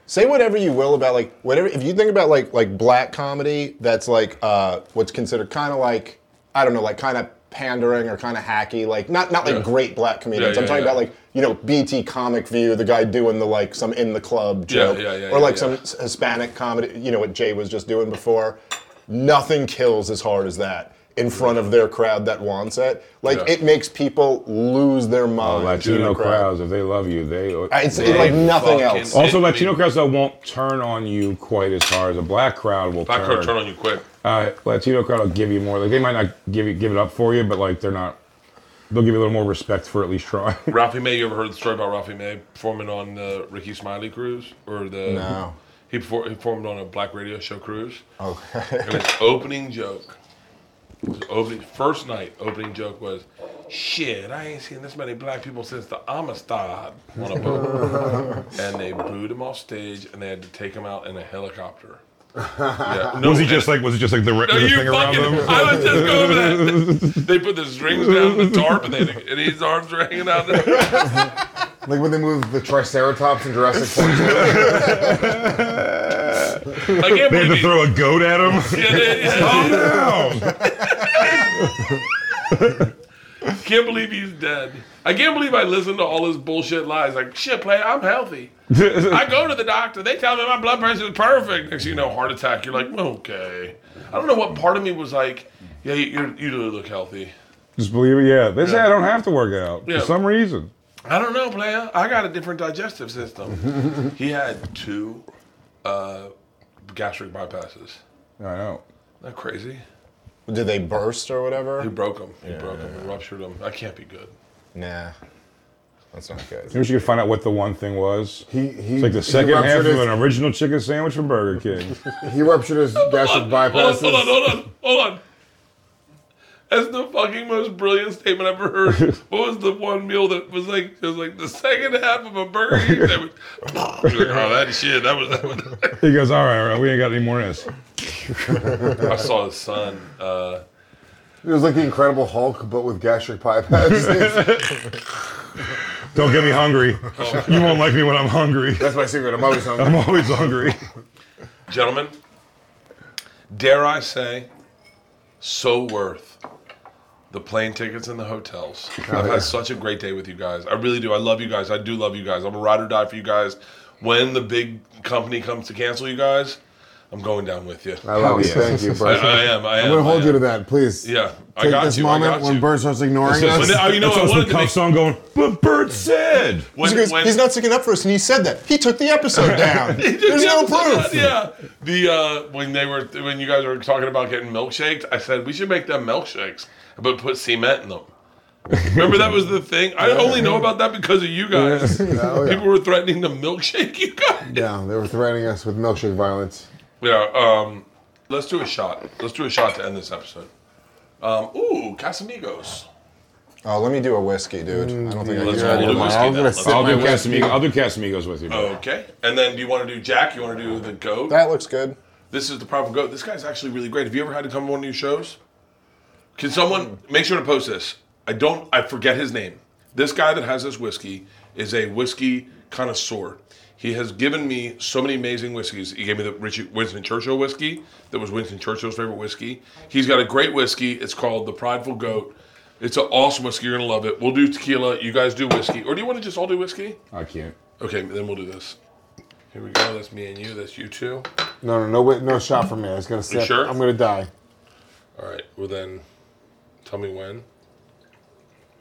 [SPEAKER 5] Say whatever you will about like whatever. If you think about like like black comedy, that's like uh, what's considered kind of like I don't know, like kind of pandering or kind of hacky. Like not not like
[SPEAKER 11] Yeah.
[SPEAKER 5] great black comedians.
[SPEAKER 11] Yeah,
[SPEAKER 5] I'm
[SPEAKER 11] yeah,
[SPEAKER 5] talking
[SPEAKER 11] yeah.
[SPEAKER 5] about like you know BT Comic View, the guy doing the like some in the club joke,
[SPEAKER 11] yeah, yeah,
[SPEAKER 5] or like
[SPEAKER 11] yeah,
[SPEAKER 5] some
[SPEAKER 11] yeah.
[SPEAKER 5] s- Hispanic comedy. You know what Jay was just doing before. Nothing kills as hard as that in front of their crowd that wants it. Like
[SPEAKER 11] Yeah.
[SPEAKER 5] it makes people lose their
[SPEAKER 4] Oh,
[SPEAKER 5] mind.
[SPEAKER 4] Latino crowds, if they love you, they.
[SPEAKER 5] Uh, It's like nothing
[SPEAKER 11] Fucking-
[SPEAKER 5] else.
[SPEAKER 4] also,
[SPEAKER 11] It-
[SPEAKER 4] Latino
[SPEAKER 11] it-
[SPEAKER 4] crowds though won't turn on you quite as hard as a black crowd will.
[SPEAKER 11] Black crowd turn on you quick.
[SPEAKER 4] uh, Latino crowd will give you more. Like they might not give you, give it up for you, but like they're not. They'll give you a little more respect for at least trying.
[SPEAKER 11] Ralphie May, you ever heard the story about Ralphie May performing on the Ricky Smiley cruise? Or the.
[SPEAKER 5] No.
[SPEAKER 11] He, perfor- he performed on a black radio show cruise. and his opening joke, his opening first night opening joke was, "Shit, I ain't seen this many black people since the Amistad on a boat." and they booed him off stage, and they had to take him out in a helicopter. Yeah, no,
[SPEAKER 1] Was he
[SPEAKER 11] and-
[SPEAKER 1] just like? Was it just like the, ri-
[SPEAKER 11] No,
[SPEAKER 1] the
[SPEAKER 11] you
[SPEAKER 1] thing around
[SPEAKER 11] fucking!
[SPEAKER 1] him?
[SPEAKER 11] I was just going over that. They put the strings down the tarp, and, they, and his arms were hanging out. There.
[SPEAKER 2] Like when they moved the Triceratops in Jurassic Park.
[SPEAKER 11] I can't
[SPEAKER 1] They
[SPEAKER 11] believe
[SPEAKER 1] had to
[SPEAKER 11] he-
[SPEAKER 1] throw a goat at him.
[SPEAKER 11] Yeah, yeah, yeah.
[SPEAKER 1] Down.
[SPEAKER 11] Can't believe he's dead. I can't believe I listened to all his bullshit lies. Like, shit, play, I'm healthy. I go to the doctor. They tell me my blood pressure is perfect. Next thing you know, heart attack. You're like, okay. I don't know what part of me was like, yeah, you, you're, you do look healthy.
[SPEAKER 4] Just believe it. Yeah, they say I don't have to work out
[SPEAKER 11] Yeah.
[SPEAKER 4] for some reason.
[SPEAKER 11] I don't know, playa. I got a different digestive system. he had two uh, gastric bypasses.
[SPEAKER 4] I know.
[SPEAKER 11] Isn't that crazy?
[SPEAKER 5] Did they burst or
[SPEAKER 11] He
[SPEAKER 5] whatever?
[SPEAKER 11] broke them. He broke them. He ruptured them. I can't be good.
[SPEAKER 5] Nah. That's not good.
[SPEAKER 4] Maybe we should find out what the one thing was.
[SPEAKER 2] He- he-
[SPEAKER 4] it's like
[SPEAKER 2] he
[SPEAKER 4] the second half
[SPEAKER 2] ruptured
[SPEAKER 4] of
[SPEAKER 2] his-
[SPEAKER 4] an original chicken sandwich from Burger King.
[SPEAKER 2] he ruptured his gastric bypasses.
[SPEAKER 11] Hold on, hold on, hold on, hold on. That's the fucking most brilliant statement I've ever heard. What was the one meal that was like it was like the second half of a Burger King sandwich? You're like, oh, that shit. That was. That was.
[SPEAKER 4] he goes, all right, all right, we ain't got any more of this.
[SPEAKER 11] I saw his son. Uh,
[SPEAKER 2] It was like the Incredible Hulk, but with gastric bypasses.
[SPEAKER 1] Don't get me hungry. You won't like me when I'm hungry.
[SPEAKER 2] That's my secret. I'm always hungry.
[SPEAKER 1] I'm always hungry.
[SPEAKER 11] gentlemen, dare I say, so worth the plane tickets and the hotels. I've had such a great day with you guys. I really do. I love you guys. I do love you guys. I'm a ride or die for you guys. When the big company comes to cancel you guys, I'm going down with you. I,
[SPEAKER 2] I
[SPEAKER 4] Oh,
[SPEAKER 2] love you. Thank you,
[SPEAKER 11] I,
[SPEAKER 2] Bert.
[SPEAKER 11] am. I
[SPEAKER 2] I'm
[SPEAKER 11] am.
[SPEAKER 2] going to hold
[SPEAKER 11] I
[SPEAKER 2] you to
[SPEAKER 11] am.
[SPEAKER 2] that, please.
[SPEAKER 11] Yeah, I
[SPEAKER 2] Take
[SPEAKER 11] got
[SPEAKER 2] this
[SPEAKER 11] you.
[SPEAKER 2] moment
[SPEAKER 11] I got
[SPEAKER 2] when
[SPEAKER 11] you.
[SPEAKER 2] Bert starts ignoring
[SPEAKER 11] But
[SPEAKER 2] us.
[SPEAKER 11] then- oh, you know,
[SPEAKER 1] That's
[SPEAKER 11] I
[SPEAKER 1] us
[SPEAKER 11] wanted
[SPEAKER 1] with
[SPEAKER 11] to make,
[SPEAKER 1] Cuff song going, but Bert said.
[SPEAKER 11] when,
[SPEAKER 5] He goes,
[SPEAKER 11] when-
[SPEAKER 5] he's not sticking up for us, and he said that. He took the episode down. There's
[SPEAKER 11] Yeah,
[SPEAKER 5] no
[SPEAKER 11] but-
[SPEAKER 5] proof.
[SPEAKER 11] Yeah. The uh, when they were when you guys were talking about getting milkshakes, I said we should make them milkshakes, but put cement in them. Remember that was the thing. I only know about that because of you guys.
[SPEAKER 2] Oh, yeah.
[SPEAKER 11] People were threatening to milkshake you guys.
[SPEAKER 2] yeah, they were threatening us with milkshake violence.
[SPEAKER 11] Yeah. Um, let's do a shot. Let's do a shot to end this episode. Um, ooh, Casamigos.
[SPEAKER 5] Oh, let me do a whiskey, dude. I don't think I
[SPEAKER 11] Mm, Let's
[SPEAKER 5] can.
[SPEAKER 11] all do
[SPEAKER 2] I'm
[SPEAKER 11] whiskey.
[SPEAKER 2] gonna
[SPEAKER 11] then. Let's
[SPEAKER 2] sip
[SPEAKER 11] all
[SPEAKER 4] I'll
[SPEAKER 11] do-
[SPEAKER 4] do Casamigos. I'll do Casamigos with you. bro.
[SPEAKER 11] Okay. And then do you want to do Jack? You want to do the goat?
[SPEAKER 5] That looks good.
[SPEAKER 11] This is the problem. Go. This guy's actually really great. Have you ever had to come to one of your shows? Can someone make sure to post this? I don't. I forget his name. This guy that has this whiskey is a whiskey connoisseur. He has given me so many amazing whiskeys. He gave me the Richie Winston Churchill whiskey that was Winston Churchill's favorite whiskey. He's got a great whiskey. It's called the Prideful Goat. It's an awesome whiskey. You're gonna love it. We'll do tequila. You guys do whiskey, or do you want to just all do whiskey?
[SPEAKER 4] I can't.
[SPEAKER 11] Okay, then we'll do this. Here we go. That's me and you. That's you two.
[SPEAKER 2] No, no, no, wait, no shot for me. I was gonna say,
[SPEAKER 11] sure?
[SPEAKER 2] I'm gonna die.
[SPEAKER 11] All right. Well then, tell me when.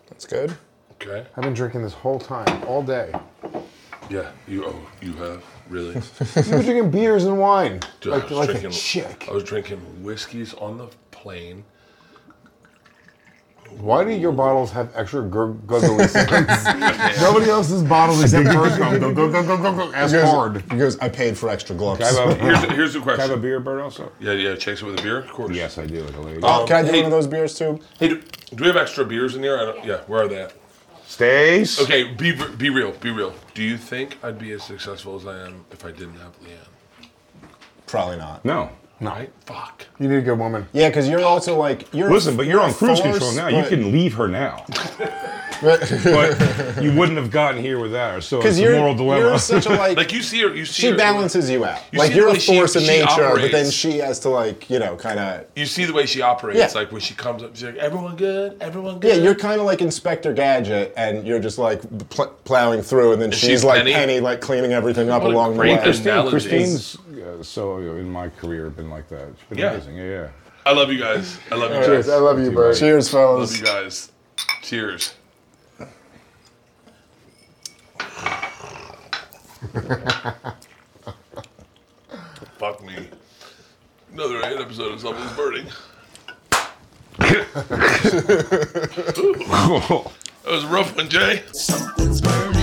[SPEAKER 5] That's good.
[SPEAKER 11] Okay.
[SPEAKER 2] I've been drinking this whole time, all day.
[SPEAKER 11] Yeah. You. Oh, you have really.
[SPEAKER 2] You were drinking beers and wine,
[SPEAKER 11] Dude,
[SPEAKER 2] like,
[SPEAKER 11] I was
[SPEAKER 2] like
[SPEAKER 11] drinking.
[SPEAKER 2] a chick.
[SPEAKER 11] I was drinking whiskeys on the plane.
[SPEAKER 2] Why do your bottles have extra gur- gurgly sounds? Nobody else's bottles except hers go go go go go go go as
[SPEAKER 5] He goes,
[SPEAKER 2] hard.
[SPEAKER 5] He goes, I paid for extra gloves.
[SPEAKER 4] Can I have a,
[SPEAKER 11] Here's, here's the
[SPEAKER 4] can I have a
[SPEAKER 11] question.
[SPEAKER 4] beer, Bert, also?
[SPEAKER 11] Yeah, yeah. Chase it with a beer, of course.
[SPEAKER 4] Yes, I do. Like a lady.
[SPEAKER 5] Oh, can I do
[SPEAKER 11] hey-
[SPEAKER 5] one of those beers too?
[SPEAKER 11] Hey, do, do we have extra beers in here? I don't, yeah. Where are they at?
[SPEAKER 4] Stays.
[SPEAKER 11] Okay. Be be real. Be real. Do you think I'd be as successful as I am if I didn't have Leanne?
[SPEAKER 5] Probably not.
[SPEAKER 4] No.
[SPEAKER 11] Right. Fuck.
[SPEAKER 2] You need a good woman.
[SPEAKER 5] Yeah, because you're also like you're.
[SPEAKER 4] Listen, but you're on cruise
[SPEAKER 5] force,
[SPEAKER 4] control now. You
[SPEAKER 5] but-
[SPEAKER 4] can leave her now. but you wouldn't have gotten here with that, so it's
[SPEAKER 5] Because
[SPEAKER 4] a
[SPEAKER 5] you're,
[SPEAKER 4] moral
[SPEAKER 5] you're
[SPEAKER 4] dilemma.
[SPEAKER 5] such a like.
[SPEAKER 11] Like you see her. You see
[SPEAKER 5] she
[SPEAKER 11] her-
[SPEAKER 5] balances you out.
[SPEAKER 11] You
[SPEAKER 5] like
[SPEAKER 11] see the
[SPEAKER 5] you're
[SPEAKER 11] way
[SPEAKER 5] a
[SPEAKER 11] she-
[SPEAKER 5] force of
[SPEAKER 11] she
[SPEAKER 5] nature, but then
[SPEAKER 11] operates.
[SPEAKER 5] she has to like you know kind of.
[SPEAKER 11] You see the way she operates.
[SPEAKER 5] Yeah.
[SPEAKER 11] Like when she comes up, she's like, "Everyone good? Everyone
[SPEAKER 5] Yeah,
[SPEAKER 11] good?"
[SPEAKER 5] you're kind of like Inspector Gadget, and you're just like pl- plowing through, and then she's,
[SPEAKER 11] she's
[SPEAKER 5] like
[SPEAKER 11] Penny?
[SPEAKER 5] Penny? like cleaning everything up
[SPEAKER 11] What a
[SPEAKER 5] along the
[SPEAKER 11] great
[SPEAKER 5] way.
[SPEAKER 11] Christine-
[SPEAKER 4] Christine,
[SPEAKER 11] analogy.
[SPEAKER 4] Christine's uh, so you know, in my career been like that. It's been
[SPEAKER 11] Yeah.
[SPEAKER 4] amazing. Yeah, yeah.
[SPEAKER 11] I love you guys. I love you
[SPEAKER 2] Cheers.
[SPEAKER 11] guys.
[SPEAKER 2] I love you, Bert.
[SPEAKER 5] Cheers,
[SPEAKER 11] I love
[SPEAKER 5] fellas.
[SPEAKER 11] you guys. Cheers. Fuck me. Another eight episode of Something's Burning. Ooh. that was a rough one, Jay.
[SPEAKER 3] Something's burning.